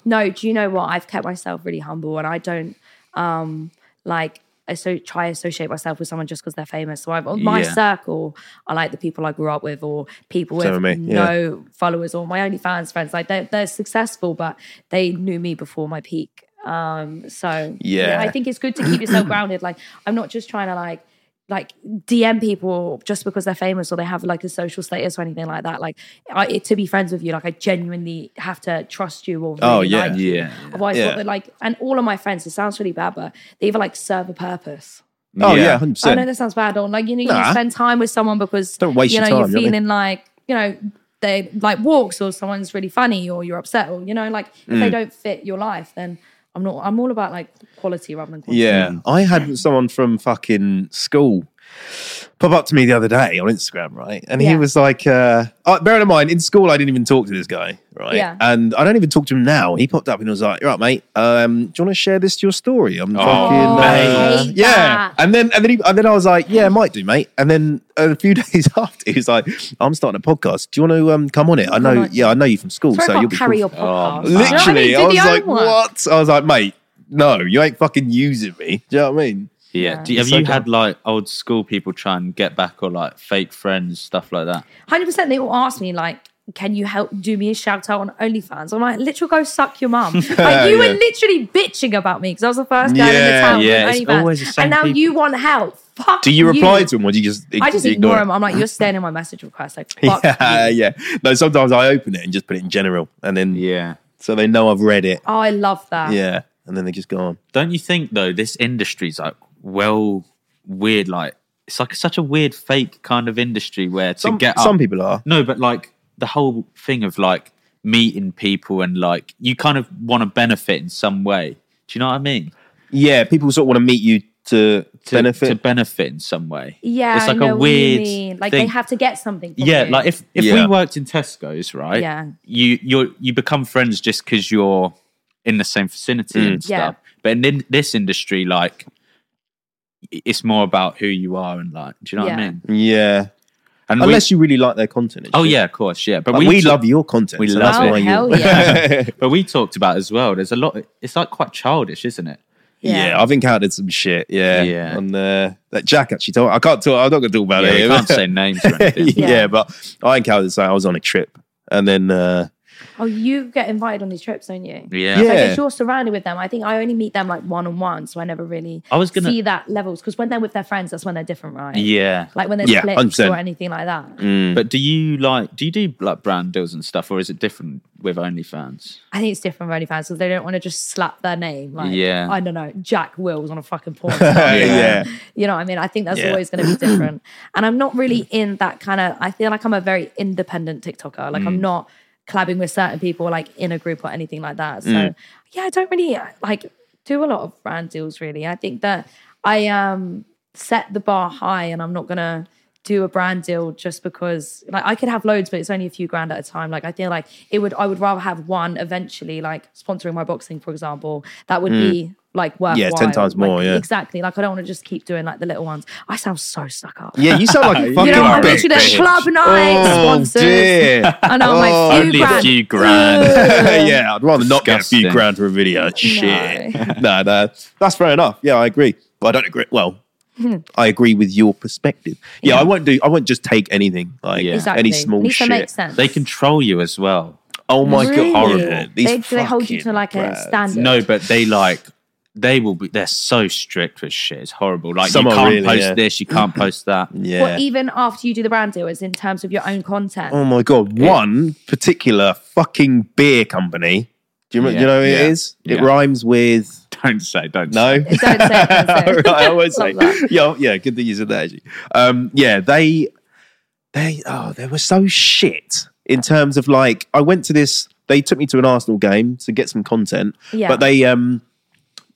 [SPEAKER 2] no do you know what i've kept myself really humble and i don't um like so try associate myself with someone just because they're famous so i've my
[SPEAKER 4] Yeah.
[SPEAKER 2] circle are like the people i grew up with or people
[SPEAKER 3] Same
[SPEAKER 2] with
[SPEAKER 3] with me, yeah.
[SPEAKER 2] no followers or my only fans friends like they're, they're successful but they knew me before my peak um so
[SPEAKER 3] Yeah.
[SPEAKER 2] i think it's good to keep yourself grounded like i'm not just trying to like like DM people just because they're famous or they have like a social status or anything like that. Like I, it, to be friends with you, like I genuinely have to trust you or
[SPEAKER 3] Oh,
[SPEAKER 2] really
[SPEAKER 3] yeah.
[SPEAKER 2] like you.
[SPEAKER 4] yeah.
[SPEAKER 2] Otherwise,
[SPEAKER 3] Yeah.
[SPEAKER 2] what they're like, and all of my friends, it sounds really bad, but they either like serve a purpose.
[SPEAKER 3] Oh yeah,
[SPEAKER 2] I
[SPEAKER 3] hundred
[SPEAKER 2] know
[SPEAKER 3] percent.
[SPEAKER 2] that sounds bad, or like, you know, you
[SPEAKER 3] Nah.
[SPEAKER 2] spend time with someone because,
[SPEAKER 3] Don't waste
[SPEAKER 2] you
[SPEAKER 3] your
[SPEAKER 2] know,
[SPEAKER 3] time, you know
[SPEAKER 2] you're
[SPEAKER 3] what I mean?
[SPEAKER 2] feeling like, you know, they like walks or someone's really funny or you're upset or, you know, like if they
[SPEAKER 3] Mm.
[SPEAKER 2] don't fit your life, then I'm not, I'm all about like quality rather than quantity.
[SPEAKER 3] Yeah, I had someone from fucking school pop up to me the other day on Instagram, right? And he
[SPEAKER 2] Yeah.
[SPEAKER 3] was like, uh, oh, bearing in mind, in school, I didn't even talk to this guy, right?
[SPEAKER 2] Yeah.
[SPEAKER 3] And I don't even talk to him now. He popped up and was like, right, mate, um, do you want to share this to your story? I'm
[SPEAKER 2] Oh,
[SPEAKER 3] fucking.
[SPEAKER 2] I
[SPEAKER 3] Uh,
[SPEAKER 2] hate
[SPEAKER 3] yeah.
[SPEAKER 2] that.
[SPEAKER 3] And then, and then, he, and then I was like, yeah, I might do, mate. And then uh, a few days after, he was like, I'm starting a podcast. Do you want to um, come on it? I know,
[SPEAKER 2] on.
[SPEAKER 3] yeah, I know you from school,
[SPEAKER 2] Sorry
[SPEAKER 3] so
[SPEAKER 2] about
[SPEAKER 3] you'll be
[SPEAKER 2] carry
[SPEAKER 3] cool.
[SPEAKER 2] your podcast.
[SPEAKER 3] Oh,
[SPEAKER 2] You know what I mean?
[SPEAKER 3] Literally,
[SPEAKER 2] Do
[SPEAKER 3] I,
[SPEAKER 2] the
[SPEAKER 3] was
[SPEAKER 2] own
[SPEAKER 3] like,
[SPEAKER 2] one.
[SPEAKER 3] what? I was like, mate, no, you ain't fucking using me. Do you know what I mean?
[SPEAKER 4] Yeah.
[SPEAKER 2] Yeah.
[SPEAKER 4] Do, have
[SPEAKER 3] So
[SPEAKER 4] you
[SPEAKER 3] dumb.
[SPEAKER 4] had like old school people try and get back or like fake friends, stuff like that?
[SPEAKER 2] hundred percent. They all ask me like, "Can you help do me a shout out on OnlyFans?" I'm like, "Literally, go suck your mum." like you
[SPEAKER 3] Yeah.
[SPEAKER 2] were literally bitching about me because I was the first girl in
[SPEAKER 3] Yeah,
[SPEAKER 2] the town
[SPEAKER 4] yeah,
[SPEAKER 2] with
[SPEAKER 4] it's
[SPEAKER 2] OnlyFans,
[SPEAKER 4] always the same
[SPEAKER 2] and now
[SPEAKER 4] people.
[SPEAKER 2] you want help. Fuck.
[SPEAKER 3] Do you reply to him or do you just ig-
[SPEAKER 2] I just ignore him. I'm like, "You're staying in my message request." Like, fuck.
[SPEAKER 3] yeah,
[SPEAKER 2] you.
[SPEAKER 3] yeah. No, sometimes I open it and just put it in general, and then
[SPEAKER 4] Yeah.
[SPEAKER 3] so they know I've read it.
[SPEAKER 2] Oh, I love that.
[SPEAKER 3] Yeah, and then they just go on.
[SPEAKER 4] Don't you think though this industry's like well weird like it's like such a weird fake kind of industry where to
[SPEAKER 3] Some,
[SPEAKER 4] get up,
[SPEAKER 3] some people are.
[SPEAKER 4] No, but like the whole thing of like meeting people and like you kind of want to benefit in some way. Do you know what I mean?
[SPEAKER 3] Yeah, people sort of want to meet you to,
[SPEAKER 4] To
[SPEAKER 3] benefit.
[SPEAKER 4] to benefit in some way.
[SPEAKER 2] Yeah,
[SPEAKER 4] it's like
[SPEAKER 2] I know
[SPEAKER 4] a
[SPEAKER 2] what you
[SPEAKER 4] weird
[SPEAKER 2] mean. Like
[SPEAKER 4] thing.
[SPEAKER 2] they have to get something. From
[SPEAKER 4] Yeah,
[SPEAKER 2] you.
[SPEAKER 4] like if if
[SPEAKER 3] Yeah.
[SPEAKER 4] we worked in Tesco's, right?
[SPEAKER 2] Yeah.
[SPEAKER 4] You you you become friends just because you're in the same vicinity and
[SPEAKER 2] Mm. Yeah.
[SPEAKER 4] stuff. But in th- this industry, like i- it's more about who you are and like, do you know what I
[SPEAKER 2] Yeah.
[SPEAKER 4] mean?
[SPEAKER 3] yeah,
[SPEAKER 4] And we-
[SPEAKER 3] unless you really like their content. and
[SPEAKER 4] oh
[SPEAKER 3] shit.
[SPEAKER 4] yeah, of course, yeah. But
[SPEAKER 3] Like,
[SPEAKER 4] we,
[SPEAKER 3] we,
[SPEAKER 4] ta-
[SPEAKER 3] love your content.
[SPEAKER 4] we
[SPEAKER 3] so
[SPEAKER 4] love
[SPEAKER 3] that's
[SPEAKER 4] it.
[SPEAKER 2] Oh,
[SPEAKER 3] why you-
[SPEAKER 2] hell yeah.
[SPEAKER 4] But we talked about as well. There's a lot. It's like quite childish, isn't it?
[SPEAKER 3] Yeah.
[SPEAKER 2] yeah.
[SPEAKER 3] I've encountered some shit. Yeah,
[SPEAKER 4] Yeah.
[SPEAKER 3] On uh, that Jack actually told. I can't talk. I'm not gonna talk about
[SPEAKER 4] Yeah,
[SPEAKER 3] it.
[SPEAKER 4] we can't say names or anything.
[SPEAKER 3] yeah.
[SPEAKER 2] Yeah.
[SPEAKER 3] but I encountered. So I was on a trip, and then uh,
[SPEAKER 2] Oh, you get invited on these trips, don't you?
[SPEAKER 4] Yeah.
[SPEAKER 3] Yeah.
[SPEAKER 2] So I guess you're surrounded with them. I think I only meet them like one on one, so I never really
[SPEAKER 4] I was gonna-
[SPEAKER 2] see that levels because when they're with their friends, that's when they're different, right?
[SPEAKER 4] Yeah.
[SPEAKER 2] Like when they're
[SPEAKER 3] Yeah,
[SPEAKER 2] flips
[SPEAKER 3] 100%.
[SPEAKER 2] or anything like that.
[SPEAKER 3] Mm.
[SPEAKER 4] But do you like do you do like brand deals and stuff, or is it different with OnlyFans?
[SPEAKER 2] I think it's different for OnlyFans because they don't want to just slap their name. Like,
[SPEAKER 4] Yeah.
[SPEAKER 2] I don't know, Jack Wills on a fucking porn star.
[SPEAKER 3] Yeah.
[SPEAKER 2] You know what I mean? I think that's
[SPEAKER 3] Yeah.
[SPEAKER 2] always going to be different. and I'm not really in that kind of, I feel like I'm a very independent TikToker. Like, I'm not collabing with certain people, like in a group or anything like that. So, yeah, I don't really like do a lot of brand deals, really. I think that I um set the bar high and I'm not going to do a brand deal just because like I could have loads but it's only a few grand at a time like I feel like it would I would rather have one eventually like sponsoring my boxing for example that would be like worthwhile
[SPEAKER 3] Mm. Yeah, 10 times
[SPEAKER 2] Like,
[SPEAKER 3] more, yeah.
[SPEAKER 2] exactly like I don't want to just keep doing like the little ones I sound so stuck up
[SPEAKER 3] yeah, you sound like a
[SPEAKER 2] you
[SPEAKER 3] fucking
[SPEAKER 2] know I'm
[SPEAKER 3] bitch.
[SPEAKER 2] literally at club night
[SPEAKER 3] Oh
[SPEAKER 2] sponsors
[SPEAKER 3] dear.
[SPEAKER 2] I know my
[SPEAKER 3] Oh,
[SPEAKER 2] few
[SPEAKER 4] Only a
[SPEAKER 2] grand
[SPEAKER 4] few grand.
[SPEAKER 3] yeah, I'd rather not get a few
[SPEAKER 4] Disgusting.
[SPEAKER 3] grand for a video. Shit. No. no, that's fair enough. Yeah, I agree. But I don't agree. Well,
[SPEAKER 2] Hmm.
[SPEAKER 3] I agree with your perspective. Yeah, I won't do. I won't just take anything like
[SPEAKER 4] Yeah.
[SPEAKER 2] exactly
[SPEAKER 3] any small
[SPEAKER 2] needs
[SPEAKER 3] shit.
[SPEAKER 2] to make sense
[SPEAKER 4] They control you as well.
[SPEAKER 3] Oh my
[SPEAKER 2] Really?
[SPEAKER 3] god, horrible. These
[SPEAKER 2] they, they hold you to
[SPEAKER 3] fucking
[SPEAKER 2] like a
[SPEAKER 3] brands.
[SPEAKER 2] standard
[SPEAKER 4] No, but they like they will be. They're so strict with shit. It's horrible. Like
[SPEAKER 3] Some
[SPEAKER 4] you
[SPEAKER 3] are
[SPEAKER 4] can't
[SPEAKER 3] really,
[SPEAKER 4] post
[SPEAKER 3] yeah.
[SPEAKER 4] this. You can't post that.
[SPEAKER 3] Yeah.
[SPEAKER 2] Well, even after you do the brand deal, it's in terms of your own content.
[SPEAKER 3] Oh my god! One particular fucking beer company. Do you remember?
[SPEAKER 4] Yeah.
[SPEAKER 3] you know who
[SPEAKER 4] Yeah.
[SPEAKER 3] it is? It
[SPEAKER 4] Yeah.
[SPEAKER 3] rhymes with
[SPEAKER 4] Don't say. Don't. Say.
[SPEAKER 3] no.
[SPEAKER 2] Don't say it, don't
[SPEAKER 3] Right,
[SPEAKER 2] say
[SPEAKER 3] I
[SPEAKER 2] it.
[SPEAKER 3] always say,
[SPEAKER 2] Love that.
[SPEAKER 3] yeah, yeah. Good that you said that. Actually, um, yeah, they, they, oh, they were so shit in terms of like. I went to this. They took me to an Arsenal game to get some content,
[SPEAKER 2] Yeah.
[SPEAKER 3] but they, um,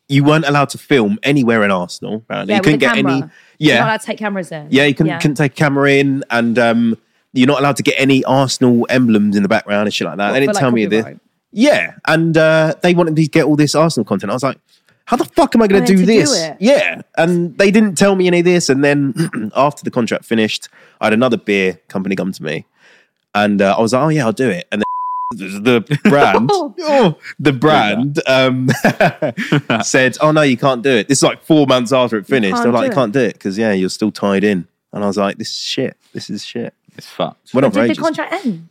[SPEAKER 3] you weren't allowed to film anywhere in Arsenal. Apparently,
[SPEAKER 2] Yeah,
[SPEAKER 3] you
[SPEAKER 2] with a
[SPEAKER 3] couldn't get any.
[SPEAKER 2] camera. You're not
[SPEAKER 3] Yeah,
[SPEAKER 2] allowed to take cameras in.
[SPEAKER 3] yeah, you couldn't, couldn't take a camera in, and um, you're not allowed to get any Arsenal emblems in the background and shit like that. they
[SPEAKER 2] for,
[SPEAKER 3] didn't
[SPEAKER 2] like,
[SPEAKER 3] tell me this.
[SPEAKER 2] copyright.
[SPEAKER 3] Yeah, and uh, they wanted me to get all this Arsenal content. I was like, how the fuck am I going
[SPEAKER 2] Wanted
[SPEAKER 3] to do
[SPEAKER 2] to do
[SPEAKER 3] this?
[SPEAKER 2] it.
[SPEAKER 3] yeah, and they didn't tell me any of this. And then after the contract finished, I had another beer company come to me, and uh, I was like, oh yeah, I'll do it. And then the brand, oh, the brand um, said, oh no, you can't do it. This is like four months after it finished. They're
[SPEAKER 2] can't
[SPEAKER 3] like,
[SPEAKER 2] do
[SPEAKER 3] you can't do it because yeah, you're still tied in. And I was like, this is shit. This is shit.
[SPEAKER 4] It's fucked.
[SPEAKER 3] We're
[SPEAKER 2] But did
[SPEAKER 3] not
[SPEAKER 2] the
[SPEAKER 3] outrageous.
[SPEAKER 2] contract end?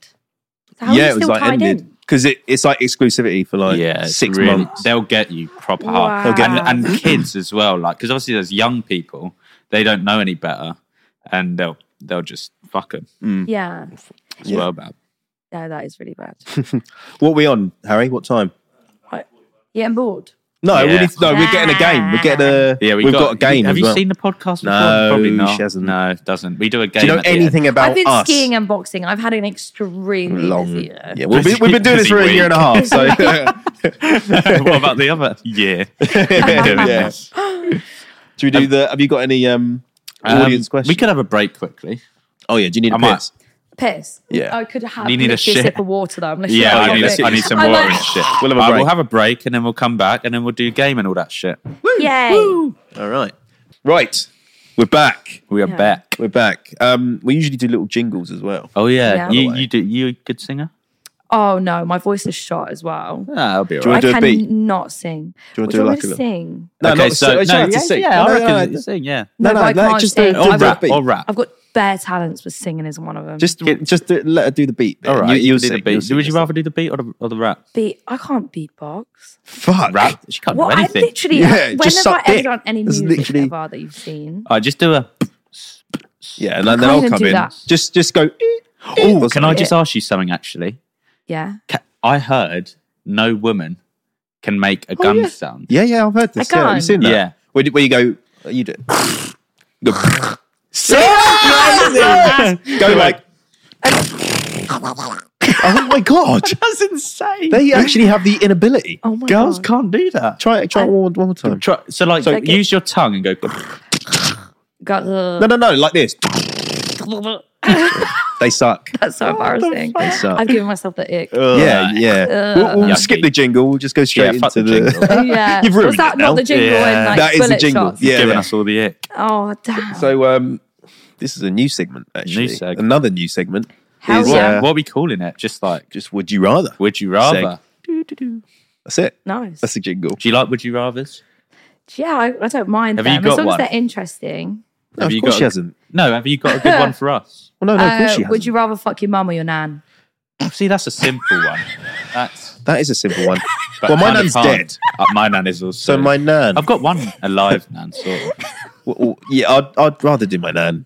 [SPEAKER 2] So how are you still tied in?
[SPEAKER 3] because it, it's like exclusivity for like
[SPEAKER 4] yeah, it's
[SPEAKER 3] six
[SPEAKER 4] really-
[SPEAKER 3] months.
[SPEAKER 4] They'll get you proper
[SPEAKER 2] They'll
[SPEAKER 4] hard,
[SPEAKER 2] get you.
[SPEAKER 4] and, and kids as well. Like because obviously there's young people. They don't know any better, and they'll they'll just fuck them.
[SPEAKER 3] Mm.
[SPEAKER 2] Yeah.
[SPEAKER 4] It's well bad.
[SPEAKER 2] No, that is really bad.
[SPEAKER 3] What we on, Harry? What time?
[SPEAKER 2] Right. Yeah, I'm bored.
[SPEAKER 3] No, we
[SPEAKER 4] Yeah.
[SPEAKER 3] need to- no, we're getting a game. We're getting a.
[SPEAKER 4] Yeah, we
[SPEAKER 3] have got, a game.
[SPEAKER 4] Have
[SPEAKER 3] as
[SPEAKER 4] you
[SPEAKER 3] well.
[SPEAKER 4] seen the podcast? Before?
[SPEAKER 3] No,
[SPEAKER 4] Probably
[SPEAKER 3] she
[SPEAKER 4] not.
[SPEAKER 3] hasn't.
[SPEAKER 4] No, it doesn't. We do a game.
[SPEAKER 3] Do you know
[SPEAKER 4] at the end.
[SPEAKER 3] anything about
[SPEAKER 2] I've been
[SPEAKER 3] us?
[SPEAKER 2] skiing and boxing. I've had an extremely
[SPEAKER 3] Long.
[SPEAKER 2] busy year.
[SPEAKER 3] Yeah, we've been, we've been doing this for a year and a half. So
[SPEAKER 4] what about the other? Yeah.
[SPEAKER 3] yeah. Do we do the? Have you got any um Audience question.
[SPEAKER 4] We could have a break quickly.
[SPEAKER 3] Oh yeah, do you need a
[SPEAKER 4] I might-
[SPEAKER 3] piss?
[SPEAKER 2] Piss.
[SPEAKER 3] Yeah.
[SPEAKER 2] I could have
[SPEAKER 4] You need a
[SPEAKER 2] literally
[SPEAKER 4] shit.
[SPEAKER 2] sip of water though. I'm literally
[SPEAKER 4] Oh, Yeah,
[SPEAKER 2] like,
[SPEAKER 4] I need,
[SPEAKER 2] "Look."
[SPEAKER 4] I need some
[SPEAKER 2] I'm
[SPEAKER 4] water
[SPEAKER 2] like,
[SPEAKER 4] and shit.
[SPEAKER 3] We'll have a
[SPEAKER 4] Uh,
[SPEAKER 3] break.
[SPEAKER 4] We'll have a break and then we'll come back and then we'll do game and all that shit.
[SPEAKER 2] Yay.
[SPEAKER 3] All right, right. We're back.
[SPEAKER 4] We are
[SPEAKER 2] Yeah.
[SPEAKER 4] back.
[SPEAKER 3] We're back. Um, we usually do little jingles as well.
[SPEAKER 4] Oh yeah,
[SPEAKER 2] Yeah.
[SPEAKER 4] you you do you a good singer?
[SPEAKER 2] Oh no, my voice is shot as well.
[SPEAKER 4] Ah, I'll be
[SPEAKER 3] Do you
[SPEAKER 2] I
[SPEAKER 4] alright.
[SPEAKER 3] wanna do a beat?
[SPEAKER 2] cannot sing.
[SPEAKER 3] Do you wanna
[SPEAKER 2] What
[SPEAKER 3] do
[SPEAKER 2] you
[SPEAKER 3] like
[SPEAKER 2] want
[SPEAKER 3] a
[SPEAKER 2] to
[SPEAKER 3] little-
[SPEAKER 2] sing?
[SPEAKER 3] No,
[SPEAKER 4] okay,
[SPEAKER 3] not-
[SPEAKER 4] so
[SPEAKER 3] it's
[SPEAKER 4] no,
[SPEAKER 3] not to
[SPEAKER 4] yeah,
[SPEAKER 3] sing.
[SPEAKER 4] yeah, I
[SPEAKER 3] No, no,
[SPEAKER 4] reckon
[SPEAKER 3] no.
[SPEAKER 4] sing, yeah.
[SPEAKER 2] No,
[SPEAKER 3] No, no,
[SPEAKER 2] I
[SPEAKER 3] no,
[SPEAKER 2] can't
[SPEAKER 3] just do-
[SPEAKER 2] sing.
[SPEAKER 3] I'll
[SPEAKER 2] I've,
[SPEAKER 3] rap
[SPEAKER 2] got,
[SPEAKER 3] it.
[SPEAKER 4] or rap.
[SPEAKER 2] I've got bare talents with singing is one of them.
[SPEAKER 3] Just, just do, let her do the beat. then.
[SPEAKER 4] All right,
[SPEAKER 3] you, will
[SPEAKER 4] do the beat. Would you rather do the beat or the, or the rap?
[SPEAKER 2] beat. I can't beatbox.
[SPEAKER 3] Fuck.
[SPEAKER 4] Rap. She can't
[SPEAKER 2] What
[SPEAKER 4] do
[SPEAKER 2] I
[SPEAKER 4] anything.
[SPEAKER 2] literally,
[SPEAKER 3] Yeah,
[SPEAKER 2] when
[SPEAKER 3] just
[SPEAKER 2] have I
[SPEAKER 3] suck
[SPEAKER 2] ever
[SPEAKER 3] dick.
[SPEAKER 2] done any
[SPEAKER 3] That's
[SPEAKER 2] music
[SPEAKER 3] literally-
[SPEAKER 2] ever that you've seen?
[SPEAKER 4] I just do a.
[SPEAKER 3] Yeah, and then,
[SPEAKER 2] can't
[SPEAKER 3] I'll
[SPEAKER 2] even
[SPEAKER 3] come
[SPEAKER 2] do
[SPEAKER 3] in.
[SPEAKER 2] that.
[SPEAKER 3] Just, just go.
[SPEAKER 4] Oh, can I
[SPEAKER 3] or something.
[SPEAKER 4] just ask you something? Actually,
[SPEAKER 2] Yeah,
[SPEAKER 4] Ca I heard no woman can make a gun
[SPEAKER 3] Oh, yeah.
[SPEAKER 4] sound.
[SPEAKER 3] Yeah, yeah, I've heard this.
[SPEAKER 2] I
[SPEAKER 3] Yeah, have you
[SPEAKER 2] can't.
[SPEAKER 3] seen that?
[SPEAKER 4] Yeah.
[SPEAKER 3] Where, do- where you go? uh, You do. Go. So amazing. go like. oh my god!
[SPEAKER 4] That's insane.
[SPEAKER 3] They actually have the inability.
[SPEAKER 2] Oh my
[SPEAKER 4] Girls
[SPEAKER 2] God.
[SPEAKER 4] can't do that.
[SPEAKER 3] Try it. Try it one, more- one more time.
[SPEAKER 4] Try, so like,
[SPEAKER 2] Like it-
[SPEAKER 4] use your tongue and go.
[SPEAKER 2] got
[SPEAKER 3] No, no, no. Like this. They suck.
[SPEAKER 2] that's so embarrassing.
[SPEAKER 3] fuck?
[SPEAKER 2] I've given myself the ick.
[SPEAKER 3] yeah, yeah. We'll, we'll
[SPEAKER 4] Yucky.
[SPEAKER 3] skip the jingle. We'll just go straight
[SPEAKER 4] Yeah, fuck
[SPEAKER 3] into
[SPEAKER 4] the
[SPEAKER 3] the.
[SPEAKER 4] jingle.
[SPEAKER 2] yeah,
[SPEAKER 3] You've ruined
[SPEAKER 2] was that
[SPEAKER 3] it now.
[SPEAKER 2] not the jingle?
[SPEAKER 4] Yeah.
[SPEAKER 2] And, like,
[SPEAKER 3] That is the
[SPEAKER 2] bullet
[SPEAKER 3] jingle.
[SPEAKER 2] Shots?
[SPEAKER 3] Yeah,
[SPEAKER 4] giving
[SPEAKER 3] yeah.
[SPEAKER 4] us all the ick.
[SPEAKER 2] Oh damn.
[SPEAKER 3] So, um, this is a new segment. Actually,
[SPEAKER 4] segment.
[SPEAKER 3] another new segment.
[SPEAKER 2] Hell
[SPEAKER 3] is,
[SPEAKER 4] What,
[SPEAKER 2] yeah.
[SPEAKER 3] uh,
[SPEAKER 4] what are we calling it? Just like,
[SPEAKER 3] just would you rather?
[SPEAKER 4] would you rather?
[SPEAKER 3] Seg. That's it.
[SPEAKER 2] nice.
[SPEAKER 3] That's the jingle.
[SPEAKER 4] Do you like would you rathers?
[SPEAKER 2] Yeah, I, I don't mind
[SPEAKER 4] Have you
[SPEAKER 2] them
[SPEAKER 4] got
[SPEAKER 2] as long
[SPEAKER 4] one?
[SPEAKER 2] as they're interesting.
[SPEAKER 3] No,
[SPEAKER 4] Have
[SPEAKER 3] of
[SPEAKER 4] you
[SPEAKER 3] course
[SPEAKER 4] got
[SPEAKER 3] she
[SPEAKER 4] a-
[SPEAKER 3] hasn't.
[SPEAKER 4] No, have you got a good one for us?
[SPEAKER 3] Well, no, no, of
[SPEAKER 2] Uh,
[SPEAKER 3] course she hasn't.
[SPEAKER 2] would you rather fuck your mum or your nan?
[SPEAKER 4] See, that's a simple one. That's
[SPEAKER 3] That is a simple one.
[SPEAKER 4] but
[SPEAKER 3] well, my
[SPEAKER 4] kinda
[SPEAKER 3] nan's
[SPEAKER 4] can't.
[SPEAKER 3] dead,
[SPEAKER 4] Uh, my nan is also.
[SPEAKER 3] so my nan.
[SPEAKER 4] I've got one alive nan. Sort of.
[SPEAKER 3] Well, well, yeah, I'd, I'd rather do my nan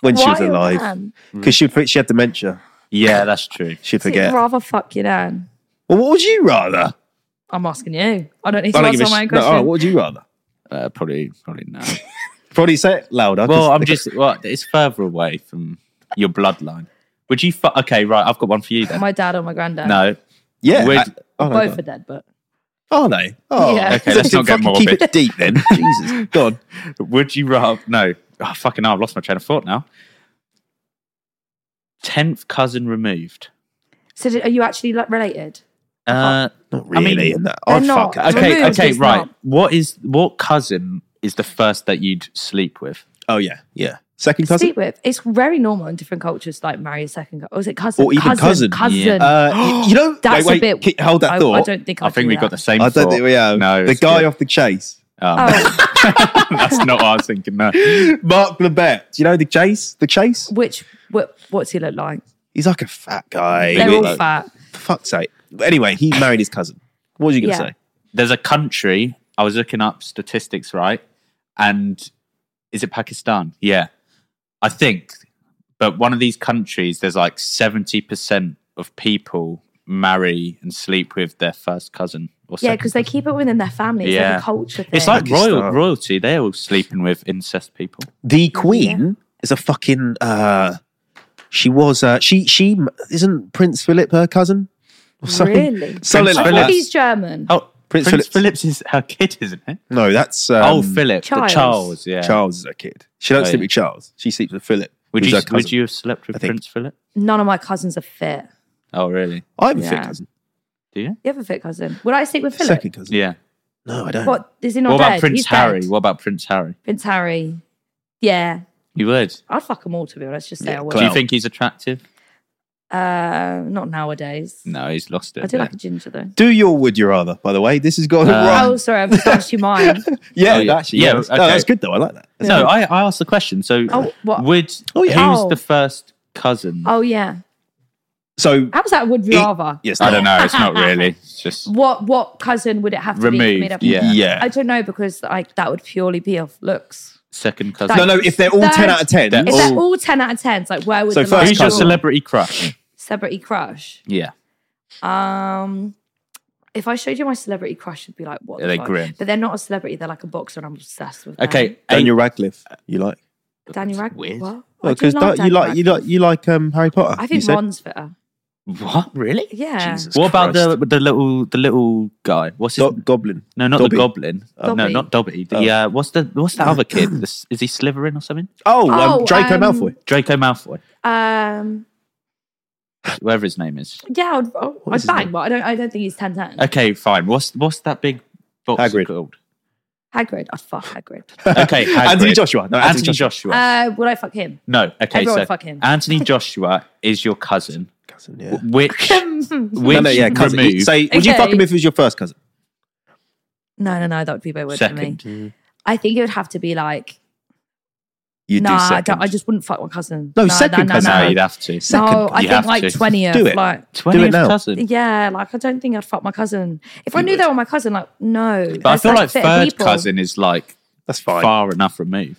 [SPEAKER 3] when she
[SPEAKER 2] Why
[SPEAKER 3] was
[SPEAKER 2] your
[SPEAKER 3] alive
[SPEAKER 2] nan?
[SPEAKER 3] because she she had dementia.
[SPEAKER 4] Yeah, that's true.
[SPEAKER 3] She'd
[SPEAKER 2] So you'd
[SPEAKER 3] forget.
[SPEAKER 2] rather fuck your nan.
[SPEAKER 3] Well, what would you rather?
[SPEAKER 2] I'm asking you. I don't need to
[SPEAKER 3] I don't
[SPEAKER 2] answer
[SPEAKER 3] give a
[SPEAKER 2] my own
[SPEAKER 3] sh- no,
[SPEAKER 2] question.
[SPEAKER 3] all right, what would you rather?
[SPEAKER 4] Uh, probably, probably nan.
[SPEAKER 3] Probably say it louder. 'cause
[SPEAKER 4] well, I'm
[SPEAKER 3] the-
[SPEAKER 4] just. Well, it's further away from your bloodline. Would you? Fu- okay, right. I've got one for you then.
[SPEAKER 2] my dad or my granddad.
[SPEAKER 4] no.
[SPEAKER 3] yeah.
[SPEAKER 4] would-
[SPEAKER 3] I- oh, my
[SPEAKER 2] both
[SPEAKER 3] God.
[SPEAKER 2] are dead, but
[SPEAKER 3] Are they? Oh,
[SPEAKER 2] Yeah.
[SPEAKER 4] Okay, let's not get
[SPEAKER 3] fucking Keep
[SPEAKER 4] morbid.
[SPEAKER 3] it deep then. Jesus, God.
[SPEAKER 4] Would you rather? No. Oh, fucking! hell, I've lost my train of thought now. Tenth cousin removed.
[SPEAKER 2] so did, are you actually like related?
[SPEAKER 4] Uh,
[SPEAKER 3] Not
[SPEAKER 4] I
[SPEAKER 3] really.
[SPEAKER 4] mean,
[SPEAKER 3] in that.
[SPEAKER 2] they're
[SPEAKER 3] I'd
[SPEAKER 2] not.
[SPEAKER 3] fuck her.
[SPEAKER 2] Okay.
[SPEAKER 4] okay,
[SPEAKER 2] Removed
[SPEAKER 4] okay,
[SPEAKER 2] is
[SPEAKER 4] right.
[SPEAKER 2] not-
[SPEAKER 4] What is what cousin is the first that you'd sleep with?
[SPEAKER 3] Oh yeah, yeah. Second cousin.
[SPEAKER 2] Sleep with. It's very normal in different cultures, to, like marry a second cousin. Or is it cousin?
[SPEAKER 3] Or even cousin.
[SPEAKER 2] Cousin.
[SPEAKER 4] Yeah.
[SPEAKER 3] Uh, y- you know,
[SPEAKER 2] That's
[SPEAKER 3] wait, wait,
[SPEAKER 2] a bit.
[SPEAKER 3] keep- hold that
[SPEAKER 2] I,
[SPEAKER 3] thought.
[SPEAKER 2] I don't think.
[SPEAKER 4] I,
[SPEAKER 2] I'd
[SPEAKER 4] think
[SPEAKER 2] do
[SPEAKER 4] we
[SPEAKER 2] that.
[SPEAKER 4] got the same.
[SPEAKER 3] I don't
[SPEAKER 4] thought.
[SPEAKER 3] think we have.
[SPEAKER 4] No,
[SPEAKER 3] the
[SPEAKER 4] it's
[SPEAKER 3] guy
[SPEAKER 4] good.
[SPEAKER 3] off the chase,
[SPEAKER 4] Um,
[SPEAKER 2] Oh,
[SPEAKER 4] that's not what I was thinking. No.
[SPEAKER 3] Mark Lebet. Do you know the chase? The chase.
[SPEAKER 2] which what, what's he look like?
[SPEAKER 3] He's like a fat guy.
[SPEAKER 2] They're all
[SPEAKER 3] Like,
[SPEAKER 2] fat.
[SPEAKER 3] For fuck's sake. But Anyway, he married his cousin. What was you gonna
[SPEAKER 2] Yeah.
[SPEAKER 3] say?
[SPEAKER 4] There's a country. I was looking up statistics, right? And is it Pakistan? Yeah, I think. But one of these countries, there's like seventy percent of people marry and sleep with their first cousin or
[SPEAKER 2] Yeah,
[SPEAKER 4] second
[SPEAKER 2] because they keep it within their family. It's
[SPEAKER 4] Yeah.
[SPEAKER 2] like a culture thing.
[SPEAKER 4] It's like
[SPEAKER 3] Pakistan.
[SPEAKER 4] royal royalty. They're all sleeping with incest people.
[SPEAKER 3] The Queen is a fucking. uh She was. uh She she isn't Prince Philip her cousin or something.
[SPEAKER 2] really.
[SPEAKER 3] Something
[SPEAKER 4] Prince
[SPEAKER 3] like
[SPEAKER 2] I
[SPEAKER 4] Philip.
[SPEAKER 2] thought
[SPEAKER 3] that.
[SPEAKER 2] he's German.
[SPEAKER 4] Oh,
[SPEAKER 3] Prince
[SPEAKER 4] Prince,
[SPEAKER 3] Philip's-
[SPEAKER 4] Philip's, is her kid, isn't it?
[SPEAKER 3] No, that's um,
[SPEAKER 4] oh, Philip,
[SPEAKER 2] Charles.
[SPEAKER 4] the Charles. Yeah.
[SPEAKER 3] Charles is a kid. She don't
[SPEAKER 4] Oh,
[SPEAKER 3] sleep
[SPEAKER 4] yeah.
[SPEAKER 3] with Charles. She sleeps with Philip.
[SPEAKER 4] Would
[SPEAKER 3] who's
[SPEAKER 4] you
[SPEAKER 3] her cousin.
[SPEAKER 4] would you have slept
[SPEAKER 3] I
[SPEAKER 4] with
[SPEAKER 3] think.
[SPEAKER 4] Prince Philip?
[SPEAKER 2] None of my cousins are fit.
[SPEAKER 4] Oh, really?
[SPEAKER 3] I have a fit
[SPEAKER 2] Yeah.
[SPEAKER 3] cousin.
[SPEAKER 4] Do you?
[SPEAKER 2] You have a fit cousin. Would I sleep with Philip?
[SPEAKER 3] Second cousin.
[SPEAKER 4] Yeah.
[SPEAKER 3] No, I don't.
[SPEAKER 2] What is he not
[SPEAKER 4] What
[SPEAKER 2] dead?
[SPEAKER 4] about Prince
[SPEAKER 2] He's
[SPEAKER 4] Harry?
[SPEAKER 2] dead.
[SPEAKER 4] What about Prince Harry?
[SPEAKER 2] Prince Harry. Yeah,
[SPEAKER 4] You would.
[SPEAKER 2] I'd fuck them all to be honest. Just say I would.
[SPEAKER 4] Do you
[SPEAKER 3] Well-
[SPEAKER 4] think he's attractive?
[SPEAKER 2] Uh, not nowadays.
[SPEAKER 4] No, he's lost it.
[SPEAKER 2] I do
[SPEAKER 4] yeah.
[SPEAKER 2] like a ginger though.
[SPEAKER 3] Do your would you rather, by the way. This has got
[SPEAKER 4] Uh,
[SPEAKER 3] wrong.
[SPEAKER 2] Oh, sorry, I've just asked you mine.
[SPEAKER 3] Yeah,
[SPEAKER 4] Oh, yeah.
[SPEAKER 3] actually.
[SPEAKER 4] Yeah,
[SPEAKER 3] Yeah, that's- no,
[SPEAKER 4] okay.
[SPEAKER 3] that's good though. I like that.
[SPEAKER 4] no, I, I asked the question. So
[SPEAKER 2] Oh, what?
[SPEAKER 4] would
[SPEAKER 3] Oh, yeah.
[SPEAKER 4] who's
[SPEAKER 2] Oh.
[SPEAKER 4] the first cousin?
[SPEAKER 2] Oh yeah.
[SPEAKER 3] So
[SPEAKER 2] How was that? Would
[SPEAKER 3] It-
[SPEAKER 2] rather?
[SPEAKER 3] yes,
[SPEAKER 4] I
[SPEAKER 3] no.
[SPEAKER 4] don't know. It's not really. It's just
[SPEAKER 2] What what cousin would it have to be? for me
[SPEAKER 4] removed.
[SPEAKER 2] to have-
[SPEAKER 4] Yeah.
[SPEAKER 3] Yeah.
[SPEAKER 2] I don't know because like that would purely be of looks.
[SPEAKER 4] Second cousin.
[SPEAKER 3] no, no. If they're all
[SPEAKER 2] Third-
[SPEAKER 3] ten out of ten, oh,
[SPEAKER 4] They're
[SPEAKER 2] If
[SPEAKER 4] all-
[SPEAKER 2] they're all ten out of tens, like where would
[SPEAKER 3] So
[SPEAKER 2] the last
[SPEAKER 3] first
[SPEAKER 4] Who's your
[SPEAKER 3] cousin.
[SPEAKER 2] cousin.
[SPEAKER 4] celebrity crush?
[SPEAKER 2] celebrity crush?
[SPEAKER 4] Yeah.
[SPEAKER 2] Um, if I showed you my celebrity crush, you'd be like, what?
[SPEAKER 4] Are
[SPEAKER 2] the
[SPEAKER 4] they
[SPEAKER 2] fuck?
[SPEAKER 4] grim?
[SPEAKER 2] But they're not a celebrity. They're like a boxer, and I'm obsessed with. them.
[SPEAKER 4] Okay.
[SPEAKER 3] Daniel Radcliffe, you like?
[SPEAKER 2] Daniel Radcliffe.
[SPEAKER 4] weird.
[SPEAKER 2] What? I Oh, do
[SPEAKER 3] Because
[SPEAKER 2] like
[SPEAKER 3] you
[SPEAKER 2] Daniel
[SPEAKER 3] like you
[SPEAKER 2] Radcliffe.
[SPEAKER 3] like you like um, Harry Potter.
[SPEAKER 2] I
[SPEAKER 3] you
[SPEAKER 2] think
[SPEAKER 3] said?
[SPEAKER 2] Ron's fitter.
[SPEAKER 4] What really?
[SPEAKER 2] Yeah.
[SPEAKER 3] Jesus
[SPEAKER 4] What about
[SPEAKER 3] Christ.
[SPEAKER 4] the the little the little guy? What's his?
[SPEAKER 3] Go- goblin?
[SPEAKER 4] no, not
[SPEAKER 3] Dobby.
[SPEAKER 4] the goblin. Oh, No,
[SPEAKER 2] Dobby.
[SPEAKER 4] not Dobby. The uh, what's the what's the other kid? This, is he Slytherin or something?
[SPEAKER 3] Oh,
[SPEAKER 2] Oh,
[SPEAKER 3] um, Draco
[SPEAKER 2] um,
[SPEAKER 3] Malfoy.
[SPEAKER 4] Draco Malfoy,
[SPEAKER 2] Um,
[SPEAKER 4] whatever his name is.
[SPEAKER 2] yeah, I'd, I'd
[SPEAKER 3] What is his
[SPEAKER 2] bang,
[SPEAKER 3] name?
[SPEAKER 2] but I don't. I don't think he's ten ten.
[SPEAKER 4] Okay, fine. What's what's that big box
[SPEAKER 3] Hagrid.
[SPEAKER 4] called?
[SPEAKER 2] Hagrid, I'd fuck Hagrid.
[SPEAKER 4] Okay, Hagrid.
[SPEAKER 3] Anthony Joshua. No,
[SPEAKER 4] Anthony
[SPEAKER 3] Anthony, Joshua.
[SPEAKER 4] Joshua.
[SPEAKER 2] Uh, would I fuck him?
[SPEAKER 4] no, okay,
[SPEAKER 2] everyone
[SPEAKER 4] so
[SPEAKER 2] fuck him.
[SPEAKER 4] Anthony Joshua is your cousin,
[SPEAKER 3] Cousin, yeah.
[SPEAKER 4] w- which which
[SPEAKER 3] No, no, yeah, cousin.
[SPEAKER 4] remove
[SPEAKER 3] Say, would you
[SPEAKER 2] Okay.
[SPEAKER 3] fuck him if he was your first cousin?
[SPEAKER 2] No, no, no. That would be wayward for me.
[SPEAKER 4] second.
[SPEAKER 2] I think it would have to be like.
[SPEAKER 3] You
[SPEAKER 2] nah, I,
[SPEAKER 3] second.
[SPEAKER 2] don't, I just wouldn't fuck my cousin.
[SPEAKER 3] No, second cousin.
[SPEAKER 4] No,
[SPEAKER 3] No.
[SPEAKER 4] you'd have to.
[SPEAKER 3] Second.
[SPEAKER 2] no, I
[SPEAKER 4] You
[SPEAKER 2] think
[SPEAKER 4] have
[SPEAKER 2] like
[SPEAKER 4] to.
[SPEAKER 2] twentieth.
[SPEAKER 3] Do it.
[SPEAKER 2] Like,
[SPEAKER 4] Twentieth
[SPEAKER 3] now.
[SPEAKER 4] cousin.
[SPEAKER 2] yeah, like I don't think I'd fuck my cousin. If I
[SPEAKER 3] You
[SPEAKER 2] knew
[SPEAKER 3] would.
[SPEAKER 2] they were my cousin, like no.
[SPEAKER 4] But I
[SPEAKER 2] There's,
[SPEAKER 4] feel like
[SPEAKER 2] fitter
[SPEAKER 4] third
[SPEAKER 2] people.
[SPEAKER 4] cousin is like
[SPEAKER 3] That's fine.
[SPEAKER 4] far enough removed.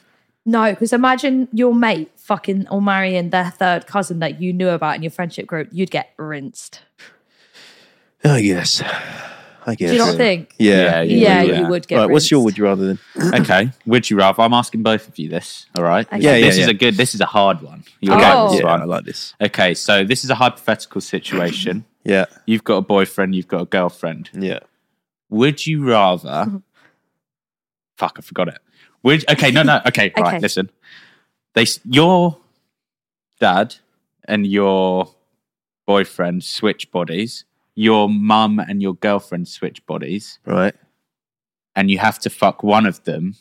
[SPEAKER 2] No, because imagine your mate fucking or marrying their third cousin that you knew about in your friendship group. You'd get rinsed.
[SPEAKER 3] Oh, yes. I guess.
[SPEAKER 2] Do you not think?
[SPEAKER 3] Yeah.
[SPEAKER 2] Yeah,
[SPEAKER 4] Yeah, yeah.
[SPEAKER 2] you would get.
[SPEAKER 3] Right, what's your
[SPEAKER 2] rinsed.
[SPEAKER 3] would you rather then?
[SPEAKER 4] Okay, would you rather? I'm asking both of you this. All right.
[SPEAKER 2] Okay.
[SPEAKER 3] Yeah, yeah,
[SPEAKER 4] This is
[SPEAKER 3] yeah.
[SPEAKER 4] a good. This is a hard one. You
[SPEAKER 2] Okay.
[SPEAKER 4] like
[SPEAKER 2] Oh.
[SPEAKER 4] this
[SPEAKER 3] Yeah,
[SPEAKER 4] one?
[SPEAKER 3] I like this.
[SPEAKER 4] Okay, so this is a hypothetical situation.
[SPEAKER 3] Yeah,
[SPEAKER 4] You've got a boyfriend. You've got a girlfriend.
[SPEAKER 3] yeah.
[SPEAKER 4] Would you rather? Fuck, I forgot it. Would okay? No, no. Okay, right.
[SPEAKER 2] Okay.
[SPEAKER 4] Listen, they s- your dad and your boyfriend switch bodies. Your mum and your girlfriend switch bodies.
[SPEAKER 3] Right.
[SPEAKER 4] and you have to fuck one of them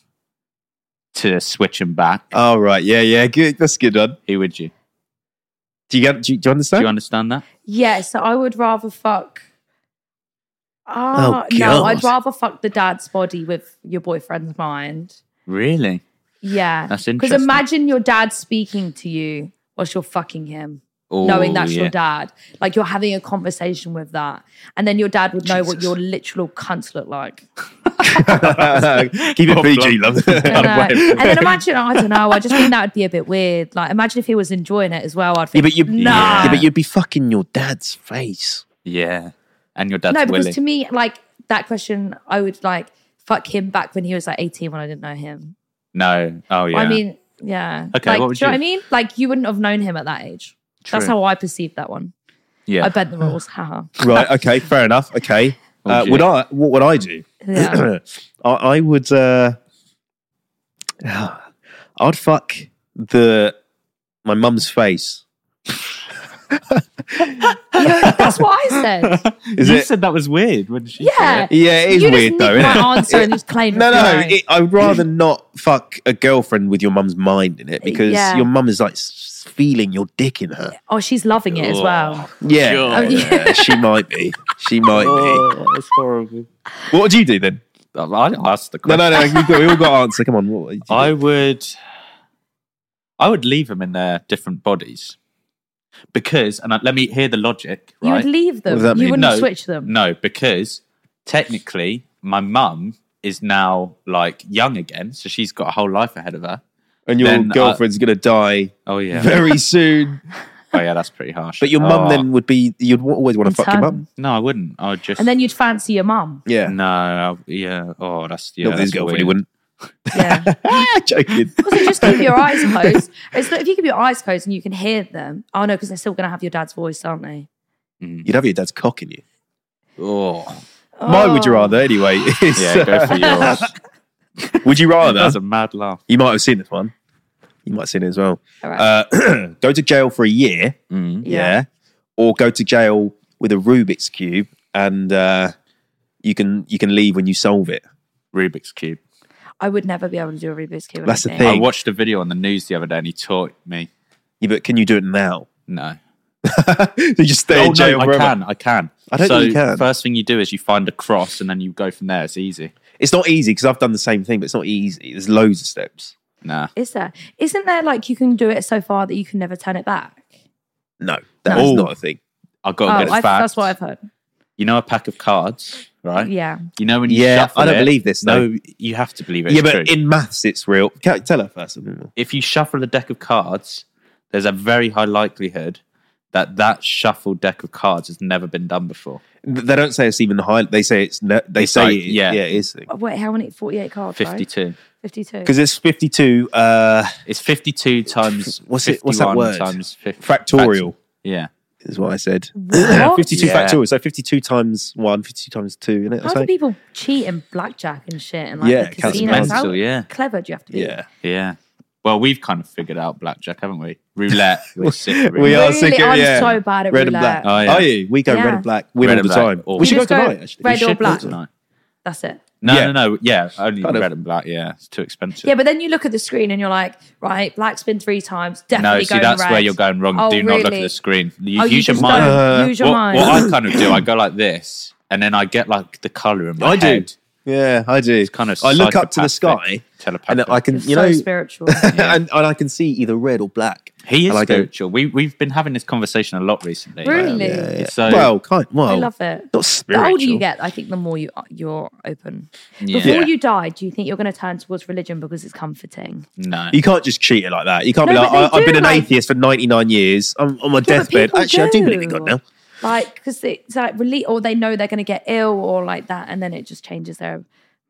[SPEAKER 4] to switch them back,
[SPEAKER 3] Oh, right. Yeah, yeah. Good. That's a good one.
[SPEAKER 4] who would you?
[SPEAKER 3] Do you get? Do you, do you
[SPEAKER 4] Do
[SPEAKER 3] understand?
[SPEAKER 4] you understand that?
[SPEAKER 2] Yeah, so I would rather fuck. Ah,
[SPEAKER 3] Oh,
[SPEAKER 2] no, I'd
[SPEAKER 3] God.
[SPEAKER 2] rather fuck the dad's body with your boyfriend's mind.
[SPEAKER 4] Really?
[SPEAKER 2] Yeah,
[SPEAKER 4] That's
[SPEAKER 2] Because
[SPEAKER 4] interesting.
[SPEAKER 2] imagine your dad speaking to you whilst you're fucking him,
[SPEAKER 4] Oh,
[SPEAKER 2] knowing that's your
[SPEAKER 4] yeah.
[SPEAKER 2] dad. Like you're having a conversation with that, and then your dad would know what your literal cunts look like.
[SPEAKER 3] Keep it PG, love.
[SPEAKER 2] I know. and then imagine, I don't know, I just think that would be a bit weird. Like, imagine if he was enjoying it as well. I'd
[SPEAKER 3] Yeah,
[SPEAKER 2] think,
[SPEAKER 3] but you,
[SPEAKER 2] nah.
[SPEAKER 3] yeah, but you'd be fucking your dad's face.
[SPEAKER 4] Yeah. And your dad's
[SPEAKER 2] no, because
[SPEAKER 4] willing.
[SPEAKER 2] to me, like that question, I would like fuck him back when he was like 18 when I didn't know him.
[SPEAKER 4] no. Oh, yeah.
[SPEAKER 2] I mean, yeah.
[SPEAKER 4] Okay,
[SPEAKER 2] Like,
[SPEAKER 4] what would
[SPEAKER 2] do you know
[SPEAKER 4] you-
[SPEAKER 2] what I mean? Like you wouldn't have known him at that age. That's
[SPEAKER 4] True.
[SPEAKER 2] how I perceived that one.
[SPEAKER 4] yeah.
[SPEAKER 2] I bent the rules. Haha.
[SPEAKER 3] Right. Okay. Fair enough. Okay. Uh,
[SPEAKER 4] Okay.
[SPEAKER 3] would I? What would I do?
[SPEAKER 2] Yeah.
[SPEAKER 3] I, I would. Uh, I'd fuck the my mum's face.
[SPEAKER 2] That's what I said.
[SPEAKER 3] Is
[SPEAKER 4] you
[SPEAKER 3] it?
[SPEAKER 4] said that was weird. What did she
[SPEAKER 2] Yeah.
[SPEAKER 3] Yeah, it is
[SPEAKER 2] you
[SPEAKER 3] weird
[SPEAKER 2] just
[SPEAKER 3] though.
[SPEAKER 2] nicked
[SPEAKER 3] innit?
[SPEAKER 2] my answer and just claimed
[SPEAKER 3] No,
[SPEAKER 2] it's
[SPEAKER 3] no.
[SPEAKER 2] your own.
[SPEAKER 3] It, I would rather not fuck a girlfriend with your mum's mind in it because
[SPEAKER 2] Yeah.
[SPEAKER 3] your mum is like s- feeling your dick in her.
[SPEAKER 2] oh, she's loving it as well.
[SPEAKER 3] Yeah,
[SPEAKER 4] God.
[SPEAKER 2] Oh, yeah. Oh.
[SPEAKER 3] yeah, she might be. She might be.
[SPEAKER 4] that's horrible.
[SPEAKER 3] What would you do then?
[SPEAKER 4] I I asked the
[SPEAKER 3] No,
[SPEAKER 4] question.
[SPEAKER 3] no, no. You've got, we all got an answer. Come on. What, would you do?
[SPEAKER 4] I would. I would leave them in their different bodies because, and I, let me hear the logic.
[SPEAKER 2] You
[SPEAKER 4] Right?
[SPEAKER 2] would leave them.
[SPEAKER 3] does that
[SPEAKER 2] You
[SPEAKER 3] mean?
[SPEAKER 2] wouldn't
[SPEAKER 4] No.
[SPEAKER 2] switch them.
[SPEAKER 4] No, because technically my mum is now like young again, so she's got a whole life ahead of her.
[SPEAKER 3] and your
[SPEAKER 4] then uh, I-
[SPEAKER 3] girlfriend's gonna die
[SPEAKER 4] Oh yeah.
[SPEAKER 3] very soon.
[SPEAKER 4] oh yeah, that's pretty harsh.
[SPEAKER 3] But your
[SPEAKER 4] Oh,
[SPEAKER 3] mum then would be. You'd wa- always want to
[SPEAKER 2] In
[SPEAKER 3] fuck
[SPEAKER 2] turn.
[SPEAKER 3] your mum.
[SPEAKER 4] No, I wouldn't. I would just
[SPEAKER 2] And then you'd fancy your mum.
[SPEAKER 3] Yeah.
[SPEAKER 4] No, I- yeah. Oh that's yeah.
[SPEAKER 3] Not that his
[SPEAKER 4] that's
[SPEAKER 3] girlfriend
[SPEAKER 4] weird.
[SPEAKER 3] he wouldn't.
[SPEAKER 2] Yeah.
[SPEAKER 3] Joking.
[SPEAKER 2] Also, just keep your eyes closed. It's like if you keep your eyes closed and you can hear them. Oh no, because they're still going to have your dad's voice, aren't they?
[SPEAKER 3] You'd have your dad's cock in you.
[SPEAKER 4] Oh
[SPEAKER 3] Mine would you
[SPEAKER 2] Oh.
[SPEAKER 3] rather anyway. is,
[SPEAKER 4] yeah, go for yours.
[SPEAKER 3] uh, would you
[SPEAKER 4] that's
[SPEAKER 3] rather?
[SPEAKER 4] a mad laugh.
[SPEAKER 3] You might have seen this one. You might have seen it as well.
[SPEAKER 2] All right.
[SPEAKER 3] Uh, go to jail for a year.
[SPEAKER 4] Mm.
[SPEAKER 3] Yeah. Or go to jail with a Rubik's cube and uh, you can you can leave when you solve it.
[SPEAKER 4] Rubik's cube.
[SPEAKER 2] I would never be able to do a Rubik's cube. I
[SPEAKER 3] That's
[SPEAKER 2] don't
[SPEAKER 3] the
[SPEAKER 2] think.
[SPEAKER 4] I
[SPEAKER 3] Thing.
[SPEAKER 4] watched a video on the news the other day and he taught me.
[SPEAKER 3] Yeah, but can you do it now?
[SPEAKER 4] No.
[SPEAKER 3] you just stay
[SPEAKER 4] Oh,
[SPEAKER 3] in jail
[SPEAKER 4] no, I
[SPEAKER 3] forever.
[SPEAKER 4] can. I can.
[SPEAKER 3] I don't
[SPEAKER 4] so
[SPEAKER 3] think you can.
[SPEAKER 4] First thing you do is you find a cross and then you go from there. It's easy.
[SPEAKER 3] It's not easy because I've done the same thing, but it's not easy. There's loads of steps.
[SPEAKER 4] Nah.
[SPEAKER 2] Is there? Isn't there like you can do it so far that you can never turn it back?
[SPEAKER 3] No, that
[SPEAKER 4] No.
[SPEAKER 3] is
[SPEAKER 4] Oh.
[SPEAKER 3] not a thing.
[SPEAKER 4] I got a good
[SPEAKER 2] oh, I,
[SPEAKER 4] fact.
[SPEAKER 2] that's what I've heard.
[SPEAKER 4] you know a pack of cards, right?
[SPEAKER 2] Yeah.
[SPEAKER 4] You know when you
[SPEAKER 3] Yeah,
[SPEAKER 4] shuffle
[SPEAKER 3] I don't
[SPEAKER 4] it-
[SPEAKER 3] believe this, though.
[SPEAKER 4] No, you have to believe it.
[SPEAKER 3] yeah,
[SPEAKER 4] it's
[SPEAKER 3] but
[SPEAKER 4] true.
[SPEAKER 3] in maths, it's real. Can- Tell her first. of all.
[SPEAKER 4] if you shuffle a deck of cards, there's a very high likelihood that that shuffled deck of cards has never been done before.
[SPEAKER 3] They don't say it's even high. They say it's. Ne- they
[SPEAKER 4] It's
[SPEAKER 3] say
[SPEAKER 4] like-
[SPEAKER 3] it,
[SPEAKER 4] yeah.
[SPEAKER 3] yeah, it is.
[SPEAKER 2] Oh, Wait, how many? Forty-eight cards. Right?
[SPEAKER 4] Fifty-two.
[SPEAKER 2] Fifty-two.
[SPEAKER 3] Because it's fifty-two. Uh,
[SPEAKER 4] It's fifty-two times
[SPEAKER 3] what's it? What's that
[SPEAKER 4] 51
[SPEAKER 3] word?
[SPEAKER 4] Times 50,
[SPEAKER 3] Fractorial.
[SPEAKER 4] Yeah,
[SPEAKER 3] is what I said.
[SPEAKER 2] What?
[SPEAKER 3] 52
[SPEAKER 4] Yeah.
[SPEAKER 3] factorial. So 52 times 1, 52 times 2, isn't it?
[SPEAKER 2] How
[SPEAKER 3] or
[SPEAKER 2] do
[SPEAKER 3] something?
[SPEAKER 2] people cheat in blackjack and shit and like
[SPEAKER 3] Yeah,
[SPEAKER 2] the
[SPEAKER 3] it counts as
[SPEAKER 2] casinos?
[SPEAKER 4] mental,
[SPEAKER 2] How
[SPEAKER 4] yeah.
[SPEAKER 2] clever do you have to be?
[SPEAKER 3] yeah.
[SPEAKER 4] Yeah. Well, we've kind of figured out blackjack, haven't we? Roulette. We're sick of
[SPEAKER 3] We
[SPEAKER 4] roulette.
[SPEAKER 3] are
[SPEAKER 2] Really,
[SPEAKER 3] sick of-
[SPEAKER 2] I'm
[SPEAKER 3] yeah.
[SPEAKER 2] so bad at
[SPEAKER 3] Red and
[SPEAKER 2] roulette.
[SPEAKER 3] black.
[SPEAKER 4] Oh, yeah.
[SPEAKER 3] Are you? We go red
[SPEAKER 2] Yeah.
[SPEAKER 3] and black. Win
[SPEAKER 4] Red
[SPEAKER 3] all
[SPEAKER 4] and
[SPEAKER 3] the
[SPEAKER 4] black.
[SPEAKER 3] time.
[SPEAKER 4] Oh.
[SPEAKER 3] We should
[SPEAKER 2] You
[SPEAKER 3] go
[SPEAKER 2] just go
[SPEAKER 3] tonight, actually.
[SPEAKER 4] We
[SPEAKER 2] red
[SPEAKER 4] should
[SPEAKER 2] or
[SPEAKER 4] go
[SPEAKER 2] black.
[SPEAKER 4] tonight.
[SPEAKER 2] That's it.
[SPEAKER 4] No, no,
[SPEAKER 3] Yeah.
[SPEAKER 4] no. Yeah, only
[SPEAKER 3] Kind of.
[SPEAKER 4] red and black. Yeah, it's too expensive.
[SPEAKER 2] Yeah, but then you look at the screen and you're like, right, black's been three times. Definitely
[SPEAKER 4] no, see,
[SPEAKER 2] going
[SPEAKER 4] that's
[SPEAKER 2] red.
[SPEAKER 4] where you're going wrong.
[SPEAKER 2] Oh,
[SPEAKER 4] Do not look at
[SPEAKER 2] really?
[SPEAKER 4] the screen. You,
[SPEAKER 2] Oh, you
[SPEAKER 4] use your
[SPEAKER 2] just
[SPEAKER 4] mind.
[SPEAKER 2] don't. Use your
[SPEAKER 4] what,
[SPEAKER 2] mind.
[SPEAKER 4] what I kind of do, I go like this, and then I get like the color in my
[SPEAKER 3] I do.
[SPEAKER 4] head.
[SPEAKER 3] Yeah, I do.
[SPEAKER 4] It's kind of.
[SPEAKER 3] I look up to the sky
[SPEAKER 4] psychopathic, telepathic.
[SPEAKER 3] and I can,
[SPEAKER 2] It's
[SPEAKER 3] you
[SPEAKER 2] so
[SPEAKER 3] know,
[SPEAKER 2] spiritual.
[SPEAKER 3] and, and I can see either red or black.
[SPEAKER 4] he is
[SPEAKER 3] And I go-
[SPEAKER 4] spiritual. We we've been having this conversation a lot recently. Um,
[SPEAKER 2] Really?
[SPEAKER 4] It's So
[SPEAKER 3] well, kind, well,
[SPEAKER 2] I love it.
[SPEAKER 3] Not
[SPEAKER 2] The
[SPEAKER 3] spiritual.
[SPEAKER 2] older you get, I think the more you uh, you're open.
[SPEAKER 4] Yeah.
[SPEAKER 2] Before
[SPEAKER 3] Yeah.
[SPEAKER 2] you die, do you think you're going to turn towards religion because it's comforting?
[SPEAKER 4] no.
[SPEAKER 3] You can't just cheat it like that. You can't be
[SPEAKER 2] No,
[SPEAKER 3] like,
[SPEAKER 2] but
[SPEAKER 3] I,
[SPEAKER 2] they do,
[SPEAKER 3] I've been an
[SPEAKER 2] like-
[SPEAKER 3] atheist for 99 years. I'm on my
[SPEAKER 2] Yeah, but
[SPEAKER 3] deathbed.
[SPEAKER 2] people
[SPEAKER 3] Actually, I do believe in God now.
[SPEAKER 2] Like, because it's like relief, or they know they're going to get ill, or like that, and then it just changes their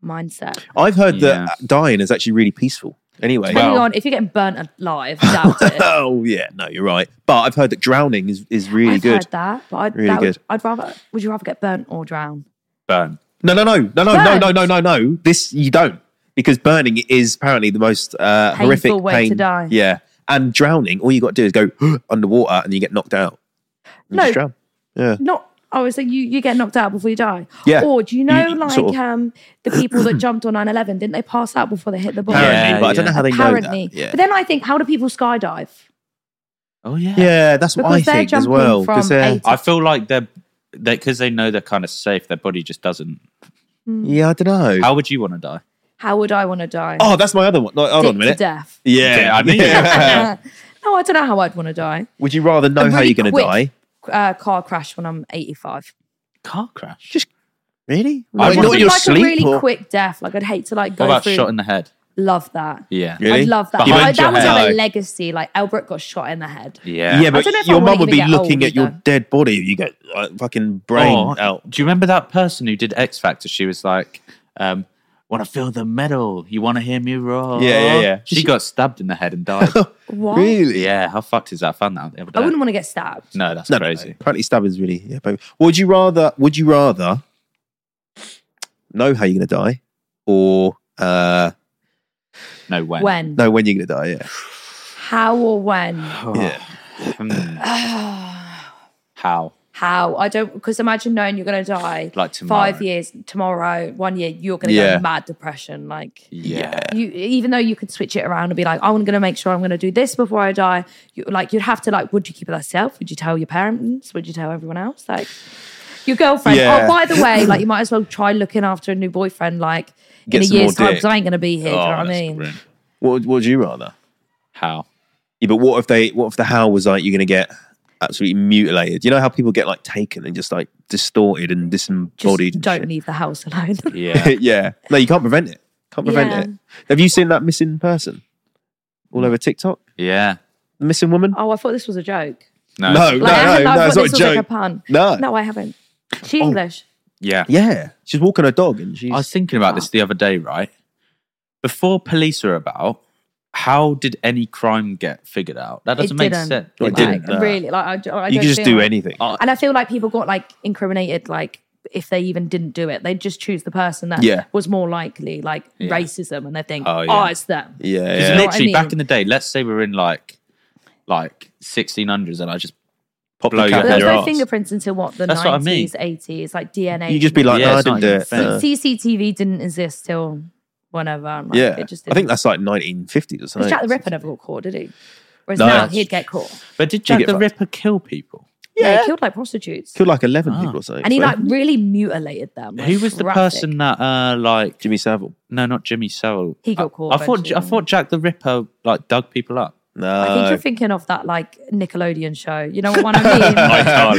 [SPEAKER 2] mindset.
[SPEAKER 3] I've heard
[SPEAKER 4] Yeah.
[SPEAKER 3] that dying is actually really peaceful. Anyway.
[SPEAKER 4] Well-
[SPEAKER 2] Hang on, if you're getting burnt alive, doubt it.
[SPEAKER 3] oh, yeah. No, you're right. But I've heard that drowning is, is really
[SPEAKER 2] I've
[SPEAKER 3] good.
[SPEAKER 2] heard that, but I'd,
[SPEAKER 3] Really
[SPEAKER 2] that
[SPEAKER 3] good.
[SPEAKER 2] would, I'd rather. Would you rather get burnt or drown?
[SPEAKER 4] burn.
[SPEAKER 3] No, no, no, no, no, no,
[SPEAKER 2] Burnt.
[SPEAKER 3] no, no, no, no. This you don't because burning is apparently the most uh,
[SPEAKER 2] Painful
[SPEAKER 3] horrific
[SPEAKER 2] way to
[SPEAKER 3] pain.
[SPEAKER 2] die.
[SPEAKER 3] Yeah, and drowning. All you got to do is go underwater, and you get knocked out. You
[SPEAKER 2] No.
[SPEAKER 3] just drown. Yeah.
[SPEAKER 2] Not. Oh, so you you get knocked out before you die.
[SPEAKER 3] Yeah.
[SPEAKER 2] Or do you know
[SPEAKER 3] You-
[SPEAKER 2] like
[SPEAKER 3] sort of.
[SPEAKER 2] um the people that jumped on 9-11, didn't they pass out before they hit the bottom?
[SPEAKER 3] Apparently,
[SPEAKER 4] Yeah,
[SPEAKER 3] but I don't know
[SPEAKER 4] yeah.
[SPEAKER 3] how they
[SPEAKER 2] Apparently.
[SPEAKER 3] know that.
[SPEAKER 2] But
[SPEAKER 3] Yeah.
[SPEAKER 2] then I think, how do people skydive?
[SPEAKER 4] Oh yeah.
[SPEAKER 3] yeah, that's what
[SPEAKER 2] Because
[SPEAKER 3] I
[SPEAKER 2] they're
[SPEAKER 3] think as
[SPEAKER 2] jumping
[SPEAKER 3] well.
[SPEAKER 2] from
[SPEAKER 3] 'cause, uh,
[SPEAKER 2] eight-
[SPEAKER 4] I feel like they're they because they know they're kind of safe. Their body just doesn't.
[SPEAKER 3] yeah, I don't know.
[SPEAKER 4] How would you want to die?
[SPEAKER 2] How would I want to die?
[SPEAKER 3] oh, that's my other one. No, hold
[SPEAKER 2] Dick
[SPEAKER 3] on
[SPEAKER 2] to
[SPEAKER 3] a minute.
[SPEAKER 2] death.
[SPEAKER 4] Yeah,
[SPEAKER 3] Yeah,
[SPEAKER 4] I knew you-
[SPEAKER 3] yeah.
[SPEAKER 2] no, I don't know how I'd want to die.
[SPEAKER 3] Would you rather know
[SPEAKER 2] A
[SPEAKER 3] how
[SPEAKER 2] really
[SPEAKER 3] you're going to
[SPEAKER 2] quick
[SPEAKER 3] die?
[SPEAKER 2] Uh, car crash when I'm 85.
[SPEAKER 4] Car crash.
[SPEAKER 3] Really?
[SPEAKER 4] I
[SPEAKER 3] not
[SPEAKER 4] wouldn't
[SPEAKER 3] in
[SPEAKER 2] Even
[SPEAKER 3] your
[SPEAKER 2] like
[SPEAKER 3] sleep
[SPEAKER 2] a really
[SPEAKER 3] or-
[SPEAKER 2] quick death. Like I'd hate to like
[SPEAKER 4] What
[SPEAKER 2] go
[SPEAKER 4] about
[SPEAKER 2] through.
[SPEAKER 4] shot in the head?
[SPEAKER 2] Love that.
[SPEAKER 4] Yeah.
[SPEAKER 3] Yeah. Really?
[SPEAKER 2] I'd love that.
[SPEAKER 4] Behind
[SPEAKER 2] Like,
[SPEAKER 4] your
[SPEAKER 2] that was
[SPEAKER 4] head.
[SPEAKER 2] like a legacy. Like Albert got shot in the head.
[SPEAKER 4] Yeah.
[SPEAKER 3] Yeah, but
[SPEAKER 2] don't know if I
[SPEAKER 3] your
[SPEAKER 2] wanna
[SPEAKER 3] mum would
[SPEAKER 2] even
[SPEAKER 3] be
[SPEAKER 2] get old
[SPEAKER 3] looking at your
[SPEAKER 2] either.
[SPEAKER 3] dead body. You get like, fucking brain
[SPEAKER 4] Oh,
[SPEAKER 3] out.
[SPEAKER 4] Do you remember that person who did X Factor? She was like, um, "Want to feel the metal? You want to hear me roar?"
[SPEAKER 3] Yeah, yeah, yeah.
[SPEAKER 4] She got stabbed in the head and died.
[SPEAKER 2] What?
[SPEAKER 3] Really?
[SPEAKER 4] yeah, how fucked is that? I found that out the other
[SPEAKER 2] I
[SPEAKER 4] day.
[SPEAKER 2] wouldn't want to get stabbed.
[SPEAKER 4] no, that's
[SPEAKER 3] No, no,
[SPEAKER 4] crazy.
[SPEAKER 3] no. Apparently, stabbing's really. Yeah, baby. Would you rather? Would you rather know how you're going to die, or uh,
[SPEAKER 4] No, way.
[SPEAKER 2] When?
[SPEAKER 3] know when you're going to die? Yeah.
[SPEAKER 2] How or when?
[SPEAKER 3] Yeah.
[SPEAKER 4] Hmm. how?
[SPEAKER 2] How? I don't because imagine knowing you're gonna die
[SPEAKER 4] Like tomorrow.
[SPEAKER 2] Five years, tomorrow, one year, you're gonna
[SPEAKER 3] Yeah.
[SPEAKER 2] go mad depression. Like
[SPEAKER 4] Yeah.
[SPEAKER 2] you even though you could switch it around and be like, I'm gonna make sure I'm gonna do this before I die. You like you'd have to like, would you keep it yourself? Would you tell your parents? Would you tell everyone else? Like your girlfriend.
[SPEAKER 3] Yeah.
[SPEAKER 2] Oh, by the way, like you might as well try looking after a new boyfriend like
[SPEAKER 3] Get
[SPEAKER 2] in a
[SPEAKER 3] some
[SPEAKER 2] year's time
[SPEAKER 3] more dick.
[SPEAKER 2] because I ain't gonna be here. do you know what I
[SPEAKER 4] Oh, that's
[SPEAKER 2] mean?
[SPEAKER 4] grim.
[SPEAKER 3] What would- What would you rather?
[SPEAKER 4] How?
[SPEAKER 3] Yeah, but what if they? What if the how was like you're going to get absolutely mutilated? You know how people get like taken and just like distorted and
[SPEAKER 2] Just
[SPEAKER 3] disembodied. and
[SPEAKER 2] don't
[SPEAKER 3] shit?
[SPEAKER 2] leave the house alone.
[SPEAKER 4] Yeah.
[SPEAKER 3] yeah. No, you can't prevent it. Can't prevent
[SPEAKER 2] Yeah.
[SPEAKER 3] it. Have you seen that missing person all over TikTok?
[SPEAKER 4] yeah.
[SPEAKER 3] The missing woman?
[SPEAKER 2] oh, I thought this was a joke.
[SPEAKER 4] No.
[SPEAKER 3] no,
[SPEAKER 2] Oh, Like, I
[SPEAKER 3] no,
[SPEAKER 2] haven't-
[SPEAKER 3] no,
[SPEAKER 2] I
[SPEAKER 3] no.
[SPEAKER 2] thought
[SPEAKER 3] It's
[SPEAKER 2] this
[SPEAKER 3] not a
[SPEAKER 2] was
[SPEAKER 3] joke.
[SPEAKER 2] like a pun.
[SPEAKER 3] No. Oh.
[SPEAKER 2] No, I haven't. She English.
[SPEAKER 4] Yeah.
[SPEAKER 3] Yeah, she's walking her dog and she's.
[SPEAKER 4] I was thinking about this the other day, right? Before police are about, how did any crime get figured out? That doesn't
[SPEAKER 2] it
[SPEAKER 4] make
[SPEAKER 2] didn't.
[SPEAKER 4] sense.
[SPEAKER 3] It
[SPEAKER 2] Like,
[SPEAKER 3] didn't, no.
[SPEAKER 2] Really, like I, d- I
[SPEAKER 3] you
[SPEAKER 2] don't
[SPEAKER 3] can just
[SPEAKER 2] feel
[SPEAKER 3] do
[SPEAKER 2] like-
[SPEAKER 3] anything.
[SPEAKER 4] Oh.
[SPEAKER 2] And I feel like people got like incriminated, like if they even didn't do it, they just choose the person that
[SPEAKER 3] Yeah.
[SPEAKER 2] was more likely, like racism, and they think,
[SPEAKER 4] Oh,
[SPEAKER 2] oh,
[SPEAKER 4] yeah.
[SPEAKER 2] it's them.
[SPEAKER 3] Yeah, yeah.
[SPEAKER 2] know
[SPEAKER 4] Because
[SPEAKER 2] what I
[SPEAKER 4] literally back
[SPEAKER 2] mean?
[SPEAKER 4] in the day, let's say we're in like like 1600s and I just
[SPEAKER 3] Pop the
[SPEAKER 4] blow your
[SPEAKER 3] cap
[SPEAKER 2] There
[SPEAKER 4] head
[SPEAKER 2] was
[SPEAKER 3] your
[SPEAKER 2] no
[SPEAKER 4] off.
[SPEAKER 3] arse.
[SPEAKER 2] fingerprints until what the
[SPEAKER 4] That's what I mean.
[SPEAKER 2] nineties, eighties, like DNA.
[SPEAKER 3] You just be like,
[SPEAKER 4] Yeah,
[SPEAKER 3] no, I
[SPEAKER 4] it's not
[SPEAKER 3] didn't do
[SPEAKER 4] even
[SPEAKER 3] it.
[SPEAKER 4] fair.
[SPEAKER 3] Uh,
[SPEAKER 2] CCTV didn't exist till whenever. and, Like,
[SPEAKER 3] yeah,
[SPEAKER 2] it just
[SPEAKER 3] I
[SPEAKER 2] didn't.
[SPEAKER 3] think that's like 1950s or
[SPEAKER 2] because
[SPEAKER 3] something.
[SPEAKER 2] Jack the Ripper never got caught, did he? Whereas
[SPEAKER 3] No.
[SPEAKER 2] now he'd get caught.
[SPEAKER 4] But did Jack
[SPEAKER 3] get
[SPEAKER 4] the
[SPEAKER 3] fucked.
[SPEAKER 4] Ripper kill people?
[SPEAKER 2] Yeah, he killed like prostitutes.
[SPEAKER 3] Killed like 11
[SPEAKER 4] Ah.
[SPEAKER 3] people or something.
[SPEAKER 2] and he
[SPEAKER 3] so-
[SPEAKER 2] like really mutilated them. like,
[SPEAKER 4] Who was the
[SPEAKER 2] graphic.
[SPEAKER 4] person that uh like
[SPEAKER 3] Jimmy Savile.
[SPEAKER 4] no not Jimmy Sowell.
[SPEAKER 2] He got
[SPEAKER 4] I-
[SPEAKER 2] caught
[SPEAKER 4] I thought
[SPEAKER 2] eventually.
[SPEAKER 4] I thought Jack the Ripper like dug people up.
[SPEAKER 3] No.
[SPEAKER 2] I think you're thinking of that like Nickelodeon show. You know what one I mean?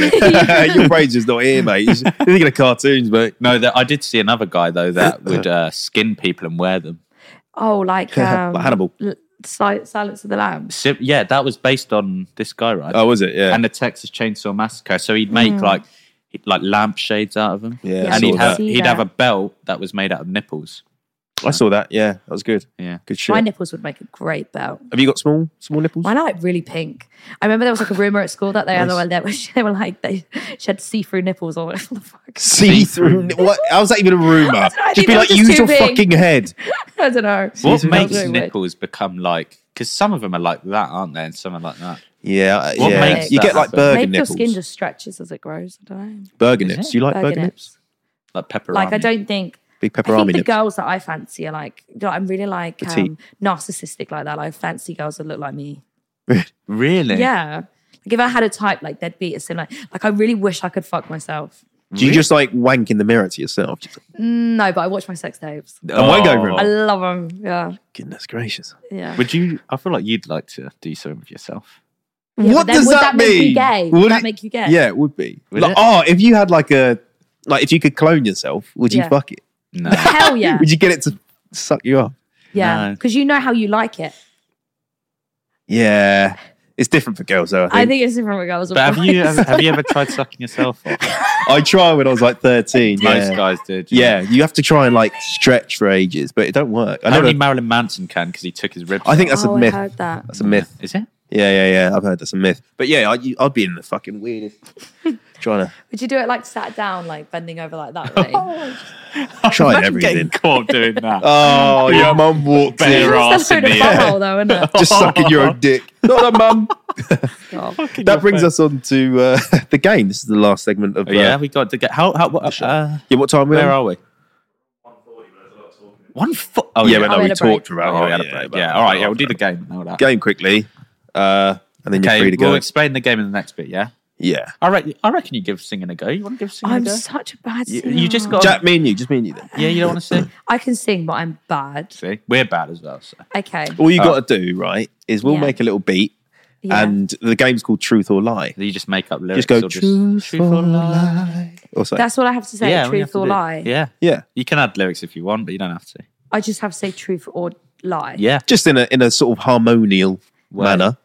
[SPEAKER 3] your brain's just not here, mate. You're just- you're thinking of cartoons, mate.
[SPEAKER 4] No, that I did see another guy though that would uh, skin people and wear them.
[SPEAKER 2] oh, like, um,
[SPEAKER 3] Like Hannibal.
[SPEAKER 2] L- Si- Silence of the Lambs.
[SPEAKER 4] So, yeah, that was based on this guy, right?
[SPEAKER 3] Oh, was it? Yeah.
[SPEAKER 4] and the Texas Chainsaw Massacre. So he'd make
[SPEAKER 2] Mm.
[SPEAKER 4] like he'd, like lampshades out of them.
[SPEAKER 3] Yeah,
[SPEAKER 2] Yeah,
[SPEAKER 4] and
[SPEAKER 2] I
[SPEAKER 4] he'd
[SPEAKER 2] saw
[SPEAKER 4] have
[SPEAKER 2] that.
[SPEAKER 4] he'd have a
[SPEAKER 2] Yeah.
[SPEAKER 4] belt that was made out of nipples.
[SPEAKER 3] I saw that. Yeah, that was good.
[SPEAKER 4] Yeah.
[SPEAKER 3] Good
[SPEAKER 2] My
[SPEAKER 3] shit.
[SPEAKER 2] nipples would make a great belt.
[SPEAKER 3] Have you got small small nipples?
[SPEAKER 2] Mine are like really pink. I remember there was like a rumor at school that they had
[SPEAKER 3] Nice.
[SPEAKER 2] like they were, they were like they she had see through nipples or whatever the fuck.
[SPEAKER 3] See through. What? How's that even a rumor?
[SPEAKER 2] don't know, I
[SPEAKER 3] Just
[SPEAKER 2] think
[SPEAKER 3] be
[SPEAKER 2] that
[SPEAKER 3] like,
[SPEAKER 2] was just
[SPEAKER 3] use
[SPEAKER 2] too
[SPEAKER 3] your
[SPEAKER 2] big.
[SPEAKER 3] fucking head.
[SPEAKER 2] I don't know.
[SPEAKER 4] What
[SPEAKER 2] That was
[SPEAKER 4] makes
[SPEAKER 2] really weird.
[SPEAKER 4] nipples become like? Because some of them are like that, aren't they? And some are like that.
[SPEAKER 3] Yeah, uh,
[SPEAKER 4] What
[SPEAKER 3] yeah.
[SPEAKER 4] makes
[SPEAKER 3] you
[SPEAKER 4] that
[SPEAKER 3] get like
[SPEAKER 4] happen?
[SPEAKER 3] burger
[SPEAKER 2] Maybe your
[SPEAKER 3] nipples.
[SPEAKER 2] skin just stretches as it grows. I don't know.
[SPEAKER 3] burger
[SPEAKER 4] Is
[SPEAKER 3] nips.
[SPEAKER 4] it?
[SPEAKER 3] You like burger,
[SPEAKER 2] Burger
[SPEAKER 3] nips?
[SPEAKER 2] nips.
[SPEAKER 4] Like pepperoni.
[SPEAKER 2] Like I don't think
[SPEAKER 3] Big
[SPEAKER 2] I think
[SPEAKER 3] pepperoni
[SPEAKER 2] the
[SPEAKER 3] nips.
[SPEAKER 2] girls that I fancy are like you know, I'm really like
[SPEAKER 3] Petite.
[SPEAKER 2] um, narcissistic like that. Like fancy girls that look like me.
[SPEAKER 4] Really?
[SPEAKER 2] Yeah. Like if I had a type, like they'd be a similar. Like I really wish I could fuck myself.
[SPEAKER 3] Do you just like wank in the mirror to yourself? Just like,
[SPEAKER 2] No, but I watch my sex tapes.
[SPEAKER 3] The Wango
[SPEAKER 4] Oh.
[SPEAKER 3] Room.
[SPEAKER 2] I love them. Yeah,
[SPEAKER 3] goodness gracious.
[SPEAKER 2] yeah.
[SPEAKER 4] Would you? I feel like you'd like to do something with yourself.
[SPEAKER 2] Yeah, but
[SPEAKER 3] what
[SPEAKER 2] then
[SPEAKER 3] does
[SPEAKER 2] would
[SPEAKER 3] that,
[SPEAKER 2] that make you
[SPEAKER 3] mean?
[SPEAKER 2] gay? Would that make you gay?
[SPEAKER 3] Yeah, it would be.
[SPEAKER 4] Would
[SPEAKER 3] like,
[SPEAKER 4] it?
[SPEAKER 3] oh, if you had like a, like if you could clone yourself, would you
[SPEAKER 2] Yeah.
[SPEAKER 3] fuck it?
[SPEAKER 4] No.
[SPEAKER 2] Hell yeah,
[SPEAKER 3] Would you get it to suck you up?
[SPEAKER 2] yeah.
[SPEAKER 4] No.
[SPEAKER 2] Because you know how you like it.
[SPEAKER 3] Yeah, it's different for girls though. I think.
[SPEAKER 2] I think it's different with girls.
[SPEAKER 4] but have you have, have you ever tried sucking yourself off?
[SPEAKER 3] I tried when I was like thirteen.
[SPEAKER 4] Most
[SPEAKER 3] yeah.
[SPEAKER 4] guys did.
[SPEAKER 3] yeah, you have to try and like stretch for ages, but it don't work. I
[SPEAKER 4] Only
[SPEAKER 3] never.
[SPEAKER 4] Marilyn Manson can because he took his ribs.
[SPEAKER 3] I think that's
[SPEAKER 2] oh,
[SPEAKER 3] a myth.
[SPEAKER 2] I heard that.
[SPEAKER 3] That's a myth.
[SPEAKER 4] Is it?
[SPEAKER 3] Yeah, yeah, yeah. I've heard that's a myth. But yeah, I, you- I'd be in the fucking weirdest. trying to
[SPEAKER 2] Would you do it like sat down, like bending over like that? Way?
[SPEAKER 4] Oh,
[SPEAKER 3] tried
[SPEAKER 4] Imagine getting
[SPEAKER 3] everything.
[SPEAKER 4] caught doing that.
[SPEAKER 3] Oh, your mum walked
[SPEAKER 4] Bare
[SPEAKER 3] in,
[SPEAKER 4] ass.
[SPEAKER 2] That's a
[SPEAKER 4] in
[SPEAKER 2] load of
[SPEAKER 4] the
[SPEAKER 2] butthole, though, isn't it?
[SPEAKER 4] Oh
[SPEAKER 3] just sucking your own dick. Not a mum.
[SPEAKER 2] God.
[SPEAKER 3] That brings us on to uh, the game. This is the last segment of.
[SPEAKER 4] Oh,
[SPEAKER 3] Uh,
[SPEAKER 4] yeah, we got to get. How? How? What, uh,
[SPEAKER 3] Yeah, what time are we
[SPEAKER 4] where
[SPEAKER 3] on?
[SPEAKER 4] are we? One foot. Oh
[SPEAKER 3] yeah,
[SPEAKER 4] yeah,
[SPEAKER 3] but
[SPEAKER 2] Oh,
[SPEAKER 3] no,
[SPEAKER 2] we
[SPEAKER 3] we
[SPEAKER 2] had a break.
[SPEAKER 3] talked about.
[SPEAKER 4] Oh,
[SPEAKER 3] it.
[SPEAKER 4] yeah, yeah, yeah. All right, yeah, we'll do the game. and all that.
[SPEAKER 3] game quickly, uh, and then you're
[SPEAKER 4] Okay,
[SPEAKER 3] free to
[SPEAKER 4] we'll
[SPEAKER 3] go.
[SPEAKER 4] explain the game in the next bit. Yeah,
[SPEAKER 3] yeah,
[SPEAKER 4] I reckon. I reckon you give singing a go. You want to give singing
[SPEAKER 2] I'm
[SPEAKER 4] a go?
[SPEAKER 2] such a bad
[SPEAKER 4] You-
[SPEAKER 2] singer.
[SPEAKER 4] you just got-
[SPEAKER 3] Jack, me and you, just me and you. Then
[SPEAKER 4] yeah, you don't want to sing.
[SPEAKER 2] I can sing, but I'm bad.
[SPEAKER 4] See, we're bad as well. So.
[SPEAKER 2] Okay.
[SPEAKER 3] all
[SPEAKER 4] Uh,
[SPEAKER 3] you got to do, right, is we'll
[SPEAKER 2] Yeah.
[SPEAKER 3] make a little beat,
[SPEAKER 2] Yeah.
[SPEAKER 3] and the game's called Truth or Lie.
[SPEAKER 4] You just make up lyrics.
[SPEAKER 3] Just go
[SPEAKER 4] or
[SPEAKER 3] truth, or lie, or something.
[SPEAKER 2] That's what I have to say.
[SPEAKER 4] Yeah, we have
[SPEAKER 2] truth
[SPEAKER 4] to
[SPEAKER 2] or
[SPEAKER 4] do-
[SPEAKER 2] lie.
[SPEAKER 4] Yeah,
[SPEAKER 3] yeah,
[SPEAKER 4] you can add lyrics if you want, but you don't have to.
[SPEAKER 2] I just have to say truth or lie.
[SPEAKER 4] Yeah,
[SPEAKER 3] just in a in a sort of harmonial
[SPEAKER 4] Word.
[SPEAKER 3] manner.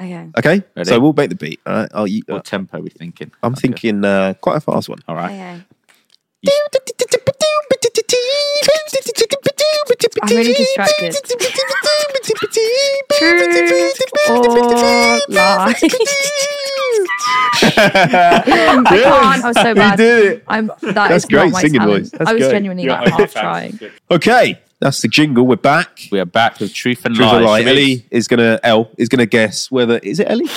[SPEAKER 2] Okay.
[SPEAKER 3] Okay,
[SPEAKER 4] Ready?
[SPEAKER 3] so we'll make the beat. All right, I'll, you, uh,
[SPEAKER 4] what tempo are we thinking?
[SPEAKER 3] I'm
[SPEAKER 4] Okay.
[SPEAKER 3] thinking uh, quite a fast one.
[SPEAKER 4] All right.
[SPEAKER 2] Okay. I'm really distracted. Truth or lie? I can't. I'm so bad.
[SPEAKER 3] did it.
[SPEAKER 2] I'm.
[SPEAKER 3] That's
[SPEAKER 2] That's
[SPEAKER 3] great
[SPEAKER 2] not my
[SPEAKER 3] singing
[SPEAKER 2] talent.
[SPEAKER 3] voice. That's
[SPEAKER 2] I was
[SPEAKER 3] great.
[SPEAKER 2] genuinely like half trying.
[SPEAKER 3] Okay, that's the jingle. We're back.
[SPEAKER 4] We are back with truth and
[SPEAKER 3] Truth or
[SPEAKER 4] lies.
[SPEAKER 3] lie?
[SPEAKER 4] So it's-
[SPEAKER 3] Ellie is gonna L is gonna guess whether is it Ellie?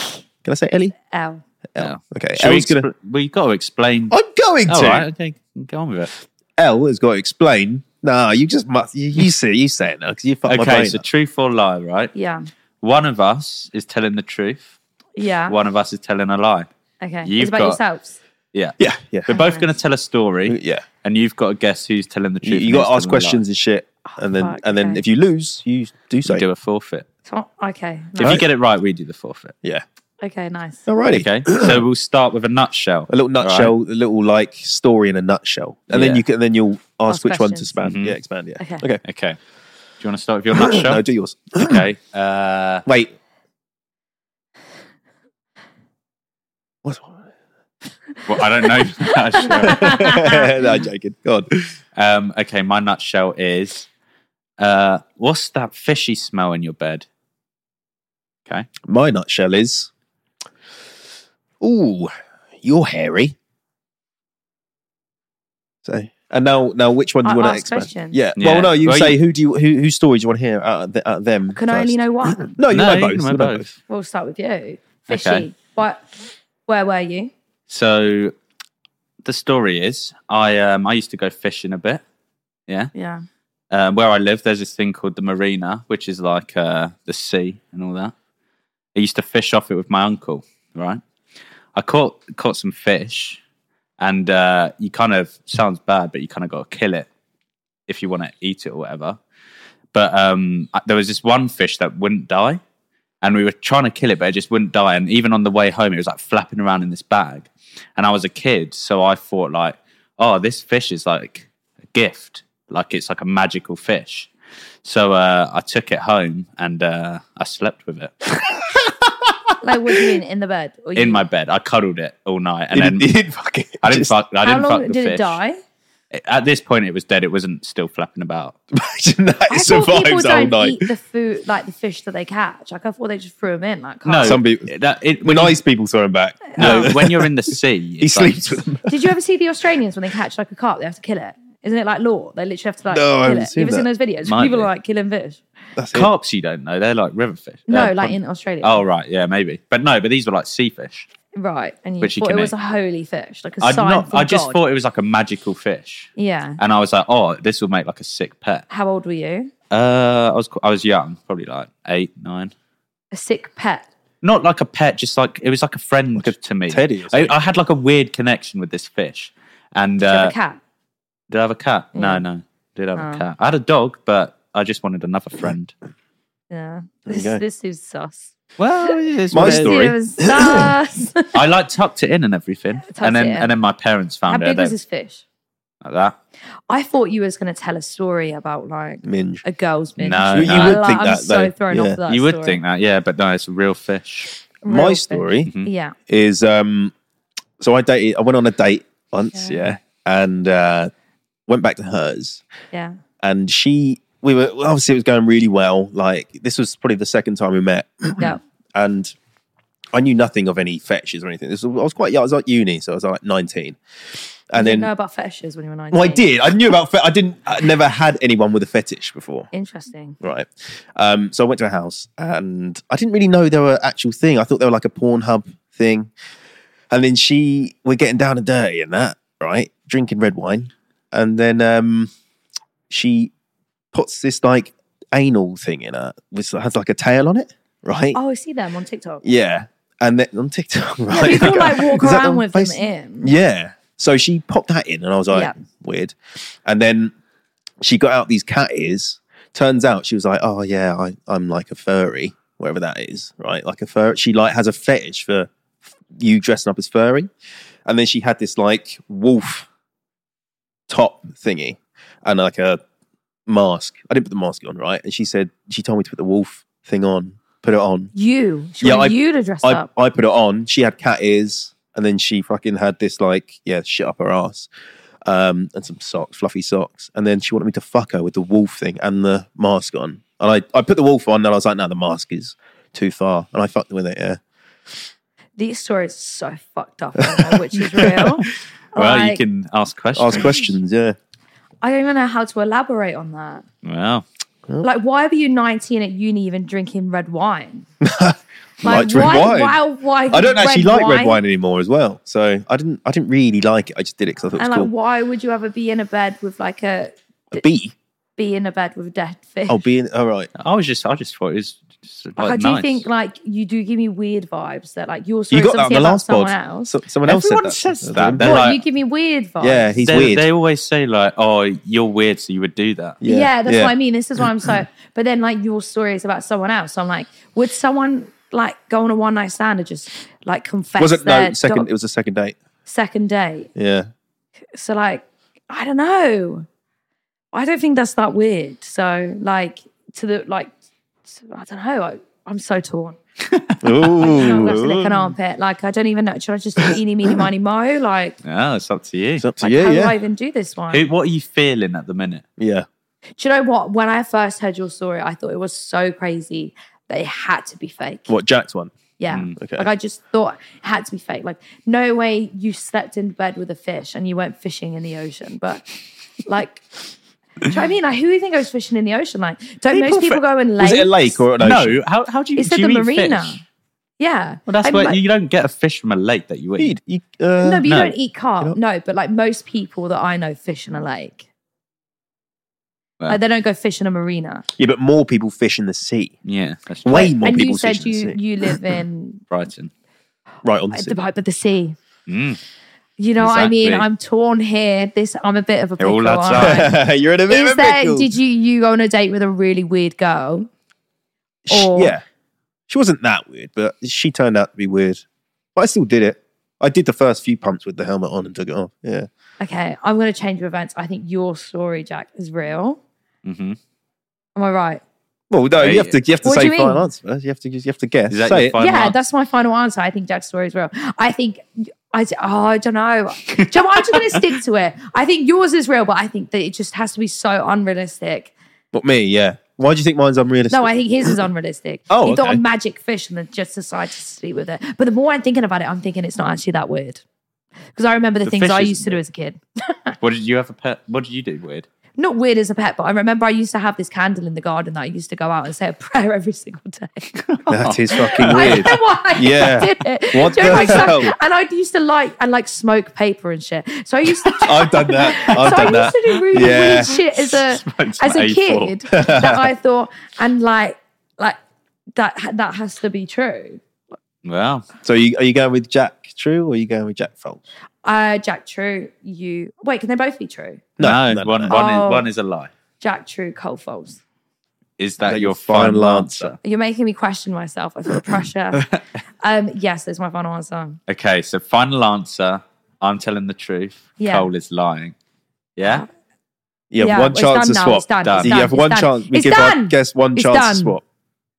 [SPEAKER 3] Can I say Ellie?
[SPEAKER 2] L.
[SPEAKER 4] No.
[SPEAKER 3] Okay,
[SPEAKER 4] Shall we
[SPEAKER 3] Elle's gonna.
[SPEAKER 4] expl- well, you got to explain.
[SPEAKER 3] I'm going
[SPEAKER 4] All
[SPEAKER 3] to.
[SPEAKER 4] right, okay, go on with it.
[SPEAKER 3] L has got to explain. Nah, you just must. You, you say you say it now because you fucked my
[SPEAKER 4] Okay,
[SPEAKER 3] brain.
[SPEAKER 4] so
[SPEAKER 3] up.
[SPEAKER 4] truth or lie, right?
[SPEAKER 2] Yeah.
[SPEAKER 4] One of us is telling the truth.
[SPEAKER 2] Yeah.
[SPEAKER 4] One of us is telling a lie.
[SPEAKER 2] Okay.
[SPEAKER 4] You've
[SPEAKER 2] It's about
[SPEAKER 4] got-
[SPEAKER 2] yourselves.
[SPEAKER 4] Yeah.
[SPEAKER 3] yeah, yeah,
[SPEAKER 4] We're both going to tell a story,
[SPEAKER 3] yeah.
[SPEAKER 4] and you've got to guess who's telling the
[SPEAKER 3] You,
[SPEAKER 4] truth. and
[SPEAKER 3] got
[SPEAKER 4] who's
[SPEAKER 3] to
[SPEAKER 4] telling
[SPEAKER 3] ask
[SPEAKER 4] a lie.
[SPEAKER 3] questions and shit, and then
[SPEAKER 2] fuck,
[SPEAKER 3] and then
[SPEAKER 2] okay.
[SPEAKER 3] if you lose, you do
[SPEAKER 4] You
[SPEAKER 3] say.
[SPEAKER 4] do a forfeit.
[SPEAKER 2] So- Okay.
[SPEAKER 4] If
[SPEAKER 2] nice.
[SPEAKER 4] you get it right, we do the forfeit.
[SPEAKER 3] Yeah.
[SPEAKER 2] okay. Nice.
[SPEAKER 3] Alrighty.
[SPEAKER 4] Okay. so we'll start with a nutshell.
[SPEAKER 3] A little nutshell, a little like story in a nutshell, and then
[SPEAKER 4] Yeah.
[SPEAKER 3] you can then you'll ask,
[SPEAKER 2] Ask
[SPEAKER 3] which one to
[SPEAKER 2] questions.
[SPEAKER 3] expand. Yeah, expand. Yeah.
[SPEAKER 2] Okay.
[SPEAKER 3] Okay.
[SPEAKER 4] Okay. Do you want to start with your nutshell?
[SPEAKER 3] No, do yours.
[SPEAKER 4] okay. Uh,
[SPEAKER 3] Wait. What's
[SPEAKER 4] well, I don't know. your nutshell.
[SPEAKER 3] no, I'm joking. Go on.
[SPEAKER 4] Um, okay, my nutshell is uh, what's that fishy smell in your bed? Okay.
[SPEAKER 3] My nutshell is, ooh, you're hairy. So, and now, now, which one do you
[SPEAKER 2] I
[SPEAKER 3] want to
[SPEAKER 2] ask
[SPEAKER 3] expand?
[SPEAKER 2] questions?
[SPEAKER 3] Yeah.
[SPEAKER 4] Yeah.
[SPEAKER 3] Well, no, you
[SPEAKER 4] Well,
[SPEAKER 3] say
[SPEAKER 4] you-
[SPEAKER 3] who do you who whose story do you want to hear out of, the, out of them?
[SPEAKER 2] Can I only
[SPEAKER 3] first?
[SPEAKER 2] know one?
[SPEAKER 3] No, Oh, you know
[SPEAKER 4] you
[SPEAKER 3] both.
[SPEAKER 4] can
[SPEAKER 3] you
[SPEAKER 4] wear
[SPEAKER 3] know both.
[SPEAKER 2] We'll start with you. Fishy.
[SPEAKER 4] Okay.
[SPEAKER 2] What? Where were you?
[SPEAKER 4] So the story is I um, I used to go fishing a bit. Yeah.
[SPEAKER 2] Yeah.
[SPEAKER 4] Um, where I live, there's this thing called the marina, which is like uh, the sea and all that. I used to fish off it with my uncle, right? I caught caught some fish, and uh, you kind of sounds bad, but you kind of got to kill it if you want to eat it or whatever. But um, I- there was this one fish that wouldn't die, and we were trying to kill it, but it just wouldn't die. And even on the way home, it was like flapping around in this bag. And I was a kid, so I thought like, oh, this fish is like a gift, like it's like a magical fish. So uh, I took it home and uh, I slept with it
[SPEAKER 2] Like, what do you mean? In the bed? Or you-
[SPEAKER 4] in my bed. I cuddled it all night, and
[SPEAKER 3] You
[SPEAKER 4] then
[SPEAKER 3] didn't- you didn't fuck it.
[SPEAKER 4] I didn't
[SPEAKER 3] Just-
[SPEAKER 4] fuck. I
[SPEAKER 2] How
[SPEAKER 4] didn't
[SPEAKER 2] long
[SPEAKER 4] fuck the
[SPEAKER 2] did
[SPEAKER 4] fish.
[SPEAKER 2] it die?
[SPEAKER 4] At this point, it was dead. It wasn't still flapping about.
[SPEAKER 3] Imagine that
[SPEAKER 2] I
[SPEAKER 3] it
[SPEAKER 2] thought people
[SPEAKER 3] survives the whole
[SPEAKER 2] don't
[SPEAKER 3] night.
[SPEAKER 2] eat the food like the fish that they catch. Like I thought they just threw them in. Like
[SPEAKER 4] No,
[SPEAKER 2] can't-
[SPEAKER 3] Some people-
[SPEAKER 4] That, it,
[SPEAKER 3] When ice people throw him back,
[SPEAKER 4] no, when you're in the sea,
[SPEAKER 3] he
[SPEAKER 4] it's
[SPEAKER 3] sleeps
[SPEAKER 4] Like,
[SPEAKER 3] with them.
[SPEAKER 2] Did you ever see the Australians when they catch like a carp, they have to kill it? Isn't it like law? They literally have to like
[SPEAKER 3] No, I
[SPEAKER 2] kill
[SPEAKER 3] haven't
[SPEAKER 2] it.
[SPEAKER 3] seen
[SPEAKER 2] you ever seen
[SPEAKER 3] that.
[SPEAKER 2] those videos?
[SPEAKER 4] Might
[SPEAKER 2] people
[SPEAKER 4] be.
[SPEAKER 2] are like killing fish.
[SPEAKER 3] That's it.
[SPEAKER 4] carps, you don't know. They're like river fish.
[SPEAKER 2] No,
[SPEAKER 4] They're
[SPEAKER 2] like
[SPEAKER 4] prom-
[SPEAKER 2] in Australia.
[SPEAKER 4] Oh right, yeah, maybe, but no, but these were like sea fish.
[SPEAKER 2] Right. And you
[SPEAKER 4] Which you
[SPEAKER 2] thought it
[SPEAKER 4] can
[SPEAKER 2] was
[SPEAKER 4] eat.
[SPEAKER 2] a holy fish, like a
[SPEAKER 4] I
[SPEAKER 2] sign
[SPEAKER 4] not.
[SPEAKER 2] from
[SPEAKER 4] I just
[SPEAKER 2] God.
[SPEAKER 4] thought it was like a magical fish,
[SPEAKER 2] Yeah.
[SPEAKER 4] and I was like, oh, this will make like a sick pet.
[SPEAKER 2] How old were you?
[SPEAKER 4] Uh, I was qu- I was young, probably like eight, nine.
[SPEAKER 2] A sick pet.
[SPEAKER 4] Not like a pet, just like it was like a friend to me.
[SPEAKER 3] teddy or
[SPEAKER 4] I,
[SPEAKER 3] something.
[SPEAKER 4] I had like a weird connection with this fish, and
[SPEAKER 2] Do you
[SPEAKER 4] uh,
[SPEAKER 2] have a cat?
[SPEAKER 4] Did I have a cat? No,
[SPEAKER 2] Yeah. Oh.
[SPEAKER 4] no. Did I have a cat. I had a dog, but I just wanted another friend.
[SPEAKER 2] Yeah.
[SPEAKER 3] you
[SPEAKER 2] This,
[SPEAKER 3] go.
[SPEAKER 2] this is sus.
[SPEAKER 4] Well, it is
[SPEAKER 3] My
[SPEAKER 4] what it is.
[SPEAKER 3] story.
[SPEAKER 2] It was sus.
[SPEAKER 4] I like tucked it in and everything,
[SPEAKER 2] Tucked
[SPEAKER 4] and then
[SPEAKER 2] it in.
[SPEAKER 4] and then my parents
[SPEAKER 2] How
[SPEAKER 4] found it
[SPEAKER 2] big
[SPEAKER 4] they-
[SPEAKER 2] was this fish?
[SPEAKER 4] like that.
[SPEAKER 2] I thought you was going to tell a story about like
[SPEAKER 3] Minge.
[SPEAKER 2] a girl's binge.
[SPEAKER 4] No, You- you
[SPEAKER 2] I
[SPEAKER 3] would
[SPEAKER 2] like-
[SPEAKER 3] think
[SPEAKER 2] I'm
[SPEAKER 3] that,
[SPEAKER 2] so
[SPEAKER 3] though.
[SPEAKER 2] thrown
[SPEAKER 3] Yeah.
[SPEAKER 2] off that.
[SPEAKER 4] you would
[SPEAKER 2] story.
[SPEAKER 4] think that, yeah, but no, it's a real fish.
[SPEAKER 2] Real
[SPEAKER 3] My
[SPEAKER 2] fish.
[SPEAKER 3] story
[SPEAKER 4] Mhm. Mm-hmm.
[SPEAKER 2] Yeah.
[SPEAKER 3] is um, so I dated. I went on a date once, yeah, and uh, went back to hers,
[SPEAKER 2] Yeah.
[SPEAKER 3] and she. We were well, obviously it was going really well. Like this was probably the second time we met,
[SPEAKER 2] Yeah.
[SPEAKER 3] and I knew nothing of any fetishes or anything. This was, I was quite young. I was at uni, so I was like nineteen, and
[SPEAKER 2] didn't
[SPEAKER 3] then
[SPEAKER 2] know about fetishes when you were 19.
[SPEAKER 3] well, I did. I knew about. Fe- I didn't. I never had anyone with a fetish before.
[SPEAKER 2] Interesting.
[SPEAKER 3] Right. Um, so I went to a house and I didn't really know they were an actual thing. I thought they were like a porn hub thing. And then she, we're getting down and dirty and that, right? Drinking red wine. And then um, she puts this like anal thing in her, which has like a tail on it, right?
[SPEAKER 2] Oh, I see them on TikTok.
[SPEAKER 3] Yeah. And then on TikTok,
[SPEAKER 2] Yeah,
[SPEAKER 3] right?
[SPEAKER 2] people like walk
[SPEAKER 3] Is that
[SPEAKER 2] around
[SPEAKER 3] on
[SPEAKER 2] with them
[SPEAKER 3] Face-
[SPEAKER 2] in.
[SPEAKER 3] Yeah. So she popped that in, and I was like,
[SPEAKER 2] Yeah.
[SPEAKER 3] weird. And then she got out these cat ears. Turns out she was like, oh yeah, I, I'm like a furry, whatever that is, right? Like a fur. She like has a fetish for you dressing up as furry. And then she had this like wolf top thingy and like a mask. I didn't put the mask on, right? And she said she told me to put the wolf thing on, put it on.
[SPEAKER 2] You. She
[SPEAKER 3] Yeah,
[SPEAKER 2] wanted
[SPEAKER 3] I-
[SPEAKER 2] you to dress
[SPEAKER 3] I,
[SPEAKER 2] up.
[SPEAKER 3] I put it on. She had cat ears, and then she fucking had this like yeah shit up her ass, um, and some socks, fluffy socks, and then she wanted me to fuck her with the wolf thing and the mask on. And I, I put the wolf on, and I was like, no, the mask is too far, and I fucked her with it. Yeah,
[SPEAKER 2] These stories are so fucked up, now, which is real.
[SPEAKER 4] Well, you
[SPEAKER 2] Like,
[SPEAKER 4] can ask questions.
[SPEAKER 3] ask questions. Yeah,
[SPEAKER 2] I don't even know how to elaborate on that.
[SPEAKER 4] Well,
[SPEAKER 2] Like, why were you 19 at uni even drinking red wine?
[SPEAKER 3] Liked red
[SPEAKER 2] why,
[SPEAKER 3] wine.
[SPEAKER 2] Why, why,
[SPEAKER 3] I don't actually like red wine anymore as well, so I didn't. I didn't really like it. I just did it because I thought it
[SPEAKER 2] And
[SPEAKER 3] was
[SPEAKER 2] like,
[SPEAKER 3] cool.
[SPEAKER 2] why would you ever be in a bed with like a
[SPEAKER 3] a bee.
[SPEAKER 2] be in a bed with a dead fish?
[SPEAKER 3] Oh, being all right.
[SPEAKER 4] I was just, I just thought it was just like,
[SPEAKER 2] Like, I do
[SPEAKER 4] nice.
[SPEAKER 2] think like you do give me weird vibes that like your
[SPEAKER 3] You
[SPEAKER 2] story
[SPEAKER 3] got that on
[SPEAKER 2] obviously
[SPEAKER 3] the
[SPEAKER 2] about
[SPEAKER 3] last
[SPEAKER 2] someone
[SPEAKER 3] pod.
[SPEAKER 2] else.
[SPEAKER 3] So- someone else said
[SPEAKER 4] Everyone
[SPEAKER 3] that.
[SPEAKER 4] says that. They're
[SPEAKER 2] what
[SPEAKER 4] like-
[SPEAKER 2] you give me weird vibes?
[SPEAKER 3] yeah, he's
[SPEAKER 4] they,
[SPEAKER 3] weird.
[SPEAKER 4] they always say like, "Oh, you're weird, so you would do that."
[SPEAKER 2] yeah, that's what I mean. This is why I'm so. But then like your story is about someone else. So I'm like, would someone like go on a one night stand and just like confess?
[SPEAKER 3] Was it
[SPEAKER 2] their
[SPEAKER 3] no second?
[SPEAKER 2] dog-
[SPEAKER 3] It was a second date.
[SPEAKER 2] second date.
[SPEAKER 3] Yeah.
[SPEAKER 2] So like, I don't know. I don't think that's that weird. So like to the like, to- I don't know. I, I'm so torn. I'm gonna have to lick an armpit. Like I don't even know. Should I just do eeny, meeny, miny, mo? Like,
[SPEAKER 4] Oh, it's up to you.
[SPEAKER 3] It's up to
[SPEAKER 2] like,
[SPEAKER 3] you.
[SPEAKER 2] how
[SPEAKER 3] Yeah.
[SPEAKER 2] do I even do this one?
[SPEAKER 4] Who, what are you feeling at the minute?
[SPEAKER 3] yeah.
[SPEAKER 2] Do you know what? When I first heard your story, I thought it was so crazy that it had to be fake.
[SPEAKER 3] What Jack's one?
[SPEAKER 2] Yeah.
[SPEAKER 3] mm, okay.
[SPEAKER 2] Like I just thought it had to be fake. Like no way you slept in bed with a fish and you went fishing in the ocean. But like, do you know what I mean? Like who do you think goes fishing in the ocean? Like don't most people go in lakes?
[SPEAKER 3] Was it a lake or an ocean?
[SPEAKER 4] No, how, how do you?
[SPEAKER 2] It's
[SPEAKER 4] do
[SPEAKER 2] at the
[SPEAKER 4] you eat
[SPEAKER 2] marina.
[SPEAKER 4] fish?
[SPEAKER 2] Yeah.
[SPEAKER 4] Well, that's
[SPEAKER 2] Like,
[SPEAKER 4] where
[SPEAKER 2] mo-
[SPEAKER 4] you don't get a fish from a lake that you eat.
[SPEAKER 3] Dude, you, uh,
[SPEAKER 2] no, but you
[SPEAKER 4] no.
[SPEAKER 2] don't eat carp. No, but like most people that I know fish in a lake.
[SPEAKER 4] Well.
[SPEAKER 2] Like they don't go fish in a marina.
[SPEAKER 3] yeah, but more people fish in the sea.
[SPEAKER 4] Yeah, that's true.
[SPEAKER 3] Way more
[SPEAKER 2] and
[SPEAKER 3] people
[SPEAKER 2] you said
[SPEAKER 3] fish in
[SPEAKER 2] you
[SPEAKER 3] the sea.
[SPEAKER 2] you live in
[SPEAKER 4] Brighton.
[SPEAKER 3] right on the
[SPEAKER 2] at
[SPEAKER 3] sea.
[SPEAKER 2] the but the sea.
[SPEAKER 4] Mm.
[SPEAKER 2] You know what I mean?
[SPEAKER 4] Exactly.
[SPEAKER 2] I'm torn here. This I'm a bit of a
[SPEAKER 4] They're all
[SPEAKER 2] pickle. aren't
[SPEAKER 4] outside.
[SPEAKER 2] I?
[SPEAKER 3] You're in a bit
[SPEAKER 2] Is
[SPEAKER 3] of a
[SPEAKER 2] that
[SPEAKER 3] pickle.
[SPEAKER 2] did you you go on a date with a really weird girl?
[SPEAKER 3] Sh-
[SPEAKER 2] or-
[SPEAKER 3] yeah. She wasn't that weird, but she turned out to be weird. But I still did it. I did the first few pumps with the helmet on and took it off. Yeah.
[SPEAKER 2] Okay, I'm gonna change your events. I think your story, Jack, is real.
[SPEAKER 4] hmm
[SPEAKER 2] Am I right?
[SPEAKER 3] Well, no,
[SPEAKER 4] Hey.
[SPEAKER 3] you have to you have to
[SPEAKER 2] What do
[SPEAKER 3] say
[SPEAKER 2] you
[SPEAKER 3] final
[SPEAKER 2] mean?
[SPEAKER 3] answer. You have to you have to guess.
[SPEAKER 4] Is that
[SPEAKER 3] say
[SPEAKER 4] your
[SPEAKER 3] it.
[SPEAKER 4] final
[SPEAKER 2] yeah,
[SPEAKER 4] answer?
[SPEAKER 2] that's my final answer. I think Jack's story is real. I think I, d- oh, I don't know. Do you know what? I'm just going to stick to it. I think yours is real, but I think that it just has to be so unrealistic.
[SPEAKER 3] But me, yeah. Why do you think mine's unrealistic?
[SPEAKER 2] No, I think his is unrealistic.
[SPEAKER 3] Oh,
[SPEAKER 2] he thought
[SPEAKER 3] okay.
[SPEAKER 2] a magic fish and then just decided to sleep with it. But the more I'm thinking about it, I'm thinking it's not actually that weird. Because I remember the,
[SPEAKER 4] The
[SPEAKER 2] things
[SPEAKER 4] fish
[SPEAKER 2] I
[SPEAKER 4] isn't
[SPEAKER 2] used to do
[SPEAKER 4] weird.
[SPEAKER 2] as a kid.
[SPEAKER 4] What did you have a pet? What did you do weird?
[SPEAKER 2] Not weird as a pet, but I remember I used to have this candle in the garden that I used to go out and say a prayer every single day.
[SPEAKER 3] that is fucking
[SPEAKER 2] I
[SPEAKER 3] weird.
[SPEAKER 2] don't know why
[SPEAKER 3] Yeah.
[SPEAKER 2] I did it.
[SPEAKER 3] What
[SPEAKER 2] Do you know,
[SPEAKER 3] the
[SPEAKER 2] like, so-
[SPEAKER 3] hell?
[SPEAKER 2] And I used to like and like smoke paper and shit. So I used to
[SPEAKER 3] I've done that. I've
[SPEAKER 2] so
[SPEAKER 3] done
[SPEAKER 2] I
[SPEAKER 3] that.
[SPEAKER 2] used to do really
[SPEAKER 3] Yeah.
[SPEAKER 2] weird shit as a
[SPEAKER 4] Smoked
[SPEAKER 2] as a
[SPEAKER 4] my A4.
[SPEAKER 2] kid that I thought and like like that that has to be true.
[SPEAKER 4] Well,
[SPEAKER 3] So you, are you going with Jack True or are you going with Jack False?
[SPEAKER 2] Uh Jack True, you wait, can they both be true?
[SPEAKER 3] No,
[SPEAKER 4] no,
[SPEAKER 3] no, no,
[SPEAKER 4] one,
[SPEAKER 3] no.
[SPEAKER 4] One,
[SPEAKER 2] Oh.
[SPEAKER 4] is, one is a lie.
[SPEAKER 2] Jack True, Cole Falls.
[SPEAKER 4] Is that,
[SPEAKER 3] That
[SPEAKER 4] your
[SPEAKER 3] your final
[SPEAKER 4] final
[SPEAKER 3] answer?
[SPEAKER 4] answer?
[SPEAKER 2] You're making me question myself. I feel pressure. um yes, that's my final answer.
[SPEAKER 4] Okay, so final answer. I'm telling the truth.
[SPEAKER 2] Yeah.
[SPEAKER 4] Cole is lying. Yeah.
[SPEAKER 3] You have
[SPEAKER 2] Yeah,
[SPEAKER 3] one
[SPEAKER 2] it's done
[SPEAKER 3] chance to
[SPEAKER 2] now,
[SPEAKER 3] swap.
[SPEAKER 2] it's done,
[SPEAKER 4] it's
[SPEAKER 3] You
[SPEAKER 2] done,
[SPEAKER 3] have
[SPEAKER 2] it's
[SPEAKER 3] one
[SPEAKER 2] done.
[SPEAKER 3] chance. We
[SPEAKER 2] It's
[SPEAKER 3] give our
[SPEAKER 2] done.
[SPEAKER 3] guest one
[SPEAKER 2] It's
[SPEAKER 3] chance
[SPEAKER 2] done.
[SPEAKER 3] to swap.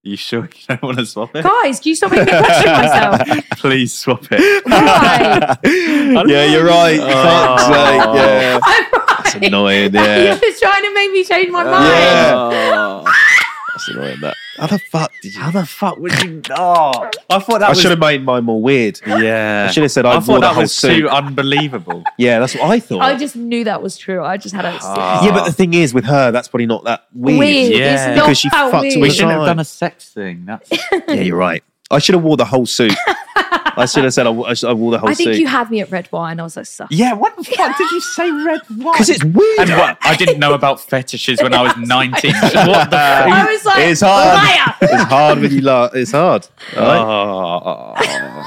[SPEAKER 4] You sure you don't want to swap it?
[SPEAKER 2] Guys, can you stop making me question myself?
[SPEAKER 4] Please swap it.
[SPEAKER 2] Why?
[SPEAKER 3] yeah, you're right.
[SPEAKER 4] Oh.
[SPEAKER 3] Fuck's sake, yeah.
[SPEAKER 2] I'm right.
[SPEAKER 3] That's annoying, yeah.
[SPEAKER 2] You're trying to make me change my mind.
[SPEAKER 3] Yeah.
[SPEAKER 4] Oh.
[SPEAKER 3] That's annoying, that. How the fuck did you...
[SPEAKER 4] How the fuck would you? Oh, I thought that
[SPEAKER 3] I
[SPEAKER 4] was.
[SPEAKER 3] should have made mine more weird.
[SPEAKER 4] yeah,
[SPEAKER 3] I should have said I
[SPEAKER 4] I
[SPEAKER 3] wore
[SPEAKER 4] thought
[SPEAKER 3] the
[SPEAKER 4] that
[SPEAKER 3] whole
[SPEAKER 4] was
[SPEAKER 3] suit.
[SPEAKER 4] too unbelievable.
[SPEAKER 3] Yeah, that's what I thought.
[SPEAKER 2] I just knew that was true. I just had a
[SPEAKER 4] Ah.
[SPEAKER 3] yeah, but the thing is, with her, that's probably not that weird.
[SPEAKER 2] weird. It's
[SPEAKER 4] Yeah.
[SPEAKER 2] not
[SPEAKER 3] Because she
[SPEAKER 2] that
[SPEAKER 3] fucked
[SPEAKER 2] weird.
[SPEAKER 3] with
[SPEAKER 4] we
[SPEAKER 3] should
[SPEAKER 4] shouldn't
[SPEAKER 3] have
[SPEAKER 4] have
[SPEAKER 3] done
[SPEAKER 4] done
[SPEAKER 3] a
[SPEAKER 4] a sex thing. That's
[SPEAKER 3] Yeah, you're right. I should have wore the whole suit. I should have said I, w- I should- I wore the whole
[SPEAKER 2] I think
[SPEAKER 3] suit.
[SPEAKER 2] you had me at red wine. I was like, suck.
[SPEAKER 4] yeah. What the fuck did you say? Red wine?
[SPEAKER 3] Because it's weird.
[SPEAKER 4] and what? I didn't know about fetishes when I was nineteen. what the?
[SPEAKER 2] I was like,
[SPEAKER 3] It's hard.
[SPEAKER 2] liar.
[SPEAKER 3] It's hard when you laugh. It's hard. all right?
[SPEAKER 4] Oh.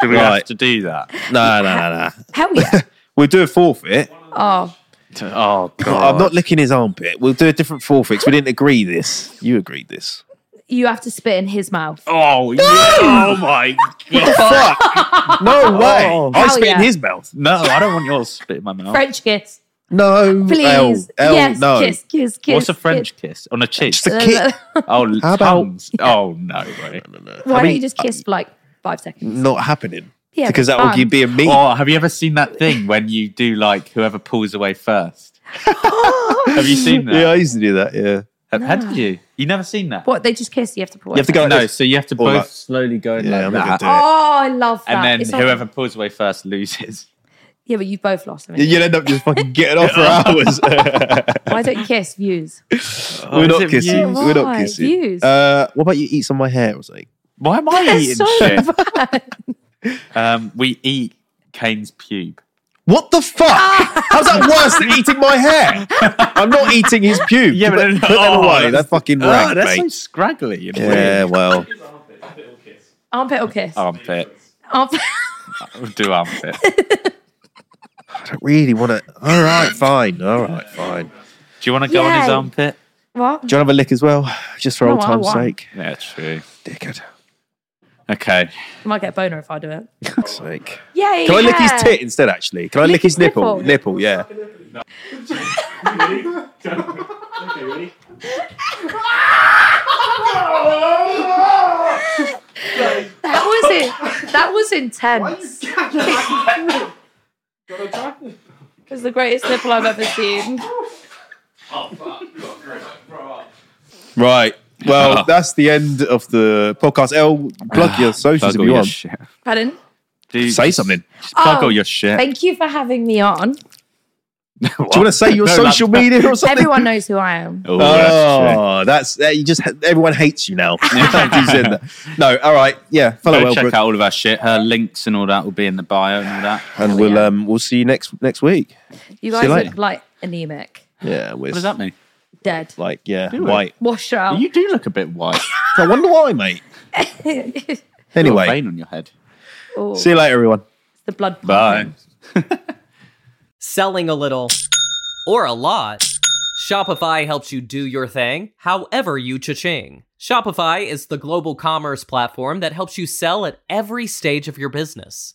[SPEAKER 4] Do we
[SPEAKER 3] Right.
[SPEAKER 4] have to do that?
[SPEAKER 3] No, no, no, no.
[SPEAKER 2] Hell yeah.
[SPEAKER 3] We'll do a forfeit.
[SPEAKER 2] Oh,
[SPEAKER 4] Oh
[SPEAKER 3] I'm not licking his armpit. We'll do a different forfeit 'cause we didn't agree this. You agreed this.
[SPEAKER 2] you have to spit in his mouth.
[SPEAKER 4] Oh, yeah. oh my god!
[SPEAKER 3] No
[SPEAKER 4] Oh.
[SPEAKER 3] way. I
[SPEAKER 2] Hell
[SPEAKER 3] spit
[SPEAKER 2] yeah.
[SPEAKER 3] in his mouth.
[SPEAKER 4] No, I don't want yours spit in my mouth.
[SPEAKER 2] French kiss.
[SPEAKER 3] No.
[SPEAKER 2] Please.
[SPEAKER 3] L, L,
[SPEAKER 2] yes.
[SPEAKER 3] no.
[SPEAKER 2] Kiss, kiss, kiss.
[SPEAKER 4] What's a
[SPEAKER 2] kiss.
[SPEAKER 4] French kiss on a cheek?
[SPEAKER 3] Just a kick.
[SPEAKER 4] Oh,
[SPEAKER 3] How about-
[SPEAKER 4] tongues. Oh no way.
[SPEAKER 2] Why
[SPEAKER 3] I
[SPEAKER 2] don't
[SPEAKER 3] mean,
[SPEAKER 2] you just kiss for like five seconds?
[SPEAKER 3] Not happening.
[SPEAKER 2] Yeah,
[SPEAKER 3] because that
[SPEAKER 2] but
[SPEAKER 3] would
[SPEAKER 2] fun.
[SPEAKER 3] be a me.
[SPEAKER 4] Or Oh, have you ever seen that thing when you do like whoever pulls away first? have you seen that?
[SPEAKER 3] Yeah, I used to do that. Yeah.
[SPEAKER 4] Have, had you? You never seen that?
[SPEAKER 2] What? They just kiss. You have to pull
[SPEAKER 3] You have to
[SPEAKER 2] away.
[SPEAKER 3] go like
[SPEAKER 4] no,
[SPEAKER 3] this.
[SPEAKER 4] so you have to
[SPEAKER 3] Or
[SPEAKER 4] both
[SPEAKER 3] like-
[SPEAKER 4] slowly go in
[SPEAKER 3] Yeah,
[SPEAKER 4] like
[SPEAKER 3] I'm not
[SPEAKER 4] that,
[SPEAKER 3] gonna
[SPEAKER 2] Oh, I love that.
[SPEAKER 4] and then
[SPEAKER 2] It's like-
[SPEAKER 4] whoever pulls away first loses.
[SPEAKER 2] Yeah, but you've both lost. haven't you?
[SPEAKER 3] You'll end up just fucking getting
[SPEAKER 4] Oh,
[SPEAKER 3] off for hours.
[SPEAKER 2] Why don't you kiss views?
[SPEAKER 3] We're
[SPEAKER 4] is
[SPEAKER 3] not
[SPEAKER 4] it
[SPEAKER 3] kissing.
[SPEAKER 2] views?
[SPEAKER 3] We're not
[SPEAKER 2] Why?
[SPEAKER 3] kissing.
[SPEAKER 2] Views?
[SPEAKER 3] Uh, what about you eat some of my hair or something?
[SPEAKER 4] Why am I eating
[SPEAKER 2] so
[SPEAKER 4] shit? Um, we eat Kane's pube.
[SPEAKER 3] What the fuck?
[SPEAKER 2] Ah.
[SPEAKER 3] How's that worse than eating my hair? I'm not eating his pubes.
[SPEAKER 4] Yeah, but
[SPEAKER 3] put,
[SPEAKER 4] then-
[SPEAKER 3] put them
[SPEAKER 4] oh,
[SPEAKER 3] away.
[SPEAKER 4] that's-
[SPEAKER 3] They're fucking rank,
[SPEAKER 4] oh, that's so
[SPEAKER 3] mate.
[SPEAKER 4] scraggly and weird.
[SPEAKER 3] yeah, well,
[SPEAKER 2] Armpit or kiss?
[SPEAKER 3] Oh.
[SPEAKER 4] Armpit.
[SPEAKER 2] Armpit.
[SPEAKER 4] We'll do armpit. do
[SPEAKER 3] I don't really want to. All right, fine. All right, fine.
[SPEAKER 4] you want to go on his
[SPEAKER 2] Yay.
[SPEAKER 4] armpit?
[SPEAKER 2] what?
[SPEAKER 3] Do you want to have a lick as well, just for
[SPEAKER 2] No,
[SPEAKER 3] old
[SPEAKER 2] I
[SPEAKER 3] time's
[SPEAKER 2] won.
[SPEAKER 3] sake?
[SPEAKER 4] Yeah, true.
[SPEAKER 3] Dickhead.
[SPEAKER 4] Okay.
[SPEAKER 2] might get a boner if I do it.
[SPEAKER 3] Fuck's sake.
[SPEAKER 2] Yay!
[SPEAKER 3] Can I lick his
[SPEAKER 2] yeah.
[SPEAKER 3] tit instead? Actually, can I lick, his nipple? Nipple, yeah.
[SPEAKER 2] That was it. That was intense. it was the greatest nipple I've ever seen.
[SPEAKER 3] Right. Well,
[SPEAKER 4] Oh.
[SPEAKER 3] that's the end of the podcast. El, plug your
[SPEAKER 4] Ah, Plug
[SPEAKER 3] socials if you
[SPEAKER 4] all your
[SPEAKER 3] want.
[SPEAKER 4] shit.
[SPEAKER 2] Pardon?
[SPEAKER 4] Dude,
[SPEAKER 3] Say something.
[SPEAKER 4] Just plug
[SPEAKER 2] Oh,
[SPEAKER 4] all your shit.
[SPEAKER 2] Thank you for having me on.
[SPEAKER 3] Do you want to say your
[SPEAKER 4] No, that's-
[SPEAKER 3] social media or something?
[SPEAKER 2] Everyone knows who I am.
[SPEAKER 4] Oh, that's true.
[SPEAKER 3] Oh, that's, that you just everyone hates you now. You said that. no, all right, yeah, follow
[SPEAKER 4] Go check
[SPEAKER 3] Elbrook,
[SPEAKER 4] out all of our shit. Her links and all that will be in the bio and all that.
[SPEAKER 3] and we'll um we'll see you next next week.
[SPEAKER 2] You
[SPEAKER 3] See
[SPEAKER 2] guys
[SPEAKER 3] you later.
[SPEAKER 2] look like anemic,
[SPEAKER 3] Yeah, we're
[SPEAKER 4] What does that mean?
[SPEAKER 2] dead,
[SPEAKER 3] like yeah,
[SPEAKER 4] it.
[SPEAKER 3] white.
[SPEAKER 2] wash out.
[SPEAKER 4] You do look a bit white.
[SPEAKER 3] I wonder why, mate.
[SPEAKER 4] Got a
[SPEAKER 3] Anyway,
[SPEAKER 4] vein on your head.
[SPEAKER 2] Ooh,
[SPEAKER 3] see you later, everyone.
[SPEAKER 2] the blood.
[SPEAKER 4] Bye.
[SPEAKER 1] selling a little or a lot. Shopify helps you do your thing, however you cha-ching. Shopify is the global commerce platform that helps you sell at every stage of your business.